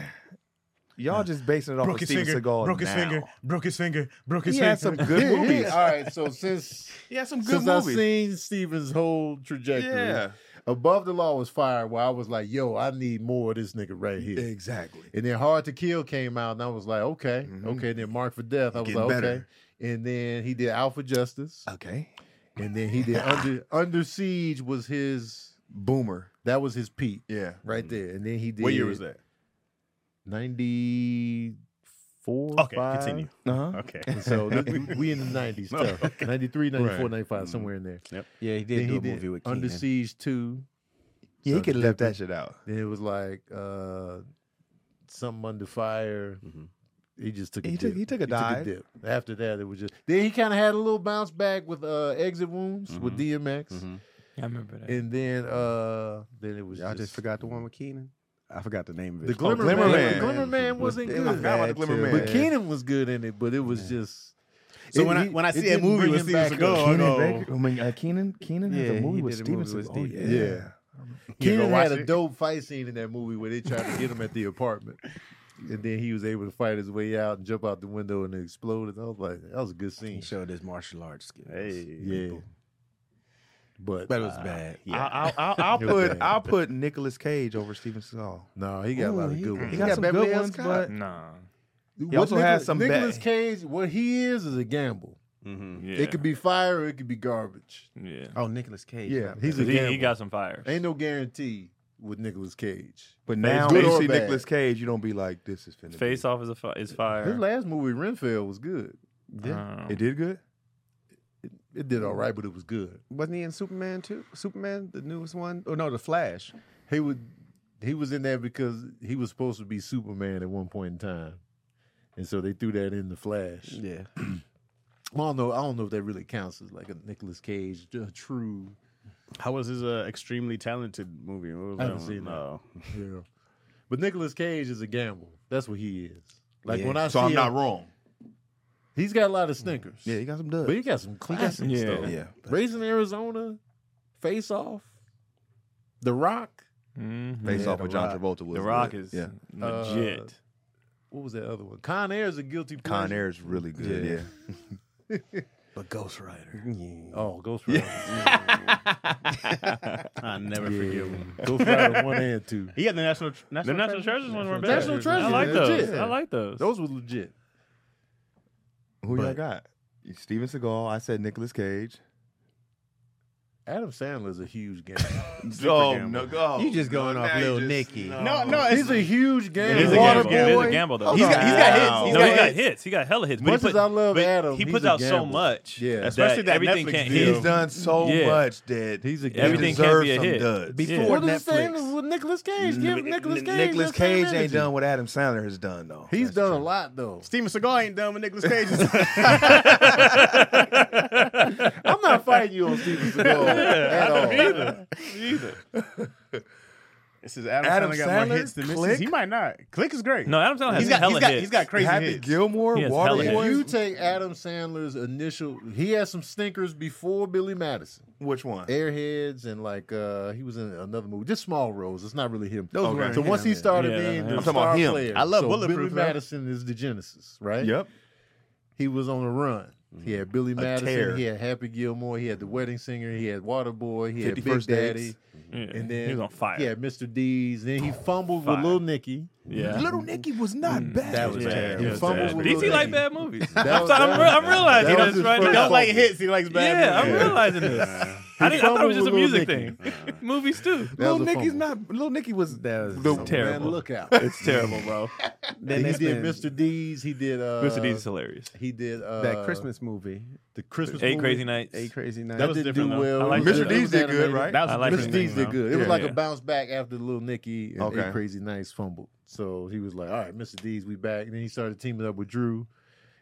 A: y'all just basing it off
F: broke
A: of
F: his
A: Steven
F: finger,
A: Seagal.
F: broke his
A: now.
F: finger, broke his finger, broke his
A: He
F: finger.
A: had some good
E: Yeah,
A: movies.
E: yeah. All right, so since
A: He had some good
E: since I've
A: movies.
E: seen Steven's whole trajectory,
A: Yeah.
E: Above the Law was fire. Where I was like, yo, I need more of this nigga right here.
A: Exactly.
E: And then Hard to Kill came out, and I was like, okay, okay. And then Mark for Death, I was
A: Getting
E: like,
A: better.
E: okay. And then he did Alpha Justice,
A: Okay.
E: and then he did Under Under Siege was his
A: Boomer.
E: that was his peak
A: Yeah.
E: right there. And then he did
F: what year was that?
E: Ninety four.
F: Okay, continue.
A: Uh-huh.
F: Okay.
E: So th- we in the nineties,
F: No, okay.
E: 93, 94,
A: Right.
E: 95, somewhere in there.
C: yeah, he did
E: Then
C: do
E: he
C: a movie
E: did
C: with
E: Under
C: Keenan.
E: Siege two.
A: Yeah, he
E: So
A: could have left that shit out.
E: Then it was like uh something under fire.
F: Mm-hmm.
E: He just took a
A: He
E: dip.
A: took- he took a dive.
E: dip. After that, it was just then he kind of had a little bounce back with uh exit wounds
F: Mm-hmm.
E: with DMX,
B: I remember that.
E: and then uh then it was
C: Y'all just
E: just
C: forgot the one with Keenan? I forgot the name of it.
E: the Glimmer,
A: Glimmer
E: Man.
A: Man.
E: The Glimmer Man wasn't
A: I
E: good,
A: forgot about the Glimmer Man.
E: but Keenan was good in it. But it was just
F: So
E: it-
F: when I-
E: it-
F: when I
E: it
F: see that
E: didn't
F: movie
E: bring
F: with
E: him
F: Steven
E: back
F: Seagal,
E: up.
F: I
A: Keenan
F: know.
A: Baker. I mean, uh, Keenan. Keenan has
C: Yeah,
A: a movie
C: he
A: with
C: did a
A: Steven
C: movie with
A: Seagal.
C: Steven.
A: Oh, yeah.
E: Yeah.
F: You gonna
E: Keenan
F: go
E: had
F: watch
E: a
F: it?
E: dope fight scene in that movie where they tried to get him at the apartment. And then he was able to fight his way out and jump out the window and it exploded. I was like, that was a good
C: He
E: scene.
C: showed his martial arts skills.
E: Yeah. But
C: But it was bad. Yeah.
A: I'll, I'll, I'll
E: Good
A: put
E: thing.
A: I'll put Nicolas Cage over Steven Seagal.
E: no, he got a lot of good ones.
A: He got, some
C: Beverly
A: good
C: Hills
A: ones,
C: Cop.
A: but
B: nah.
A: He also has some
E: Nicholas
A: bad-
E: Cage, what he is is a gamble.
F: Mm-hmm.
B: Yeah.
E: It could be fire or it could be garbage.
B: Yeah.
C: Oh, Nicolas Cage.
E: Yeah, he's a
B: He,
E: gamble.
B: he got some fire.
E: Ain't no guarantee with Nicolas Cage.
A: but now
E: good
A: when you
E: or
A: see
E: bad.
A: Nicolas Cage, you don't be like, this is finna.
B: Face
A: be.
B: off is a fi- is fire.
E: His last movie, Renfield, was good.
B: Um,
A: It did good.
E: It, it did all right, but it was good.
C: Wasn't he in Superman too? Superman, the newest one? Oh no, the Flash.
E: He would he was in there because he was supposed to be Superman at one point in time. And so they threw that in the Flash.
C: Yeah.
E: I don't know. I don't know if that really counts as like a Nicolas Cage, a true.
F: How was his uh, extremely talented movie? What was
E: I
F: that
E: haven't
F: one?
E: seen that.
F: No.
E: Yeah. But Nicolas Cage is a gamble. That's what he is. Like
C: Yeah.
E: when I
A: So
E: see
A: I'm not
E: him,
A: wrong.
E: he's got a lot of stinkers.
A: Yeah, he got some
E: but he
A: duds.
E: got some classics
B: Yeah.
E: though.
A: Yeah.
E: Raising Arizona, Face Off, The Rock.
B: mhm.
A: Face
E: Yeah,
A: off
E: The
A: with John
E: Rock.
A: Travolta was
B: The Rock
A: good.
B: is
A: yeah.
B: legit.
E: Uh, What was that other one? Con Air is a guilty. Pleasure.
A: Con Air is really good. Yeah.
C: But Ghost Rider.
E: Oh, Ghost Rider.
F: I never forget one.
E: Ghost Rider one and two.
F: He had the national tr- national,
B: the National
F: treasure?
B: Treasures ones were better.
E: National Treasure,
B: I like
E: yeah,
B: those.
E: legit.
B: I like those.
E: Those were legit.
A: Who y'all
E: But-
A: got? Steven Seagal. I said Nicolas Cage.
E: Adam Sandler's a huge game.
A: Oh no, go.
C: You just going off
A: now you
C: Lil
A: just-
C: Nicky.
F: No, no, it's,
E: he's a huge game.
B: It is a
E: Water
B: gamble. It is a
E: Boy.
B: gamble, though.
E: Hold
B: He's
E: on.
B: got- he's
F: got hits. He's
B: no,
F: got
B: he got
F: hits.
B: hits. He got hella hits. But
E: Much
B: he put,
E: as I love
B: but
E: Adam,
B: he
E: he's
B: puts
E: a
B: out so
E: gamble.
B: much.
E: Yeah.
F: Especially that
B: everything
F: Netflix
B: can't
F: deal.
A: He's done so
B: Yeah.
A: much that
E: He's a game.
B: Everything can't
A: deserves
B: be a
A: some
B: hit.
A: duds.
B: Yeah.
C: Before
E: What is the
C: Netflix.
E: same with Nicolas Cage? Give Nicolas Cage.
A: Nicolas
E: that same
A: Cage ain't
E: energy.
A: done what Adam Sandler has done though.
E: He's
A: That's
E: done
A: true.
E: a lot though.
F: Steven Seagal ain't done with Nicolas Cage.
E: I'm not fighting you on Steven Seagal at all.
B: Either.
F: This is Adam,
A: Adam
F: Sandler got more
A: Sandler?
F: hits than misses.
A: Click?
F: He might not. Click is great.
B: No, Adam Sandler has
F: he's got
B: hella
F: he's got,
B: hits.
F: he's got crazy
A: Happy
F: hits.
A: Gilmore,
B: He has hella
E: If
B: hits.
A: Waterboy.
E: you take Adam Sandler's initial, he had some stinkers before Billy Madison,
A: Which one?
E: Airheads, and like uh he was in another movie, just small roles. It's not really him.
C: Those
A: Okay.
C: were
E: So once he started
B: Yeah,
E: being
B: yeah.
E: the
A: I'm talking
E: star
A: about him.
E: player,
F: I love
E: so Billy
F: Bulletproof, man.
E: Madison is the genesis, right?
A: Yep.
E: He was on the run. He had Billy
A: tear.
E: Madison. He had Happy Gilmore. He had The Wedding Singer. He had Waterboy. He had
A: 51st
E: Big
A: Dates.
E: Daddy.
B: Yeah,
E: And then
B: he was on fire.
E: He had Mr. D's. Then he fumbled with
B: Fire.
E: Little Nicky.
B: yeah.
A: Little Nicky was not bad.
C: That was
E: He
C: terrible.
E: fumbled
B: Bad.
E: with
B: DC
E: Lil
B: like
E: Nicky.
B: bad movies.
E: That
B: I'm,
E: was-
B: sorry, I'm,
E: that
B: re-
E: was-
B: I'm realizing
E: that was
B: this
E: his
B: right
E: first
B: now.
F: He don't like
E: Yeah.
F: hits. He likes bad.
B: yeah, I'm
F: movies.
B: realizing this. I, didn't, I thought it was just a
E: Little
B: music
E: Nicky.
B: thing. Movies too.
E: That
A: Little
E: was a
A: Nicky's
E: fumble.
A: not. Little Nicky was.
C: That was
A: The-
C: some-
B: Terrible.
E: Man, look out.
B: It's terrible, bro.
E: Then he
C: they
E: did
C: spent
E: Mr. D's. He did uh,
B: Mr. D's is hilarious.
E: He did uh,
C: that Christmas movie,
E: The Christmas
B: Eight
E: movie.
B: Crazy Nights.
C: Eight Crazy Nights.
E: That, didn't do well.
B: I like
E: It was-
A: Mr.
E: it
A: D's
E: was
A: did good,
E: animated.
A: right?
B: I like
E: Mr. D's did good. It was
A: Yeah.
E: like
B: Yeah.
E: a bounce back after Little Nicky and
A: Okay.
E: Eight Crazy Nights fumbled. So he was like, "All right, Mr. D's, we back." And then he started teaming up with Drew,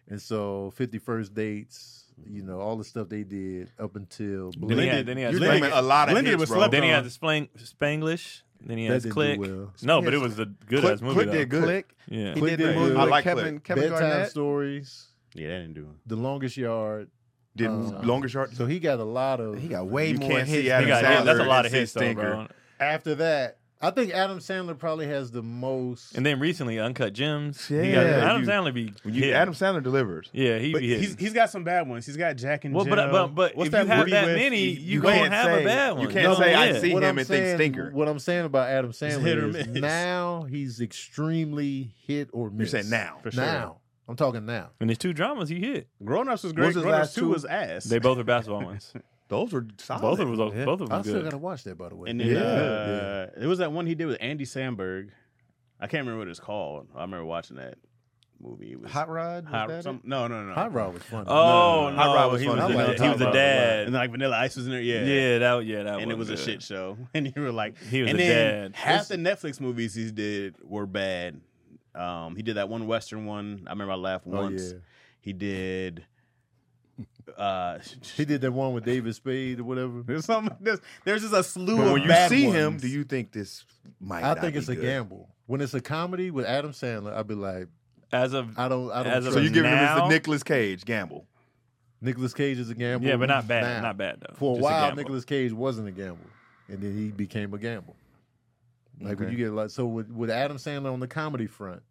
E: and so Fifty First Dates, you know, all the stuff they did up until
B: Then he
E: Blink.
B: had, then he had
A: You're
B: Blink.
A: naming a lot of
H: Blended
A: hits,
H: was
A: bro.
H: slept
B: Then he
H: on.
B: had the Splang- Spanglish. Then he
E: That
B: has
E: didn't do
B: Click.
E: well.
B: No, but it was a good ass movie.
A: Click
B: though.
A: did good.
C: Click.
B: Yeah.
C: He
E: Click
C: did the
E: did
C: movie
E: good.
C: with
E: I
A: like
C: Kevin,
A: Click.
C: Kevin
E: Bedtime
C: Garnett.
E: Stories,
F: Yeah, that didn't do.
E: The Longest Yard.
A: Did
E: Uh,
A: longer short.
E: So he got a lot of.
C: He got way
A: You
C: more
A: can't see
C: hits.
A: Adam
B: He got
A: Sandler
B: hit. That's a
A: and
B: lot of hits, though,
A: Stinker.
B: bro.
E: after that, I think Adam Sandler probably has the most.
B: And then recently, Uncut Gems. He got-
A: Yeah,
B: Adam
A: you-
B: Sandler be
A: You,
B: hitting.
A: Adam Sandler delivers.
B: Yeah, he
F: But
B: be hitting.
F: he's he's got some bad ones. He's got Jack and
B: well,
F: Jill.
B: but but but
F: What's
B: if
F: that
B: you have
F: movie
B: that
F: with-
B: many,
F: you-
B: you,
A: you
B: gonna
A: can't
B: have
A: say-
B: a bad one.
F: you can't say,
B: yeah.
A: "I see
E: What
A: him
E: I'm
A: and think
E: saying-
A: stinker."
E: What I'm saying about Adam
F: hit or
E: Sandler is
F: miss.
E: now he's extremely hit or
A: You're
E: miss.
A: saying now.
F: For sure.
E: Now. I'm talking now.
B: And there's two dramas he hit.
F: Grown Ups was
E: What
F: great.
E: was his
F: Grown Ups
E: last
F: two
E: two?
F: was ass.
B: They both are basketball ones.
A: Those were solid.
B: both of them was both of
E: I
B: them
E: still
B: good.
E: gotta watch that by the way.
F: and then
A: Yeah.
F: uh, there was that one he did with Andy Samberg. I can't remember what it's called. I remember watching that movie. It was
C: Hot Rod. Was
F: Hot-
C: that it?
F: some- no, no, no.
E: Hot Rod was funny.
B: Oh no,
F: Hot Rod was
B: he
F: funny.
B: was
F: I
B: the,
F: like
B: he was
F: Hot
B: the
F: Rod.
B: dad.
F: And like Vanilla Ice was in there. Yeah.
B: Yeah, that yeah that
F: And it was
B: wasn't
F: a
B: good.
F: shit show. And you were like,
B: He was
F: and
B: a
F: then
B: dad.
F: half the Netflix movies he did were bad. Um, he did that one Western one. I remember I laughed
E: Oh,
F: once.
E: yeah.
F: He did. Uh,
E: He did that one with David Spade or whatever.
F: there's something. There's, there's just a slew
A: But
F: of
A: when you
F: bad
A: see
F: ones.
A: him, do you think this might?
E: I
A: not
E: think
A: be
E: it's a
A: good?
E: gamble. When it's a comedy with Adam Sandler, I'd be like,
B: As of
E: I don't I don't
B: As of
A: So
E: trust
A: you giving him as
B: Now-
A: the Nicolas Cage gamble?
E: Nicolas Cage is a gamble.
B: yeah, but not bad,
E: now.
B: not bad though.
E: For a
B: Just
E: while,
B: gamble.
E: Nicolas Cage wasn't a gamble, and then he became a gamble. Like when you get like so with, with Adam Sandler on the comedy front,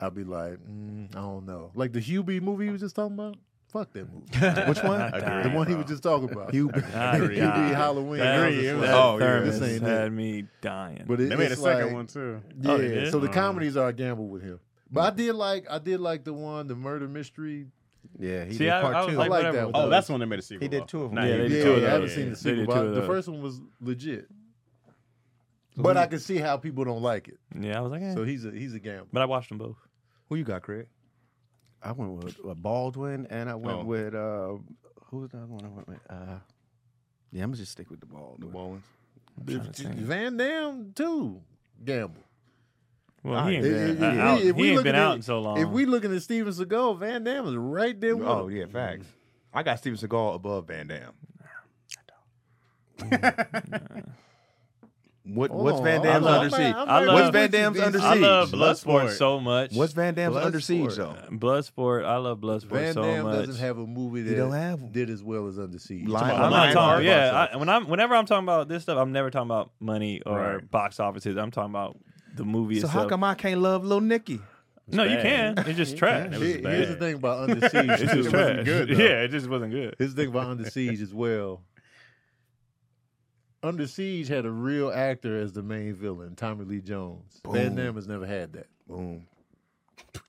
E: I'll be like, mm, I don't know. Like the Hubie movie he was just talking about. Fuck that movie. Which one? the one he was just talking about. Hubie.
B: Ah,
E: Hubie
B: God.
E: Halloween.
B: That-
E: I was just like,
B: that
A: Oh, yeah.
B: thermos
E: This ain't it.
B: had me dying.
E: But it,
F: They made a
E: it's
F: second
E: like-
F: one too.
E: Yeah.
B: Oh, they did?
E: so the comedies are a gamble with him. But I did like I did like the one, the murder mystery.
C: Yeah, he
B: See,
C: did
B: I-
C: part
B: I was
C: two.
E: I
B: Like,
E: like
B: whatever.
E: that one.
F: Oh, that's the one they made a sequel.
C: He did
F: of.
C: two of them.
F: Nah,
B: Yeah,
F: he
B: they
F: did
B: did
E: yeah,
F: two
B: two
F: of
B: of
E: I
B: those.
E: haven't
B: Yeah,
E: seen
B: yeah.
E: the sequel,
B: They did
E: but
B: two of
E: the
B: those.
E: first one was legit. But I can see how people don't like it.
B: yeah, I was like, eh.
E: So he's a he's a gamble.
B: but I watched them both.
A: Who you got, Craig?
C: I went with uh, Baldwin, and I went
A: Oh.
C: with uh, who was the other one I went with? Uh, yeah, I'm gonna just stick with the Baldwin.
A: Bowlins.
B: trying to think.
E: Van Damme too gamble.
B: Well, he ain't
E: If-
B: been,
E: if-
B: uh,
E: if we-
B: out,
E: if we
B: he ain't
E: looking
B: been
E: at-
B: out in so long.
E: If we looking at Steven Seagal, Van Damme is right there. With
A: Oh
E: him.
A: yeah, facts. I got Steven Seagal above Van Damme. What,
E: Hold
A: what's
E: on,
A: Van
E: I'm
A: Damme's
E: not-
A: under
E: I'm
A: siege?
E: not- I'm
B: I
E: not
B: love-
A: What's Van
E: with you,
A: Damme's
E: Vince.
A: under
B: I
A: siege?
B: love
F: Bloodsport.
B: Bloodsport so much.
A: What's Van Damme's
E: Bloodsport.
A: under siege though?
B: Bloodsport? I love Bloodsport
E: Van
B: so
E: Damme
B: much.
E: doesn't have a movie that
A: don't have one.
E: did as well as Under Siege.
A: Lion-
B: I'm
A: Lion
B: not talking.
A: Heart.
B: Yeah, I, when I'm whenever I'm talking about this stuff, I'm never talking about money or
F: Right.
B: box offices. I'm talking about the movie
A: So
B: itself.
A: how come I can't love Little Nicky?
B: no, you
F: bad.
B: can. It's just trash.
E: Here-
B: It was
E: here's
B: bad.
E: the thing about Under Siege.
B: It's just
E: too.
B: trash.
F: good, though.
B: yeah, it just wasn't good.
E: Here's the thing about Under Siege as well. Under Siege had a real actor as the main villain, Tommy Lee Jones. Van Damme has never had that.
A: Boom.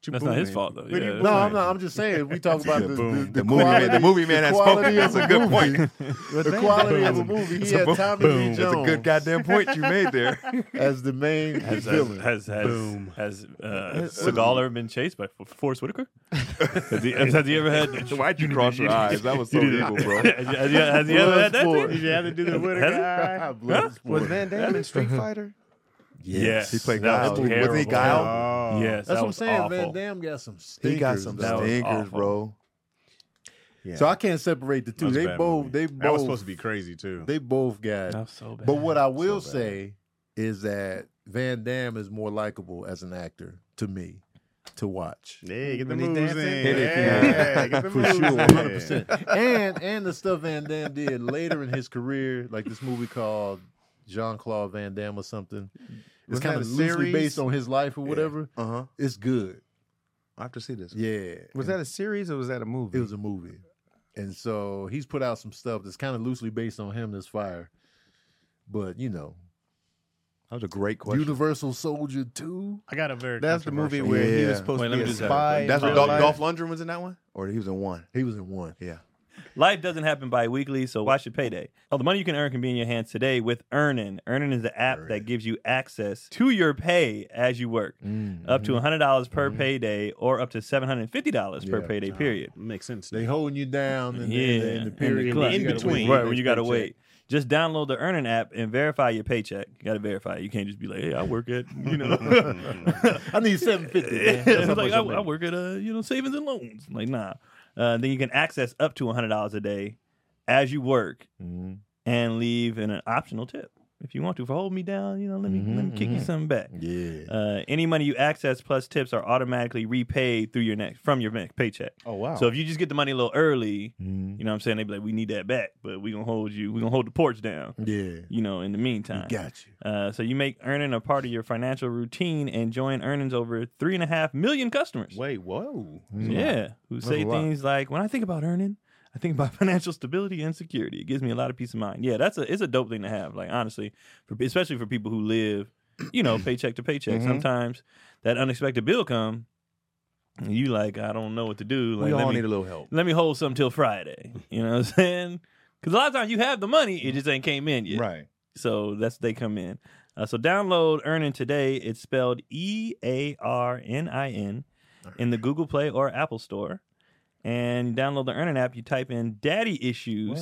B: That's not his fault though. Yeah, that's
E: No,
B: not-
E: I'm not. I'm just saying. if We talk about the, the, the,
A: The movie
E: quality,
A: man. The movie man has spoken.
E: quality of
A: That's a good
E: movie.
A: point.
E: the quality of a movie. He had Tommy Lee Jones
A: That's a good goddamn point you made there.
E: as the main
B: Has
E: villain.
B: has has, has uh, Seagal ever been chased by F- Forrest Whitaker? has, he, has, has he ever had?
A: Why'd you cross your eyes? That was so evil, bro.
B: has, he- has he ever had that?
E: Bloodsport.
B: thing?
F: You had to do the Whitaker.
B: Has
E: God
C: Was
E: bless for it.
C: Van Damme in Street Fighter?
B: he? Yes,
A: He played
B: that
A: Guile.
B: was
A: Wasn't he
B: terrible.
A: Guile?
B: Yes,
E: That's
B: that
E: what I'm
B: was
E: saying.
B: Awful.
E: Van Damme got some stinkers.
A: He got some
E: though.
B: was
A: stinkers,
B: awful.
A: bro.
E: So I can't separate the two.
F: was a
E: They
F: bad
E: both.
F: movie.
E: They
F: That was
E: both.
F: supposed to be crazy too.
E: They both got.
B: That was so bad.
E: But what I will say is that Van Damme is more likable as an actor to me to watch.
F: Hey, get the moves in.
A: Hit it, you
F: Yeah,
A: know.
F: yeah, get the
E: For
F: moves
E: sure,
F: in.
E: 100%. And and the stuff Van Damme did later in his career, like this movie called Jean Claude Van Damme or something. It's
A: Was
E: kind
A: that
E: of
A: a
E: loosely
A: series?
E: based on his life or whatever.
A: Uh huh.
E: It's good.
A: I have to see this.
E: Yeah.
D: Was that a series or was that a movie?
E: It was a movie. And so he's put out some stuff that's kind of loosely based on him that's fire. But you know,
A: That was a great question.
E: Universal Soldier 2.
F: I got a very.
C: That's the movie
A: controversial.
C: where he
A: Yeah.
C: was supposed
B: Wait,
C: to
B: let
C: be
B: me
C: a
B: just have
C: spy.
B: it.
C: in
A: That's what
C: real
A: Dolph,
C: life.
A: Dolph Lundgren was in that one, or he was in one.
E: He was in one.
A: Yeah.
B: Life doesn't happen bi-weekly, so why should payday? All the money you can earn can be in your hands today with Earnin. Earnin is the app that gives you access to your pay as you work, up
E: Mm-hmm.
B: to $100 per payday or up to $750 per
E: Yeah.
B: payday period.
F: Makes sense.
E: They holding you down and
B: Yeah.
E: then in the period
F: clock.
E: you
F: In
E: gotta
F: between.
E: wait.
B: Right, when you got to wait. Just download the Earnin app and verify your paycheck. You got to verify. it. You can't just be like, hey, I work at, you know.
F: Mm-hmm.
E: I need 750. man. That's
B: it's
E: how
B: like
E: much
B: I,
E: I'm in.
B: I work at uh, you know savings and loans. Like nah. Uh, then you can access up to hundred dollars a day as you work,
E: Mm-hmm.
B: and leave an, an optional tip if you want to. For hold me down, you know, let me let me kick you something back.
E: Yeah.
B: Uh, any money you access plus tips are automatically repaid through your next from your next paycheck.
D: Oh wow.
B: So if you just get the money a little early,
A: Mm-hmm.
B: you know what I'm saying? They be like, we need that back, but we gonna hold you. We gonna hold the porch down.
E: Yeah.
B: You know, in the meantime.
E: Got you.
B: Uh, so you make earning a part of your financial routine and join earnings over three and a half million customers.
D: Wait, whoa.
E: Mm-hmm.
B: Yeah, who say
E: a lot.
B: things like, "When I think about earning, I think about financial stability and security. It gives me a lot of peace of mind." Yeah, that's a it's a dope thing to have. Like honestly, for, especially for people who live, you know, paycheck to paycheck.
A: Mhm.
B: Sometimes that unexpected bill come, and you like, I don't know what to do. Like,
A: We
B: let
A: all
B: me,
A: need a little help.
B: let me hold some till Friday. You know what I'm saying? Because a lot of times you have the money, it just ain't came in yet.
A: Right.
B: So that's they come in. Uh, so download Earnin today. It's spelled E A R N I N in the Google Play or Apple Store. And download the Earnin app. You type in "daddy issues"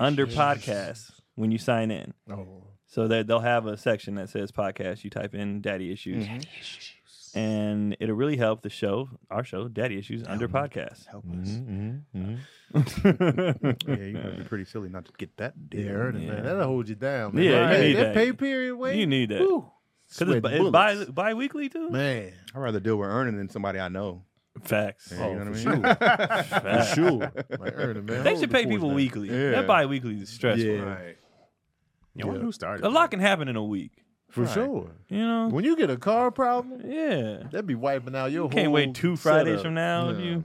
B: under podcasts when you sign in.
E: Oh.
B: So that they'll have a section that says podcast. You type in "daddy issues,"
E: Mm-hmm.
B: and it'll really help the show, our show, "daddy issues" under podcasts. Mm-hmm,
C: Help us.
A: Yeah, you're gonna be pretty silly not to get that
E: Yeah,
A: deal.
E: earning,
B: Yeah.
E: man. That'll hold you down, man.
B: Yeah, you
E: Hey,
B: need
E: that,
B: that.
E: pay period wait.
B: You need that
E: Woo.
B: because it's,
E: Sweating
B: bi- it's bi-
E: bullets.
B: bi-weekly too.
E: Man.
A: I'd rather deal with earning than somebody I know.
B: Facts.
A: Yeah, you know what I mean?
E: For
B: Oh, Facts.
E: sure. Like, earning, man.
B: They
E: Hold
B: should
E: the
B: pay
E: force
B: people
E: down.
B: weekly.
E: Yeah.
B: That bi-weekly is stressful.
E: Yeah.
A: Right.
F: Yeah, I wonder who started.
B: A lot can happen in a week.
E: For sure.
B: You know?
E: When you get a car problem,
B: Yeah.
E: that'd be wiping out your
B: You can't
E: whole
B: wait two Fridays
E: setup.
B: from now.
E: Yeah.
B: You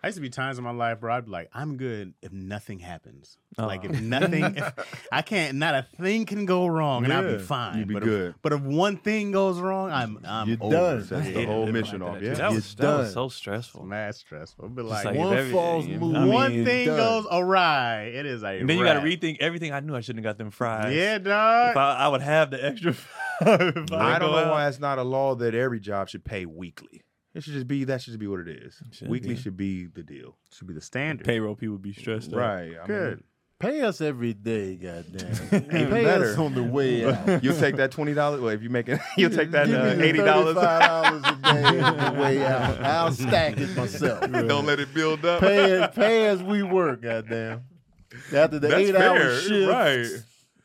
F: I used to be times in my life where I'd be like, I'm good if nothing happens. Like
B: Aw.
F: if nothing, if I can't, not a thing can go wrong, and I'll
E: Yeah,
F: be fine.
A: you'd be
F: but
A: good.
F: If, but if one thing goes wrong, I'm I'm
E: You're
F: over.
E: done.
A: Sets the whole mission off. Yeah.
B: that
E: You're
B: was that was
E: done.
B: so stressful.
F: Mad stressful. But
B: Just
F: like,
B: like if
E: one
B: every-
E: false
B: I
E: move.
B: mean,
F: one thing
E: done.
F: goes awry, it is a.
B: And then you got to
F: wrap.
B: rethink everything. I knew I shouldn't have got them fries.
F: Yeah,
B: If
F: dog.
B: I, I would have the extra. five if
A: I don't know
B: go out.
A: why it's not a law that every job should pay weekly. It should just be that should just be what it is.
B: Should
A: weekly
B: be.
A: should be the deal.
F: Should be the standard.
B: payroll people would be stressed. out.
A: Right. I
F: Good.
E: Pay us every day, goddamn.
A: Even
E: pay us
A: better.
E: on the way out.
A: mean, you'll take that twenty dollars. Well, if you make it, you'll take that
E: Give me
A: uh,
E: the
A: eighty dollars.
E: $35 a day on the way out. I'll stack it myself.
A: Don't let it build up.
E: pay, as- pay as we work, goddamn. After the
A: That's
E: eight hour
A: fair.
E: shift.
A: Right.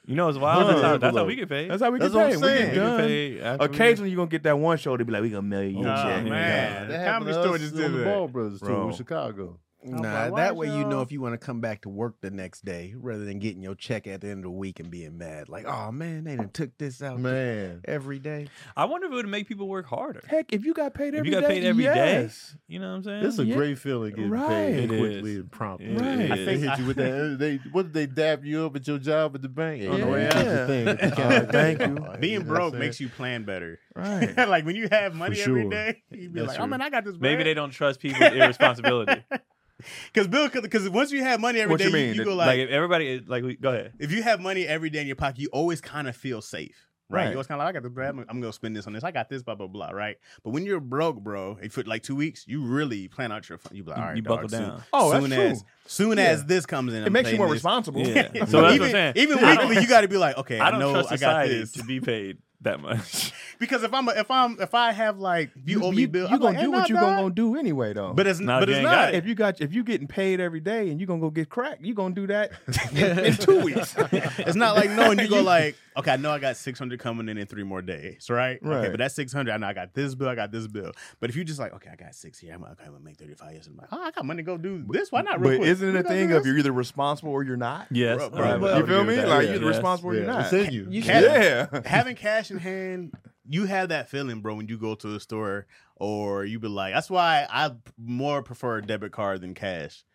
B: You know, it's wild. That's how, that's how
E: envelope.
B: we get paid.
A: That's how we get
E: That's what I'm
A: paid. We get
E: saying.
B: we
A: done.
B: get paid. after we-
A: Occasionally, you're gonna get that one show to be like, "We gonna mail you
F: Oh,
A: a check."
F: man. The
E: happened
F: comedy
E: to
F: store
E: us
F: just
E: on
F: did
E: the
F: that.
E: Ball Brothers tour
A: Bro.
E: in Chicago.
C: Nah,
E: like,
C: that
E: why
C: way you know
E: y'all-
C: if you want to come back to work the next day rather than getting your check at the end of the week and being mad. Like, oh man, they done took this out
E: Man.
C: every day.
B: I wonder if it would make people work harder.
A: Heck, if you got paid
B: If
A: every
B: you
A: day,
B: got paid every day,
A: yes.
B: You know what I'm saying?
E: It's a great feeling getting paid
B: Right. It
E: quickly
B: is.
E: and promptly.
B: It Right.
E: They
B: is.
E: hit you with that. They what did they dab you up at your job at the bank? On
A: the
E: way
A: way
E: out
A: out.
E: the thing. at the counter.
A: thank you.
E: oh,
F: Being broke makes you plan better. Right. like when you have money
E: sure.
F: every day, you be
E: That's
F: like,
E: true.
F: oh man, I got this.
B: Maybe they don't trust people's irresponsibility.
F: Because Bill, because once you have money every
A: What
F: day,
A: you
F: you,
A: mean?
F: you go
B: like,
F: like,
B: if everybody eh, like we go ahead.
F: if you have money every day in your pocket, you always kind of feel safe, right?
A: Right.
F: You always kind of like, I got this, bro. I'm, I'm gonna spend this on this. I got this, blah blah blah, right? But when you're broke, bro, if for like two weeks, you really plan out your fun. You be like,
B: You-
F: all right,
B: you
F: dog,
B: buckle
F: soon-
B: down.
A: Oh, that's
F: soon
A: true.
F: as soon as this comes in,
A: It makes you more responsible.
B: Yeah. So
F: so
B: that's
F: even,
B: what I'm saying.
F: even
B: I don't-
F: weekly, you got to be like, okay,
B: I
F: I,
B: don't
F: know
B: trust
F: I got
B: society
F: this.
B: to be paid that much.
F: Because if I'm a, if I'm if I have like if you, owe me
D: you,
F: a bill,
D: you
F: I'm
D: gonna
F: like,
D: do
F: "Hey,
D: what you
F: nah,
D: gonna
F: dog."
D: gonna do anyway though.
F: But it's
B: Nah,
F: but
B: you
F: it's
B: ain't got
F: not.
B: it.
D: if you got if you getting paid every day and you gonna go get crack, you gonna do that in, in two weeks.
F: It's not like knowing you go like, okay, I know I got six hundred coming in in three more days, right? Okay,
D: Right.
F: but that's six hundred. I know I got this bill, I got this bill. But if you just like, okay, I got six here, I'm, okay, I'm gonna make thirty five years. I'm like, oh, I got money to go do this. Why not? Real
A: But
F: quick?
A: isn't
F: We
A: it a
F: gonna do
A: thing of
F: this?
A: you're either responsible or you're not?
B: Yes,
F: Bro, bro,
B: I would-
F: bro.
B: I
A: You
B: would
A: feel
B: agree
A: me?
B: with that.
A: Like
B: Yeah.
A: you're either
B: Yes.
A: responsible or you're
E: Yeah,
A: not.
E: it's in you.
A: Yeah.
F: Cash- having cash in hand, you have that feeling, bro, when you go to the store or you be like, that's why I more prefer a debit card than cash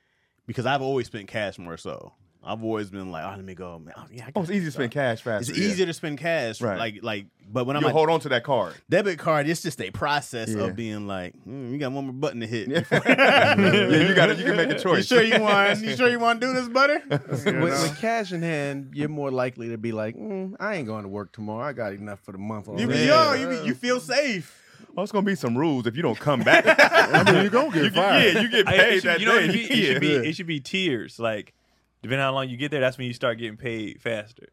F: because I've always spent cash more so. I've always been like, oh, let me go. Man. Oh, yeah, I
D: Oh,
F: got
D: it's easy to spend cash fast.
F: It's easier to spend cash,
A: Right.
F: like like. But when I'm
A: You
F: at
A: hold on to that card.
F: debit card, it's just a process
A: Yeah.
F: of being like, mm, you got one more button to hit.
A: yeah, you got it. You can make a
F: you
A: choice.
F: sure you want? You sure you want to do this, butter?
C: With, with cash in hand, you're more likely to be like, mm, I ain't going to work tomorrow. I got enough for the month.
F: You
C: already."
F: be, yo, you be, you feel safe.
A: Oh, it's gonna be some rules if you don't come back. I mean, you gonna get fired. Yeah, you get
B: I-
A: paid
B: it should,
A: that
B: you know,
A: day.
B: It should, be, it, should be,
A: Yeah.
B: it should be tiers. Like, depending on how long you get there, that's when you start getting paid faster.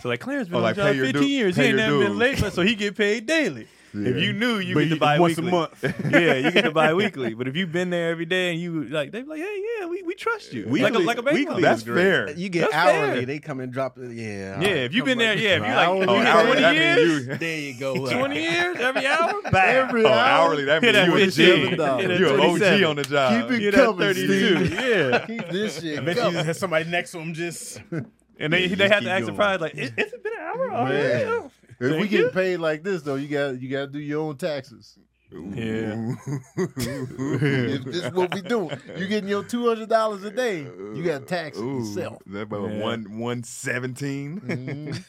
B: So like Clarence been
A: Oh,
B: on
A: like,
B: the
A: pay
B: job
A: your
B: 15
A: due-
B: years. He
A: pay
B: ain't
A: your
B: never been
A: dues.
B: late, but so he get paid daily. If you knew, you get to buy
H: once a month.
B: yeah, you get to buy weekly. But if you've been there every day and you like, they be like, hey, yeah, we, we trust you. like a,
F: Weekly-
B: like a bank
F: weekly
B: loan.
A: That's
F: is great.
A: fair.
C: You get
B: That's
C: hourly.
B: fair.
C: They come and drop it. Yeah.
B: yeah, if you've been there, yeah, if you
C: Oh,
B: like
A: Oh,
C: you
A: hourly,
C: know,
A: that
B: 20 years,
A: mean you.
C: There you go.
B: 20 years, every hour,
A: Every oh, hourly, that
B: Hit
A: means
B: that
A: you a G.
B: 15. Hit that
A: You an OG
B: 27.
A: on the job.
B: You're that 32. Yeah.
E: Keep this shit.
F: Bet you just have somebody next to him just.
B: And they, they have to act surprised, like, "It- it's been an hour already. Oh."
E: Man. If we
B: Thank
E: get paid like this though, you got you got to do your own taxes.
B: Yeah.
E: if this is what we do, you getting your two hundred dollars a day. You got to tax it yourself.
A: That about
B: Yeah.
A: one one seventeen.
E: Mhm.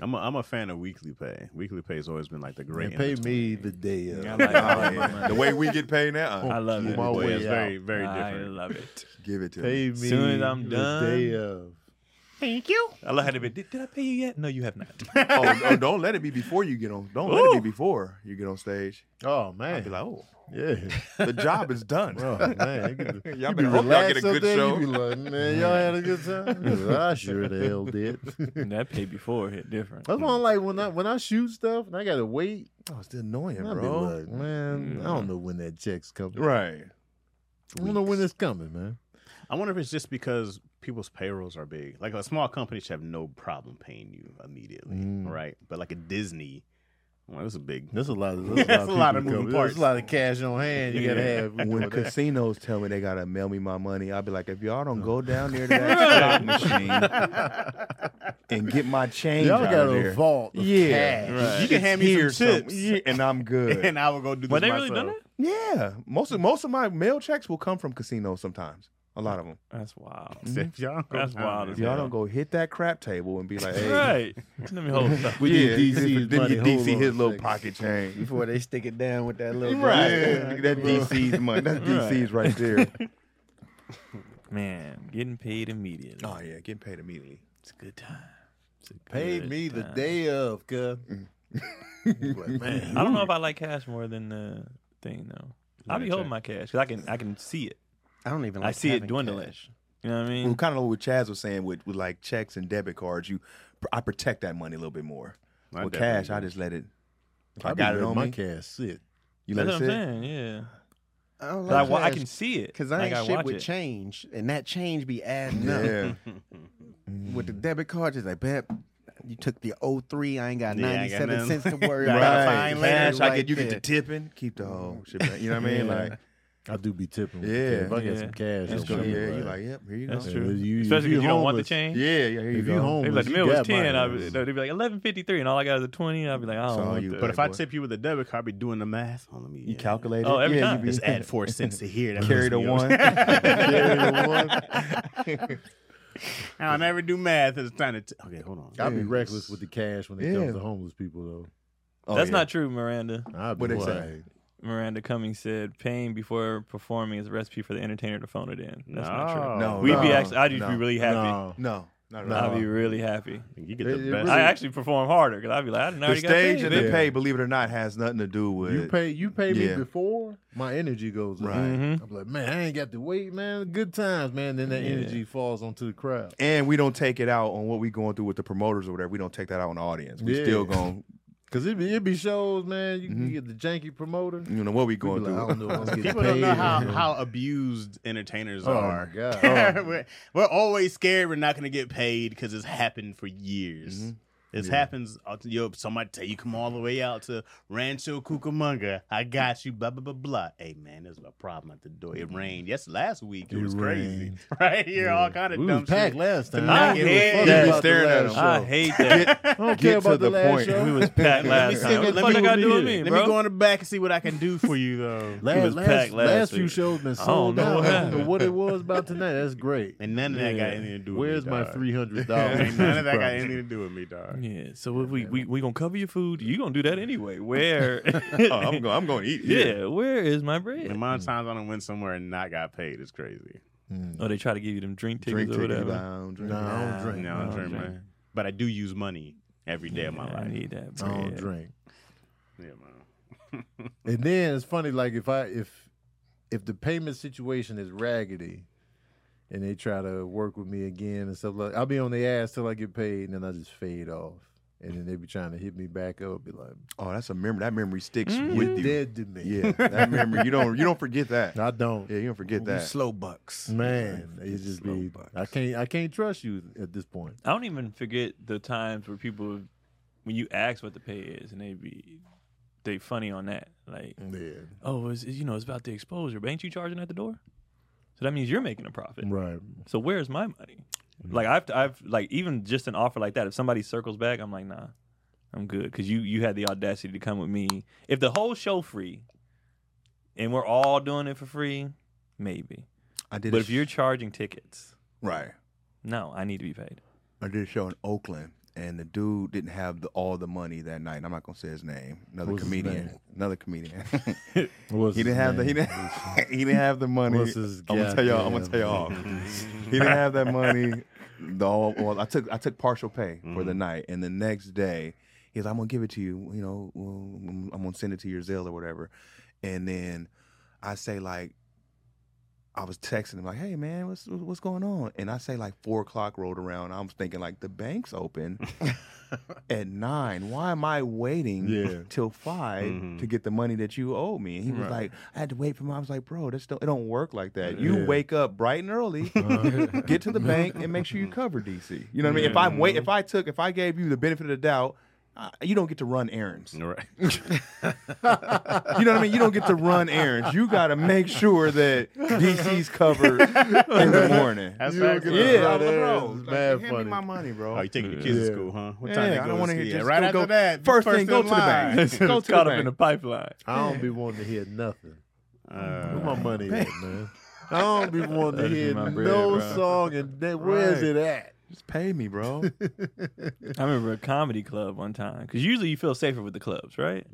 F: I'm a, I'm a fan of weekly pay. Weekly pay has always been like the great.
E: And pay me the day of.
B: I like
A: Oh, yeah. The way we get paid now,
B: I
A: uh,
B: love it.
E: My
F: Boy,
E: way
F: it's
E: out.
F: very very
B: I
F: different.
B: love it.
A: give it to me.
E: Pay me
B: Soon as I'm done.
E: the day of.
B: I love how they be, did, did I pay you yet? No, you have not.
A: Oh, oh, don't let it be before you get on. Don't let it be before you get on stage.
E: Oh
A: Be
E: man,
A: like, oh,
E: yeah.
A: the job is done.
E: Oh man, you could-
A: Y'all
E: you be
A: better hope y'all get a
E: relaxed up
A: good
E: there.
A: show.
E: You be like, man, y'all had a good time. I sure the hell did.
B: And that pay before hit different.
E: That's why I'm like when I when I shoot stuff and I gotta wait.
A: oh, it's annoying,
E: I be
A: bro.
E: like, man, I don't know when that check's coming.
A: Right.
E: I don't know when it's coming, man.
F: I wonder if it's just because people's payrolls are big. Like a small company should have no problem paying you immediately,
E: Mm.
F: right? But like a Disney, well, that's a big.
E: There's a lot of there's
F: That's a lot of
E: people
F: moving
E: coming.
F: parts.
E: There's a lot of cash on hand you gotta have.
A: When
E: for that.
A: casinos tell me they gotta mail me my money, I'll be like, if y'all don't go down there to that slot machine and get my change
E: y'all
A: out
E: got
A: of
E: a
A: there,
E: vault. Of
A: yeah,
E: cash.
F: You can hand me
A: here's
F: some tips,
A: yeah, and I'm good.
F: and I will go do this
B: Were they
F: myself.
B: really done it?
A: yeah, most of most of my mail checks will come from casinos sometimes. A lot of them.
B: That's wild.
F: If y'all go
B: That's
F: down
B: wild
F: there.
B: as
A: If y'all
B: hell.
A: don't go hit that crap table and be like, hey,
B: Right. Let me hold it up.
E: We
A: yeah,
E: need DC 's
A: then
E: money.
A: you
E: Hold
A: DC
E: on a
A: his little
E: second.
A: pocket change.
C: Before they stick it down with that little.
A: Yeah, that DC's money. That's DC's right there.
B: Man, getting paid immediately.
A: Oh yeah, getting paid immediately.
B: It's a good time. It's a
E: Pay
B: good
E: me the
B: time.
E: day of, cuz.
A: Mm.
E: Like, man,
B: I don't know if I like cash more than the thing though. I'll be holding my cash because I can I can see it.
C: I don't even. Like
B: I see it
C: having
B: dwindling.
C: cash.
B: You know what I
A: Well,
B: mean?
A: kind of what Chaz was saying with, with like checks and debit cards, you I protect that money a little bit more.
F: I
A: with
F: definitely
A: cash, I just let it. If I,
E: I
A: got it on
E: my
A: me.
E: cash. Sit.
A: You let
B: That's
A: it
B: what I'm
A: sit.
B: saying. Yeah,
C: I don't
B: but I,
C: like
B: wa- I
C: cash
B: can see it
C: Cause I
B: Like,
C: ain't shit
B: watch
C: with
B: it.
C: change, and that change be adding up.
A: Yeah, Mm.
C: With the debit card, just like, bet you took the 03, I ain't got
F: Yeah, I ain't got
C: 97
F: nothing.
C: cents to worry
F: I
C: about.
A: right.
F: gotta find later
A: Cash, I
C: right
A: get you get
C: there.
A: to tipping. Keep the whole shit. Back. You know what I mean?
E: Yeah.
A: Like,
E: I do be tipping. with
A: Yeah.
E: the cash. If I got
B: Yeah.
E: some cash,
B: That's
E: I'm
A: yeah,
B: true.
E: gonna be
A: you
E: like-
A: like, yep, here you go.
B: that's
E: Yeah,
B: true.
E: if you- if
B: Especially
E: you
B: you don't want the
E: homeless-
B: change.
A: Yeah, yeah, here you
E: If
A: go.
E: you
B: They
E: homeless,
B: be like the
E: you
B: meal was
E: got my
B: ten. I
E: ass.
B: would, they'd be like eleven fifty three, and all I got is a twenty. I'd be like, I don't
A: So
B: want
A: you-
B: that.
F: But if I
A: boy.
F: tip you with a debit card, I'll be doing the math. Oh, let me
A: You
F: yeah.
A: calculate it.
B: Oh, every
A: yeah,
B: time.
A: You be,
F: Just add four cents to here. That
A: carry the
F: puts me up.
A: one.
F: I'll never do math. It's time to. T- okay, hold on.
E: I'll be reckless with the cash when it
A: Yeah.
E: comes to homeless people,
A: Oh,
B: That's
A: yeah.
B: not true, Miranda.
E: though. I'll be
A: What they
E: like,
A: say?
B: Miranda Cummings said, "Pain before performing is a recipe for the entertainer to phone it in." That's not true.
A: No,
B: We'd be
A: no,
B: actually, I'd just
A: no,
B: be really happy.
E: no,
A: No,
B: I'd be really happy.
H: You get
E: It-
H: the
E: it
H: best.
E: really-
B: I actually perform harder because I'd be like, I didn't
A: The
B: already got paid,
A: stage and the
B: bitch.
A: pay, believe it or not, has nothing to do with
E: You pay you pay
A: Yeah.
E: me before, my energy goes up.
A: Right.
B: Mm-hmm.
E: I'm like, man, I ain't got to wait, man. Good times, man. Then that energy falls onto the crowd.
A: and we don't take it out on what we going through with the promoters or whatever. We don't take that out on the audience. We
E: Yeah. Mm-hmm.
A: still going,
E: Cause it be, it be shows, man. You can get the janky promoter.
A: you know, what we
E: Be
A: going
E: like, I
A: through.
E: don't know if I'm getting
F: People
E: paid.
F: don't know how,
E: you know.
F: how abused entertainers
E: Oh,
F: are.
E: my God.
F: we're, we're always scared we're not going to get paid because it's happened for years.
E: Mm-hmm.
F: This happens. uh, Yo, somebody tell you come all the way out to Rancho Cucamonga. I got you. Blah blah blah blah. Hey man, there's a problem at the door. It rained. Yes, last week it,
E: Mm-hmm. It
F: was crazy.
E: rained.
F: Right here, all kind of
E: we
F: dumb
E: was packed
F: shit.
E: last time.
B: it was
E: I
F: Tonight
E: hate
B: fucking
E: that.
A: about staring at
E: last
A: him.
B: I
E: show.
B: hate that.
E: I don't
A: get
E: care
A: to
E: about
A: the
E: the last
A: point.
E: show.
B: we was packed last
F: see-
B: time. What the
F: let
B: fuck
F: me-
B: I got to do with
E: let
B: me,
F: Let
B: bro?
F: me go in the back and see what I can do for you though.
E: Last,
B: was
E: last,
B: packed last
E: last few
B: week.
E: shows been
B: don't
E: sold
B: know what
E: out.
B: happened.
E: What it was about tonight, that's great.
F: And none of that got anything to do with
E: Where's
F: me.
E: my
F: dog.
E: three hundred dollars?
F: Ain't none of that got anything to do with me, dog.
B: Yeah, so if we, we we gonna cover your food. You gonna do that anyway. Where?
A: Oh, I'm going. I'm going to eat.
B: yeah. where is my bread?
F: The amount of times I done went somewhere and not got paid is crazy.
E: Mm.
B: oh, they try to give you them drink tickets
A: drink
B: or
A: ticket
B: whatever.
A: lounge.
E: No, I don't drink.
F: No, I'm
B: don't
F: dreaming.
B: drink.
F: But I do use money every day of my
B: Yeah, I
F: life.
B: need that
E: I
B: bread.
E: don't drink.
F: Yeah, man.
E: And then it's funny, like if I if if the payment situation is raggedy, and they try to work with me again and stuff like, I'll be on their ass till I get paid, and then I just fade off. And then they be trying to hit me back up, be like,
A: Oh, that's a memory. That memory sticks
E: "You're
A: Mm. with you.
E: dead to me."
A: Yeah, that memory. You don't. You don't forget that.
E: I don't.
A: Yeah, you don't forget that.
C: Slow bucks.
E: Man, it just
C: Slow
E: be.
C: bucks.
E: I can't. I can't trust you at this point.
B: I don't even forget the times where people, when you ask what the pay is, and they be they funny on that. Like,
E: Yeah.
B: oh, it's, it's, you know, it's about the exposure. But ain't you charging at the door? So that means you're making a profit.
E: Right.
B: So where's my money? Like I've I've like even just an offer like that. If somebody circles back, I'm like, nah, I'm good because you you had the audacity to come with me. If the whole show free, and we're all doing it for free, maybe.
A: I did.
B: but
A: a
B: if you're charging tickets,
A: right,
B: no, I need to be paid.
A: I did a show in Oakland, and the dude didn't have the, all the money that night. And I'm not gonna say his name. Another
E: What's his
A: comedian.
E: name?
A: Another comedian.
E: What's
A: he didn't have the. He didn't. he didn't have the money.
E: What's his
A: I'm gonna tell y'all. I'm gonna
E: goddamn
A: tell
F: Oh.
A: y'all. he didn't have that money. The all, well, I took I took partial pay for
E: Mm-hmm.
A: the night, and the next day he's like, I'm gonna give it to you. You know, well, I'm I'm gonna send it to your Zelle or whatever. And then I say like, I was texting him like, Hey man, what's what's going on? And I say like four o'clock rolled around. I'm thinking like the bank's open. At nine, why am I waiting
E: Yeah. Mm-hmm.
A: till 5 to get the money that you owe me? And he was like, I had to wait for my. I was like, bro, that's don't, it don't work like that. You
E: Uh, Yeah.
A: wake up bright and early, get to the bank, and make sure you cover DC. You know what I mean? If I wait, if I took, if I gave you the benefit of the doubt, uh, you don't get to run errands.
F: Right.
A: You know what I mean? You don't get to run errands. You got to make sure that DC's covered in the morning.
F: That's
E: You don't
F: facts,
E: get
F: though.
E: to
A: Yeah,
E: run
A: I'm like, bro,
E: errands. It's
A: like,
E: mad
A: hand me
E: funny.
A: my money, bro.
F: Oh, you taking your kids to
E: Yeah.
F: school, huh? What
A: yeah,
F: time they
A: I
F: go
A: don't want to hear
F: ski?
A: just
F: right
A: go,
F: after
A: go-
F: that.
A: First, thing, go
F: in
A: to the bank.
F: line.
A: go to the
B: Caught up in
A: bank.
B: the pipeline.
E: I don't be wanting to hear nothing. Where
F: Uh,
E: my money at, man? I don't be wanting to
B: That'd be
E: hear
B: my bread,
E: no
B: bro.
E: song. And that, where's
A: Right.
E: it at?
A: Just pay me, bro.
B: I remember a comedy club one time because usually you feel safer with the clubs, right?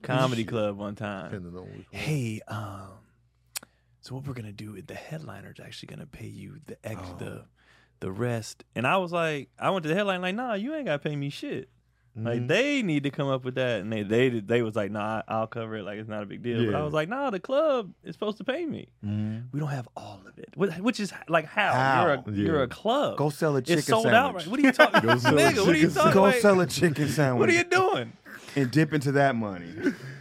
B: Comedy club one time.
E: Depending on which one.
B: hey, um, so what we're gonna do is the headliner's actually gonna pay you the ex
A: Oh.
B: the the rest. And I was like, I went to the headline like, nah, you ain't gotta pay me shit.
A: Mm-hmm.
B: Like they need to come up with that, and they they did- they was like, nah, I'll cover it. Like it's not a big deal. But I
E: Yeah.
B: was like, nah, the club is supposed to pay me.
A: Mm-hmm.
B: We don't have all of it, Wh- which is like how,
A: How?
B: you're a you're a club.
A: Go sell a chicken
B: it's sold
A: sandwich.
B: out. Right? What are you talking, nigga? What are you talking?
A: Go
B: like,
A: sell a chicken sandwich.
B: What are you doing?
A: and dip into that money.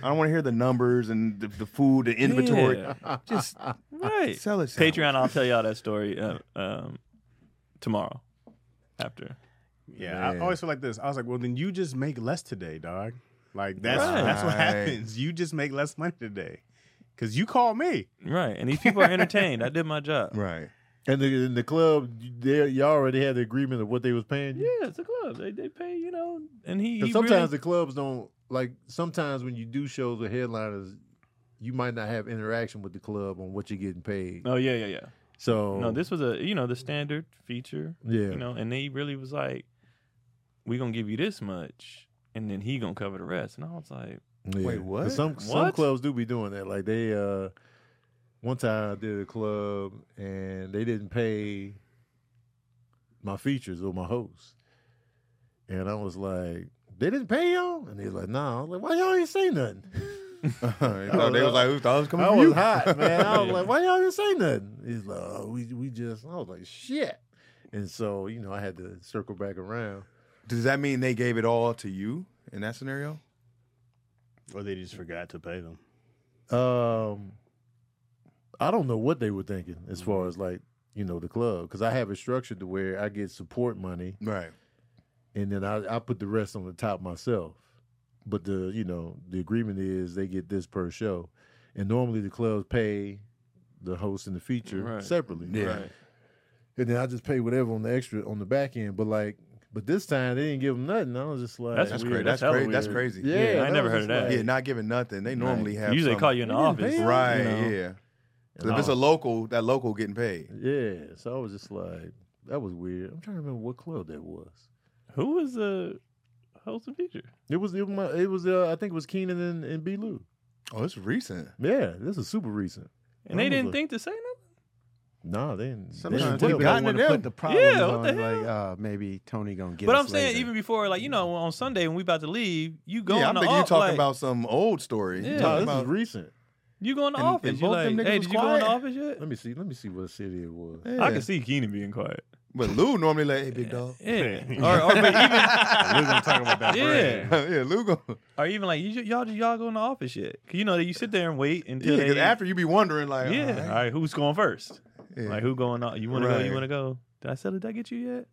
A: I don't want to hear the numbers and the, the food, the inventory.
B: Yeah.
A: Just
B: Right.
A: sell it. sandwich.
B: Patreon, I'll tell y'all that story uh, um, tomorrow after.
F: Yeah,
E: Man.
F: I always feel like this. I was like, well, then you just make less today, dog. Like that's
B: Right.
F: that's what
A: Right.
F: happens. You just make less money today because you call me.
B: Right. And these people are entertained. I did my job.
A: Right.
E: And the, in the club, they you already had the agreement of what they was paying you.
B: Yeah, it's a club. They, they pay, you know, and he.
E: And
B: he
E: sometimes
B: really-
E: the clubs don't like. Sometimes when you do shows with headliners, you might not have interaction with the club on what you're getting paid.
B: Oh, yeah, yeah, yeah.
E: So
B: No, this was a, you know, the standard feature,
E: Oh. yeah,
B: you know, and they really was like, we going to give you this much, and then he going to cover the rest. And I was like,
E: Yeah.
A: Wait, what?
E: 'Cause Some some
B: What?
E: clubs do be doing that. Like they uh one time I did a club and they didn't pay my features or my hosts. And I was like, they didn't pay y'all? And they was like, no. Nah. I was like, why y'all ain't say nothing?
A: So they was like, who thought it was coming
E: I
A: from
E: was
A: you?
E: hot, man. I was like, why y'all didn't say nothing? He's like, oh, we we just. I was like, shit. And so you know, I had to circle back around.
A: Does that mean they gave it all to you in that scenario?
F: Or they just forgot to pay them.
E: Um, I don't know what they were thinking as
B: Mm-hmm.
E: far as like you know the club because I have it structured to where I get support money
A: Right.
E: and then I, I put the rest on the top myself. But the you know the agreement is they get this per show, and normally the clubs pay the host and the feature
B: Right.
E: separately.
A: Yeah.
B: Right.
E: and then I just pay whatever on the extra on the back end. But like, but this time they didn't give them nothing. I was just like,
B: That's
A: That's
B: Weird.
A: crazy. That's,
B: That's hella
A: crazy. That's
B: weird.
A: crazy.
E: yeah,
B: Yeah, I
E: that
B: never
E: was
B: heard
E: just
B: of that.
E: like-
A: Yeah, not giving nothing. They normally have
B: usually
A: some-
B: call you in the
E: We didn't
B: office.
E: pay y'all.
A: Right,
E: You know?
A: yeah. So
B: No.
A: if it's a local, that local getting paid.
E: Yeah, so I was just like, that was weird. I'm trying to remember what club that was.
B: Who was the host and feature?
E: It was it was, my, it was uh, I think it was Keenan and, and B. Lou.
A: Oh, it's recent.
E: Yeah, this is super recent.
B: And they
E: Who was
B: didn't
E: it?
B: think to say nothing.
E: No, they didn't. they didn't
C: Sometimes
E: tell
C: people
E: me.
C: want to put the problems
B: Yeah, what
C: on,
B: the hell?
C: like uh, maybe Tony gonna get.
B: but
C: us
B: I'm saying
C: later.
B: even before, like you know, on Sunday when we about to leave, you go
A: yeah,
B: in
A: I'm
B: the
A: thinking you're
B: office.
A: talking
B: like,
A: about some old story.
B: Yeah.
A: You're
E: No,
A: talking
E: this is
A: about,
E: recent.
B: you go in the
A: and-
B: office.
A: and
B: You're
A: both them
B: like,
A: niggas
B: hey,
A: was
B: did you go in the
A: quiet.
B: office yet?
E: Let me see. Let me see what city it was.
B: I
A: Yeah.
B: can see Keenan being quiet.
A: But Lou normally like, hey, big dog.
B: Yeah, or, or but even
F: We're gonna talk about that.
B: yeah,
A: yeah, Lou go.
B: or even like you, y'all did y'all go in the office yet? 'Cause You know that you sit there and wait until
A: Yeah, because
B: they,
A: after you be wondering, like,
B: yeah, all
A: all
B: right.
A: right,
B: who's going first?
A: yeah.
B: Like who going on? You want to go? You
A: Right.
B: want to go? Did I sell it? Did I get you yet?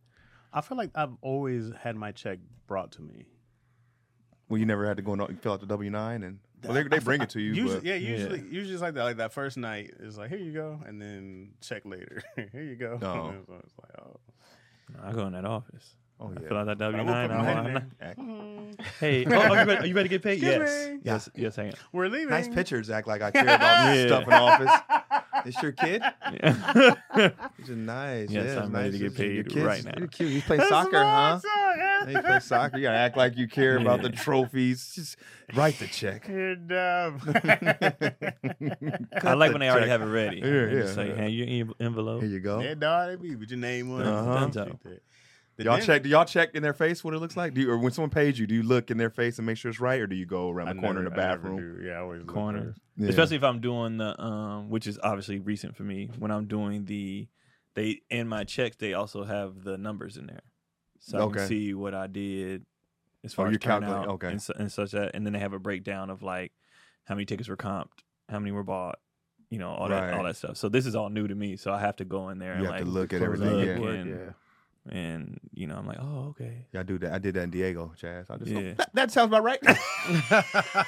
F: I feel like I've always had my check brought to me.
A: well, you never had to go and fill out the W nine, and well, they, they bring it to you.
F: Usually,
A: but,
F: yeah, usually, usually it's like that. Like that first night is like, here you go, and then check later. here you go.
A: Oh.
F: And so it's like, oh.
B: I go in that office.
A: Oh
B: Fill
A: yeah.
B: out that W
F: I will
B: nine.
F: put
B: I
F: mine
B: want-
F: in
A: Act-
B: Hey, oh, are, you ready, are you ready to get paid?
F: Excuse
B: yes.
F: me.
B: yes, yes, hang on.
F: We're leaving.
A: Nice pictures act like I care about
B: Yeah.
A: stuff in office. It's your kid.
B: Yeah.
A: It's just nice.
B: Yes,
A: yeah,
B: I'm
A: it's
B: ready
A: nice.
B: to get
A: It's- your
B: paid
A: kid's-
B: right now.
A: You're cute. You play soccer, huh? You play soccer. You gotta act like you care about the
B: Yeah.
A: trophies. Just write the check.
F: You're dumb.
B: I like when they already
A: check.
B: have it ready.
A: Yeah,
B: They're
A: yeah,
B: just like,
A: yeah.
B: hand you your en- envelope.
A: Here you go.
F: yeah, dog, they be with your name on
A: Uh-huh.
F: it. Dumb shit there.
A: Y'all
F: The
A: check. Do y'all check in their face what it looks like? Do you, or when someone pays you, do you look in their face and make sure it's right, or do you go around
F: I
A: the corner in
F: never-
A: the
F: I never
A: bathroom?
F: do. Yeah, I always look
B: corner.
F: first.
A: Yeah.
B: Especially if I'm doing the, um, which is obviously recent for me, when I'm doing the, they, in my checks, they also have the numbers in there. So I
A: Okay.
B: can see what I did as far
A: Oh,
B: as
A: you're
B: turnout
A: calculating- okay.
B: and, su- and such that. And then they have a breakdown of like how many tickets were comped, how many were bought, you know, all that, all
A: Right.
B: that stuff. So this is all new to me. So I have to go in there and
A: You have
B: like
A: to look at
E: close
A: everything.
B: look
E: out.
A: Yeah.
B: and, and, you know, I'm like, oh, okay.
A: Y'all do that. I did that in Diego, Chaz. I just,
B: Yeah.
A: oh, that, that sounds about right. y'all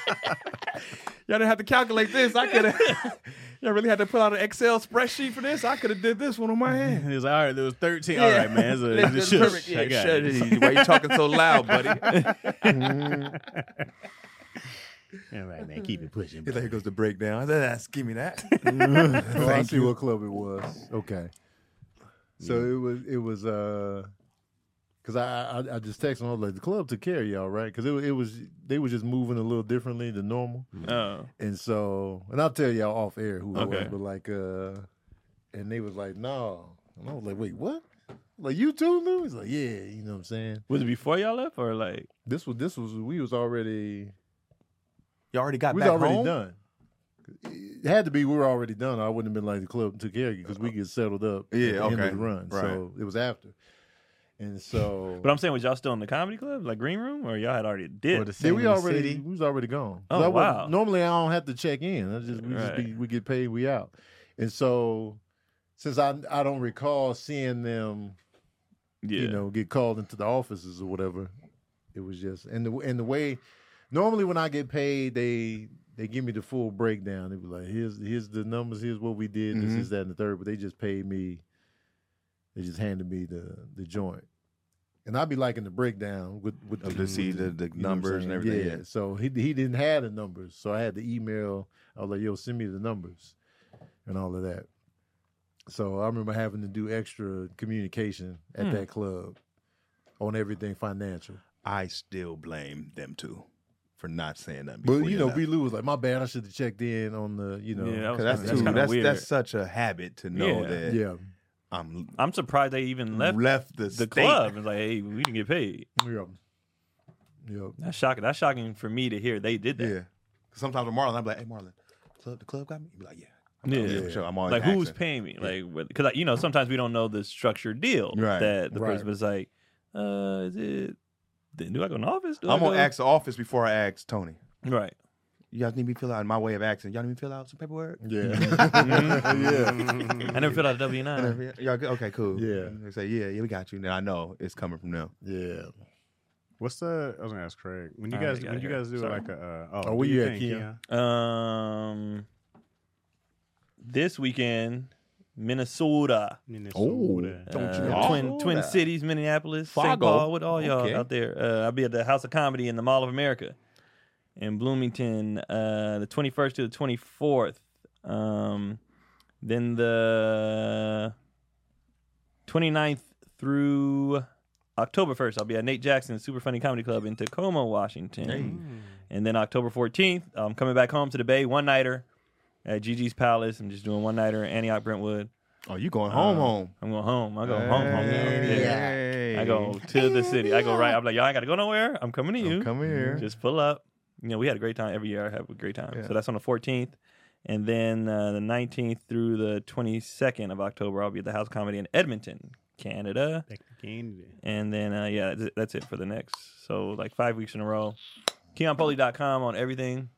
A: didn't have to calculate this. I could have. y'all really had to pull out an Excel spreadsheet for this. I could have did this one on my hand.
F: And It was like, all right, there was 13. All right, man. It's a, it's a
A: That's
F: shush.
A: perfect.
F: I
A: Yeah,
F: got
A: shut
F: it.
A: it. Why you talking so loud, buddy?
F: All right, man. Keep it pushing.
A: He's like, here goes the breakdown. I said, "That's- give me that.
E: Oh, I
A: Thank
E: see what club it was. Okay. So it was it was uh because I, I I just texted him. I was like, the club took care of y'all, right? Because it, wa- it was they were just moving a little differently than normal,
B: Oh,
E: and so and I'll tell y'all off air who it
B: Okay.
E: was, but like uh, and they was like, no, and I was like, wait, what? Like you too, Lou? He's like, yeah, you know what I'm saying.
B: was it before y'all left or like?
E: This was this was we was already
A: You already got
E: we was
A: back
E: already
A: home?
E: done. It had to be we were already done. Or I wouldn't have been like the club took care of you because we get settled up.
A: Yeah,
E: at the End
A: okay.
E: of the run, so it was after, and so.
B: But I'm saying, was y'all still in the comedy club, like green room, or y'all had already did?
E: yeah, we already we was already gone. 'Cause
B: Oh,
E: I wasn't-
B: wow.
E: Normally I don't have to check in. I just we just be,
B: Right.
E: we get paid, we out. And so since I I don't recall seeing them,
B: yeah.
E: you know, get called into the offices or whatever, it was just and the and the way normally when I get paid they they give me the full breakdown. They be like, here's here's the numbers, here's what we did, this
A: Mhm.
E: is that and the third. But they just paid me. They just handed me the the joint. And I'd be liking the breakdown with with
A: Of the see the, the
E: you know what I'm
A: numbers and
E: saying?
A: everything.
E: Yeah. So he he didn't have the numbers. So I had to email. I was like, "Yo, send me the numbers," and all of that. So I remember having to do extra communication at
B: Hmm.
E: that club on everything financial.
A: I still blame them two for not saying that.
E: But you know, B. Lou was like, "My bad. I should have checked in on the you know."
B: Yeah, that was
A: because that's
B: kinda-
A: too,
B: kinda
A: that's
B: weird.
A: that's such a habit to know
B: Yeah.
A: that
E: yeah.
A: I'm
B: I'm surprised they even left,
A: left the,
B: the
A: state.
B: club. It's like, hey, we didn't get paid.
E: Yep. Yep.
B: That's shocking. That's shocking for me to hear they did that.
A: Yeah. 'Cause Sometimes with Marlon, I'm like, hey Marlon, club the club got me. You be like, yeah,
B: Yeah.
A: yeah, for sure. I'm all in
B: Like who's
A: action.
B: paying me? Like because you know sometimes we don't know the structured deal
A: Right.
B: that the
E: Right.
B: person was like, uh, is it? Do I go in the office? Do I
A: I'm gonna
B: go-
A: ask the office before I ask Tony.
B: Right.
A: You guys need me to fill out in my way of asking. Y'all need me to fill out some paperwork.
E: Yeah.
B: Mm-hmm.
E: yeah.
B: I never filled out a W nine.
A: Yeah, Y'all good? okay, cool.
E: Yeah.
A: They say, yeah, yeah, we got you. Now I know it's coming from them.
E: Yeah.
F: What's the? I was gonna ask Craig. When you
B: All right,
F: guys,
B: you
F: when
B: gotta
F: you
B: go.
F: guys do
B: Sorry.
F: like a, uh, oh,
E: Oh, where
F: do
E: you at,
F: think,
E: Keon?
F: Keon?
B: Um, this weekend, Minnesota,
A: Oh.
F: Minnesota.
B: uh,
A: know?
B: Twin Twin Cities, Minneapolis, St.
A: Fargo?
B: Paul, with all y'all
A: Okay.
B: out there. Uh, I'll be at the House of Comedy in the Mall of America in Bloomington, uh, the 21st to the 24th. Um, then the 29th through October 1st, I'll be at Nate Jackson's Super Funny Comedy Club in Tacoma, Washington. And then October 14th, I'm coming back home to the Bay, one nighter at Gigi's Palace. I'm just doing one nighter at Antioch Brentwood.
A: Oh, you going home,
B: Uh,
A: home?
B: I'm going home. I go home, home.
A: Hey.
B: Yeah. I go to the city. I go right. I'm like, y'all ain't got to go nowhere. I'm coming to you.
A: Come here.
B: Just pull up. You know, we had a great time every year. I have a great time. So that's on the 14th. And then uh, the 19th through the 22nd of October, I'll be at the House Comedy in Edmonton, Canada. And then, uh, yeah, that's it, that's it for the next. So, like five weeks in a row. KeonPoli.com on everything.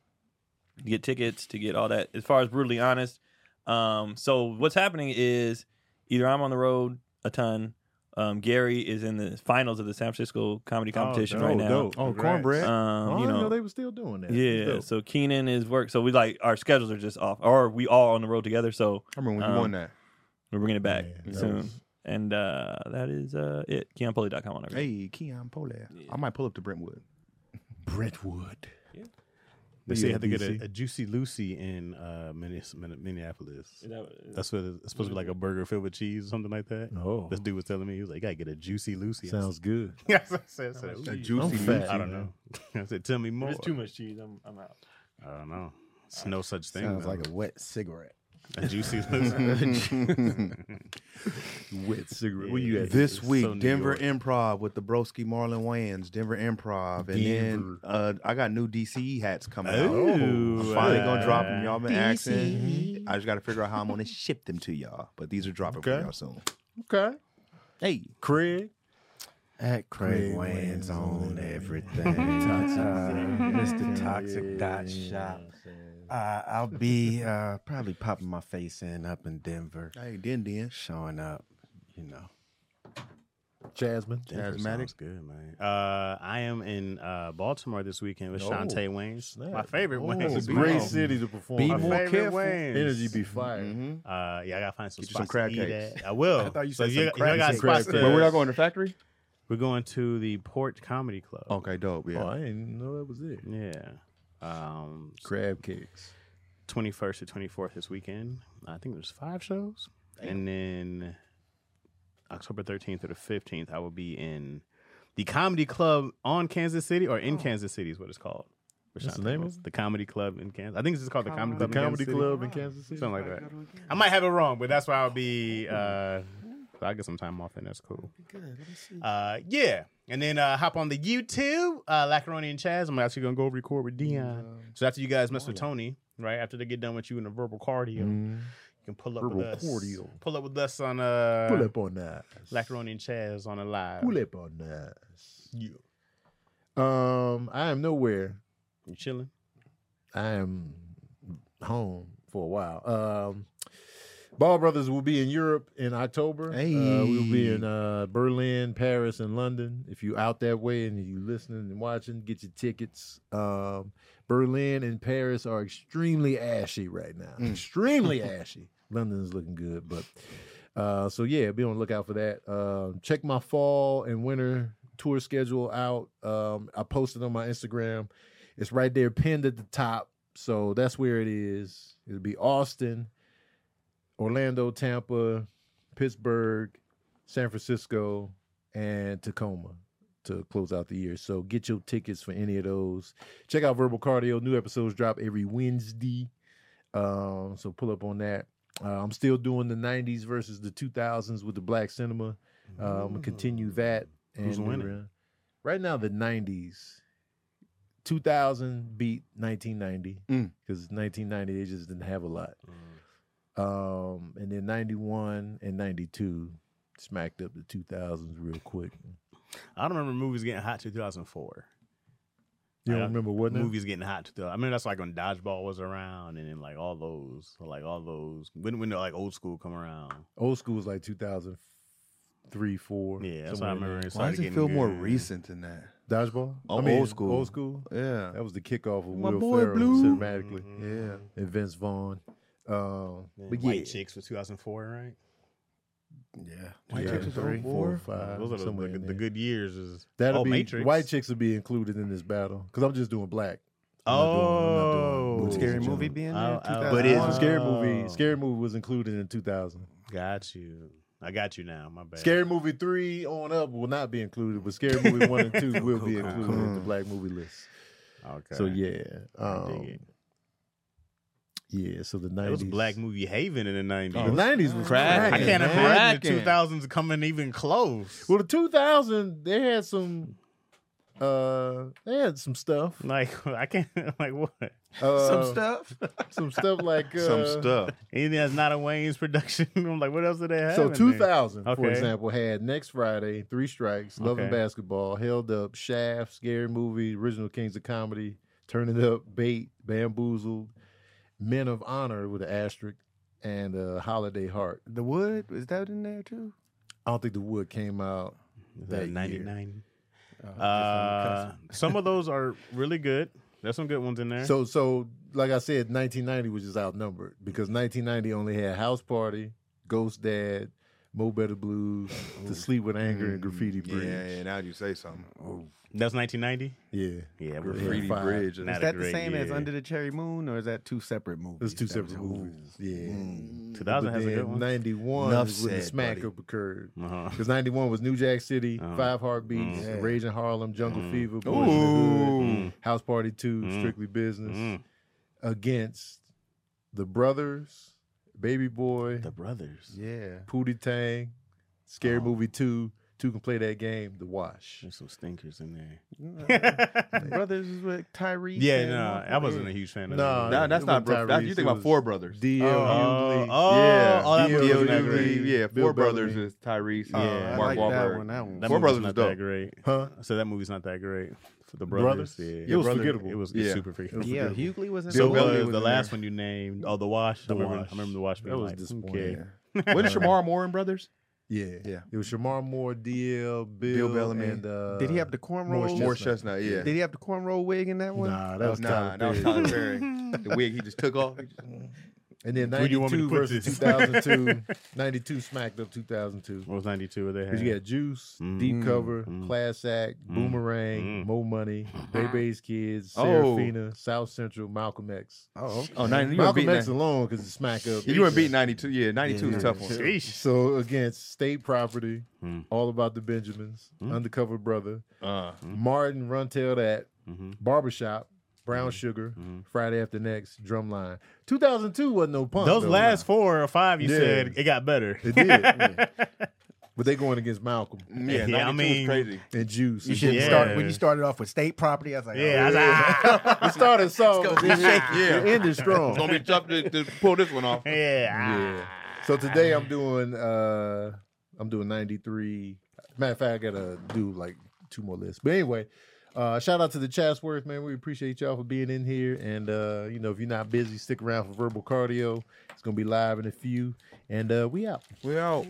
B: To get tickets, to get all that. As far as brutally honest, um, so what's happening is either I'm on the road a ton. Um, Gary is in the finals of the San Francisco comedy competition right now.
E: Oh,
A: cornbread.
B: Um,
E: I
B: you
E: didn't know,
B: know,
E: they were still doing that.
B: yeah.
E: That's dope.
B: So Keenan is work. So we like our schedules are just off, or we all on the road together. So
A: I remember when you
B: Um,
A: won that.
B: we're bringing it back
E: Yeah, that
B: soon.
E: was-
B: And uh, that is uh, it. KeonPoli.com on everything.
A: Hey, Keon Pole. I might pull up to Brentwood.
E: Brentwood.
F: They say you
E: Yeah,
F: have to get
E: DC.
F: a, a juicy Lucy in uh, Minneas- Min- Minneapolis. That's what it's, it's supposed to be like a burger filled with cheese or something like that.
E: Oh.
F: This dude was telling me he was like, "You gotta get a juicy Lucy."
E: Sounds good.
F: Yes, I said, I said, "Ooh,
A: A
E: I'm
A: juicy.
E: fat.
F: I don't know. I said, "Tell me more."
B: much cheese. I'm, I'm out.
F: I don't know. It's no such thing.
C: Sounds
F: though.
C: like a wet cigarette.
F: a juicy Lucy.
E: Wet cigarette. Where you at?
A: This week,
F: so New
A: Denver Improv with the Broski Marlon Wayans, Denver Improv, and then uh, I got new DCE hats coming out. I'm finally gonna drop them. Y'all been asking. I just got to figure out how I'm gonna ship them to y'all, but these are dropping for
E: Okay.
A: y'all soon.
E: Okay.
A: Hey,
E: Craig.
C: At Craig Wayne's on everything. Ta-ta. Mr. Toxic Dot Shop. Uh, I'll be uh, probably popping my face in up in Denver,
A: hey, Din Din,
C: showing up. You know,
E: Jasmine.
F: Denver
A: Charismatic.
F: sounds good, man. Uh, I am in uh, Baltimore this weekend with
E: Oh,
F: Shantae Waynes,
E: snap.
F: my favorite
E: Oh,
F: Waynes.
E: Great
F: Wow.
E: city to perform.
A: Be
E: at.
A: more
F: favorite
A: careful.
F: Wayans.
E: Energy be fire.
F: Uh, yeah, I gotta find some
A: Get you
F: spots
A: some crab
F: to eat
A: cakes.
F: at. I will. I
C: thought you
F: so
C: said
F: if
C: some
F: you, if
C: crab
F: y'all got
C: cakes.
F: spots
E: Crab
F: to,
E: cakes.
A: where y'all going to factory?
F: We're going to the Port Comedy Club.
A: Okay, dope. Yeah,
E: Oh, I didn't even know that was it.
F: Yeah. Um,
E: Crab cakes.
F: 21st to 24th this weekend. I think there's five shows. And then October 13th to the 15th, I will be in the Comedy Club on Kansas City, or in Kansas City is what it's called. Which
E: That's
F: I
E: the name
F: think
E: of
F: it's The Comedy Club in Kansas. I think it's just called the Comedy Club. in Kansas
E: Comedy
F: City.
E: club in Kansas City.
F: Something like that. I might have it wrong, but that's why I'll be. Uh, I get some time off, and that's cool. Uh, yeah, and then uh, hop on the YouTube, uh, Lacaroni and Chaz. I'm actually gonna go record with Dion. So after you guys mess with Tony, right after they get done with you in the verbal cardio, you
A: Mm-hmm.
F: can pull up with
E: Mm. Verbal
F: us.
E: cardio.
F: Pull up with us on uh,
E: Pull up on that.
F: Lacaroni and Chaz on a live.
E: Pull up on that.
F: You,
E: Um, I am nowhere.
F: you chilling?
E: I am home for a while. Um, Ball Brothers will be in Europe in October. Uh, we'll be in uh, Berlin, Paris, and London. If you out that way and you listening and watching, get your tickets. Um, Berlin and Paris are extremely ashy right now. Extremely ashy. London's looking good, but uh, so yeah, be on the lookout for that. Uh, check my fall and winter tour schedule out. Um, I posted on my Instagram. It's right there pinned at the top. So that's where it is. It'll be Austin, Orlando, Tampa, Pittsburgh, San Francisco, and Tacoma to close out the year. So get your tickets for any of those. Check out Verbal Cardio. New episodes drop every Wednesday. Um, so pull up on that. Uh, I'm still doing the 90s versus the 2000s with the black cinema. Uh, I'm going to continue that. And
F: Mm. Who's winning?
E: we're, uh, Right now, the 90s. 2000 beat 1990
A: Mm.
E: because 1990 they just didn't have a lot.
F: Mm.
E: Um, and then 91 and 92 smacked up the 2000s real quick.
F: I don't remember movies getting hot 2004.
E: You don't
F: Yeah.
E: remember what now?
F: Movies getting hot 2000. I remember that's like when Dodgeball was around, and then like all those, like all those. When when like old school come around,
E: Old school was like 2003, 4.
F: yeah, that's what
E: somewhere
F: I
E: in
F: remember.
E: there.
F: it
A: Why
F: started
A: does it
F: getting
A: feel more
F: good.
A: recent than that?
E: Dodgeball?
A: Oh, old school.
E: Old school?
A: Yeah.
E: That was the kickoff of
A: My
E: Will
A: boy
E: Ferrell
A: Blue.
E: cinematically
A: Yeah.
E: and Vince Vaughn. Um, but yeah,
F: Mm-hmm. White Chicks was 2004, right?
E: yeah,
A: White Chicks was
E: 2003,
A: 04?
E: five,
F: Uh, Those are the,
E: somewhere
F: the,
E: in
F: the
E: there.
F: good years. Is
E: That'll
F: oh,
E: be
F: Matrix.
E: white chicks will be included in this battle because I'm just doing black. I'm not doing- I'm not doing
F: Oh,
E: movies in
C: Scary
E: general.
C: movie being
F: Oh,
C: there.
F: oh,
A: But
E: But
A: it's-
E: it's scary movie.
F: Oh.
E: Scary movie was included in 2000.
F: Got you. I got you now. My bad.
E: Scary movie three on up will not be included, but scary movie one and two will be
F: Cool, cool,
E: included in the black movie list.
F: Okay.
E: So yeah,
F: I dig
E: um,
F: it.
E: yeah. So the
F: It was
E: 90s,
F: black movie haven in the nineties.
E: Oh. The 90s was
B: Crack.
E: cracking,
F: I can't
E: man.
F: imagine the two thousands coming even close.
E: Well, the 2000 they had some. Uh, they had some stuff.
F: Like I can't. Like what?
E: Uh,
C: Some stuff.
E: Some stuff like uh,
A: Some stuff.
F: Anything that's not a Wayne's production. I'm like, what else did they have?
E: So
F: in there?
E: 2000, for
F: Okay.
E: example, had Next Friday, Three Strikes, Love and
F: Okay.
E: Basketball, Held Up, Shaft, Scary Movie, Original Kings of Comedy, Turn It Up, Bait, Bamboozled, Men of Honor with an asterisk, and uh, Holiday Heart.
C: The wood is that in there too?
E: I don't think the wood came out.
F: Is
E: that
F: that
E: year.
F: 99.
C: Oh,
F: Uh, some of those are really good. There's some good ones in there.
E: So, so like I said, 1990 was just outnumbered because 1990 only had House Party, Ghost Dad, Mo Better Blues, To Sleep with Anger, and Graffiti
A: Yeah,
E: Bridge.
A: yeah, now you say something.
F: that's 1990.
E: Yeah,
F: Yeah, we're
E: Graffiti
A: Greedy
E: Five.
A: Bridge.
F: Not
C: is
F: a
C: that the
F: great
C: same as
F: year.
C: Under the Cherry Moon, or is that two separate movies?
E: those two
C: That was-
E: separate
C: Ooh.
E: movies. Yeah.
F: 2000
E: But
F: has a good
E: then
F: one.
E: 91
A: Enough
E: is when the
A: said,
E: smack
A: buddy.
E: up occurred.
F: Uh-huh.
E: Because 91 was New Jack City,
F: Uh-huh.
E: Five Heartbeats,
F: Mm.
E: Rage in Harlem, Jungle
F: Mm.
E: Fever, Boys in the Hood,
A: Ooh.
F: Mm.
E: House Party 2,
F: Mm.
E: Strictly Business,
F: Mm.
E: against The Brothers, Baby Boy,
F: The brothers.
C: Yeah.
E: Pootie Tang, Scary
F: Oh.
E: Movie 2, Two Can Play That Game, The Wash.
F: There's some stinkers in there.
C: Brothers is with Tyrese.
F: yeah,
C: and
F: no,
C: Mark
F: I wasn't a
C: Wahlberg.
F: huge fan of
E: Nah,
F: that.
A: No, that's
E: It
A: not
E: wasn't
A: bro. that- you
E: Tyrese,
A: think
E: it
A: about
E: was
A: Four Brothers.
E: D.L.
F: Oh,
E: Hughley.
F: oh,
A: yeah.
F: oh, that
E: D.L.
F: movie wasn't that
E: Hughley.
F: great.
A: Yeah,
E: Bill
A: Four Brothers
E: Bellamy.
A: is Tyrese.
E: Oh,
A: and
C: I
A: Mark
C: like that
A: Wahlberg.
C: one. That one.
F: That
A: Four
F: movie's
A: Brothers
F: not
A: was
F: that
A: dope.
F: great.
E: Huh?
F: So that movie's not that great for the
E: Brothers?
F: brothers. Yeah.
E: It was
F: Brother-
E: forgettable.
F: It was
A: Yeah.
F: it's super forgettable.
C: Yeah, Hughley was in
F: So
A: Bill
F: was
A: Bellamy
F: the last one you named. Oh, the wash.
E: The
F: I remember.
E: Wash.
F: I remember the wash. Being
E: That was
F: like,
E: disappointing.
A: Wasn't Shamar Moore and Brothers?
E: Yeah.
A: Yeah.
E: It was Shamar Moore, DL, Bill,
A: Bill Bellamy.
E: and uh,
C: Did he have the
E: Morris
C: cornrows?
E: Chestnut.
A: Morris Chestnut, yeah.
C: Did he have the cornrow wig in that one?
E: Nah, that was
A: Oh, nah,
E: Tyler
A: that was Tyler
E: Perry.
A: Perry. the wig he just took off. He just-
E: And then
F: Where do you want me to
E: 92
F: put
E: versus
F: this?
E: 2002. 92 smacked up 2002.
F: What was ninety two? Where they
E: Because
F: had
E: you had Juice,
F: Mm-hmm.
E: Deep Cover, Class Act, Boomerang, Mo Money,
F: Mm-hmm.
E: Baby's Kids,
F: Oh.
E: Serafina, South Central, Malcolm X.
C: Oh, okay.
A: Oh, 90, you were
E: Malcolm X
A: beating
E: alone because it smack up.
A: you wouldn't beat 92. Yeah, 92 is a tough one.
E: So against State Property,
F: Mm.
E: All About the Benjamins, Undercover Brother,
A: Uh,
F: Mm.
E: Martin, Run Tell That,
F: Mhm.
E: Barbershop,
F: Mm.
E: Brown Sugar, Friday After Next, Drumline. 2002 wasn't no punk.
F: those
E: though.
F: last four or five. You
E: Yeah.
F: said it got better.
E: It did. yeah. But they going against Malcolm
A: yeah,
F: Yeah,
A: 92
F: I
A: was
F: mean-
A: crazy.
E: and Juice.
C: You should
F: Yeah.
C: start when you started off with state property. I was like,
F: Yeah, I
C: oh,
F: was like, ah,
E: It started soft, but it,
A: Yeah.
E: it ended
C: oh.
A: It's
E: strong.
A: gonna be tough to, to pull this one off.
C: Ah.
F: yeah.
E: Yeah. So today I'm doing uh I'm doing 93. Matter of fact, I gotta do like two more lists. But anyway, uh shout out to the Chatsworth, man. We appreciate y'all for being in here. And uh, you know, if you're not busy, stick around for verbal cardio. It's gonna be live in a few. And uh we out.
A: We out.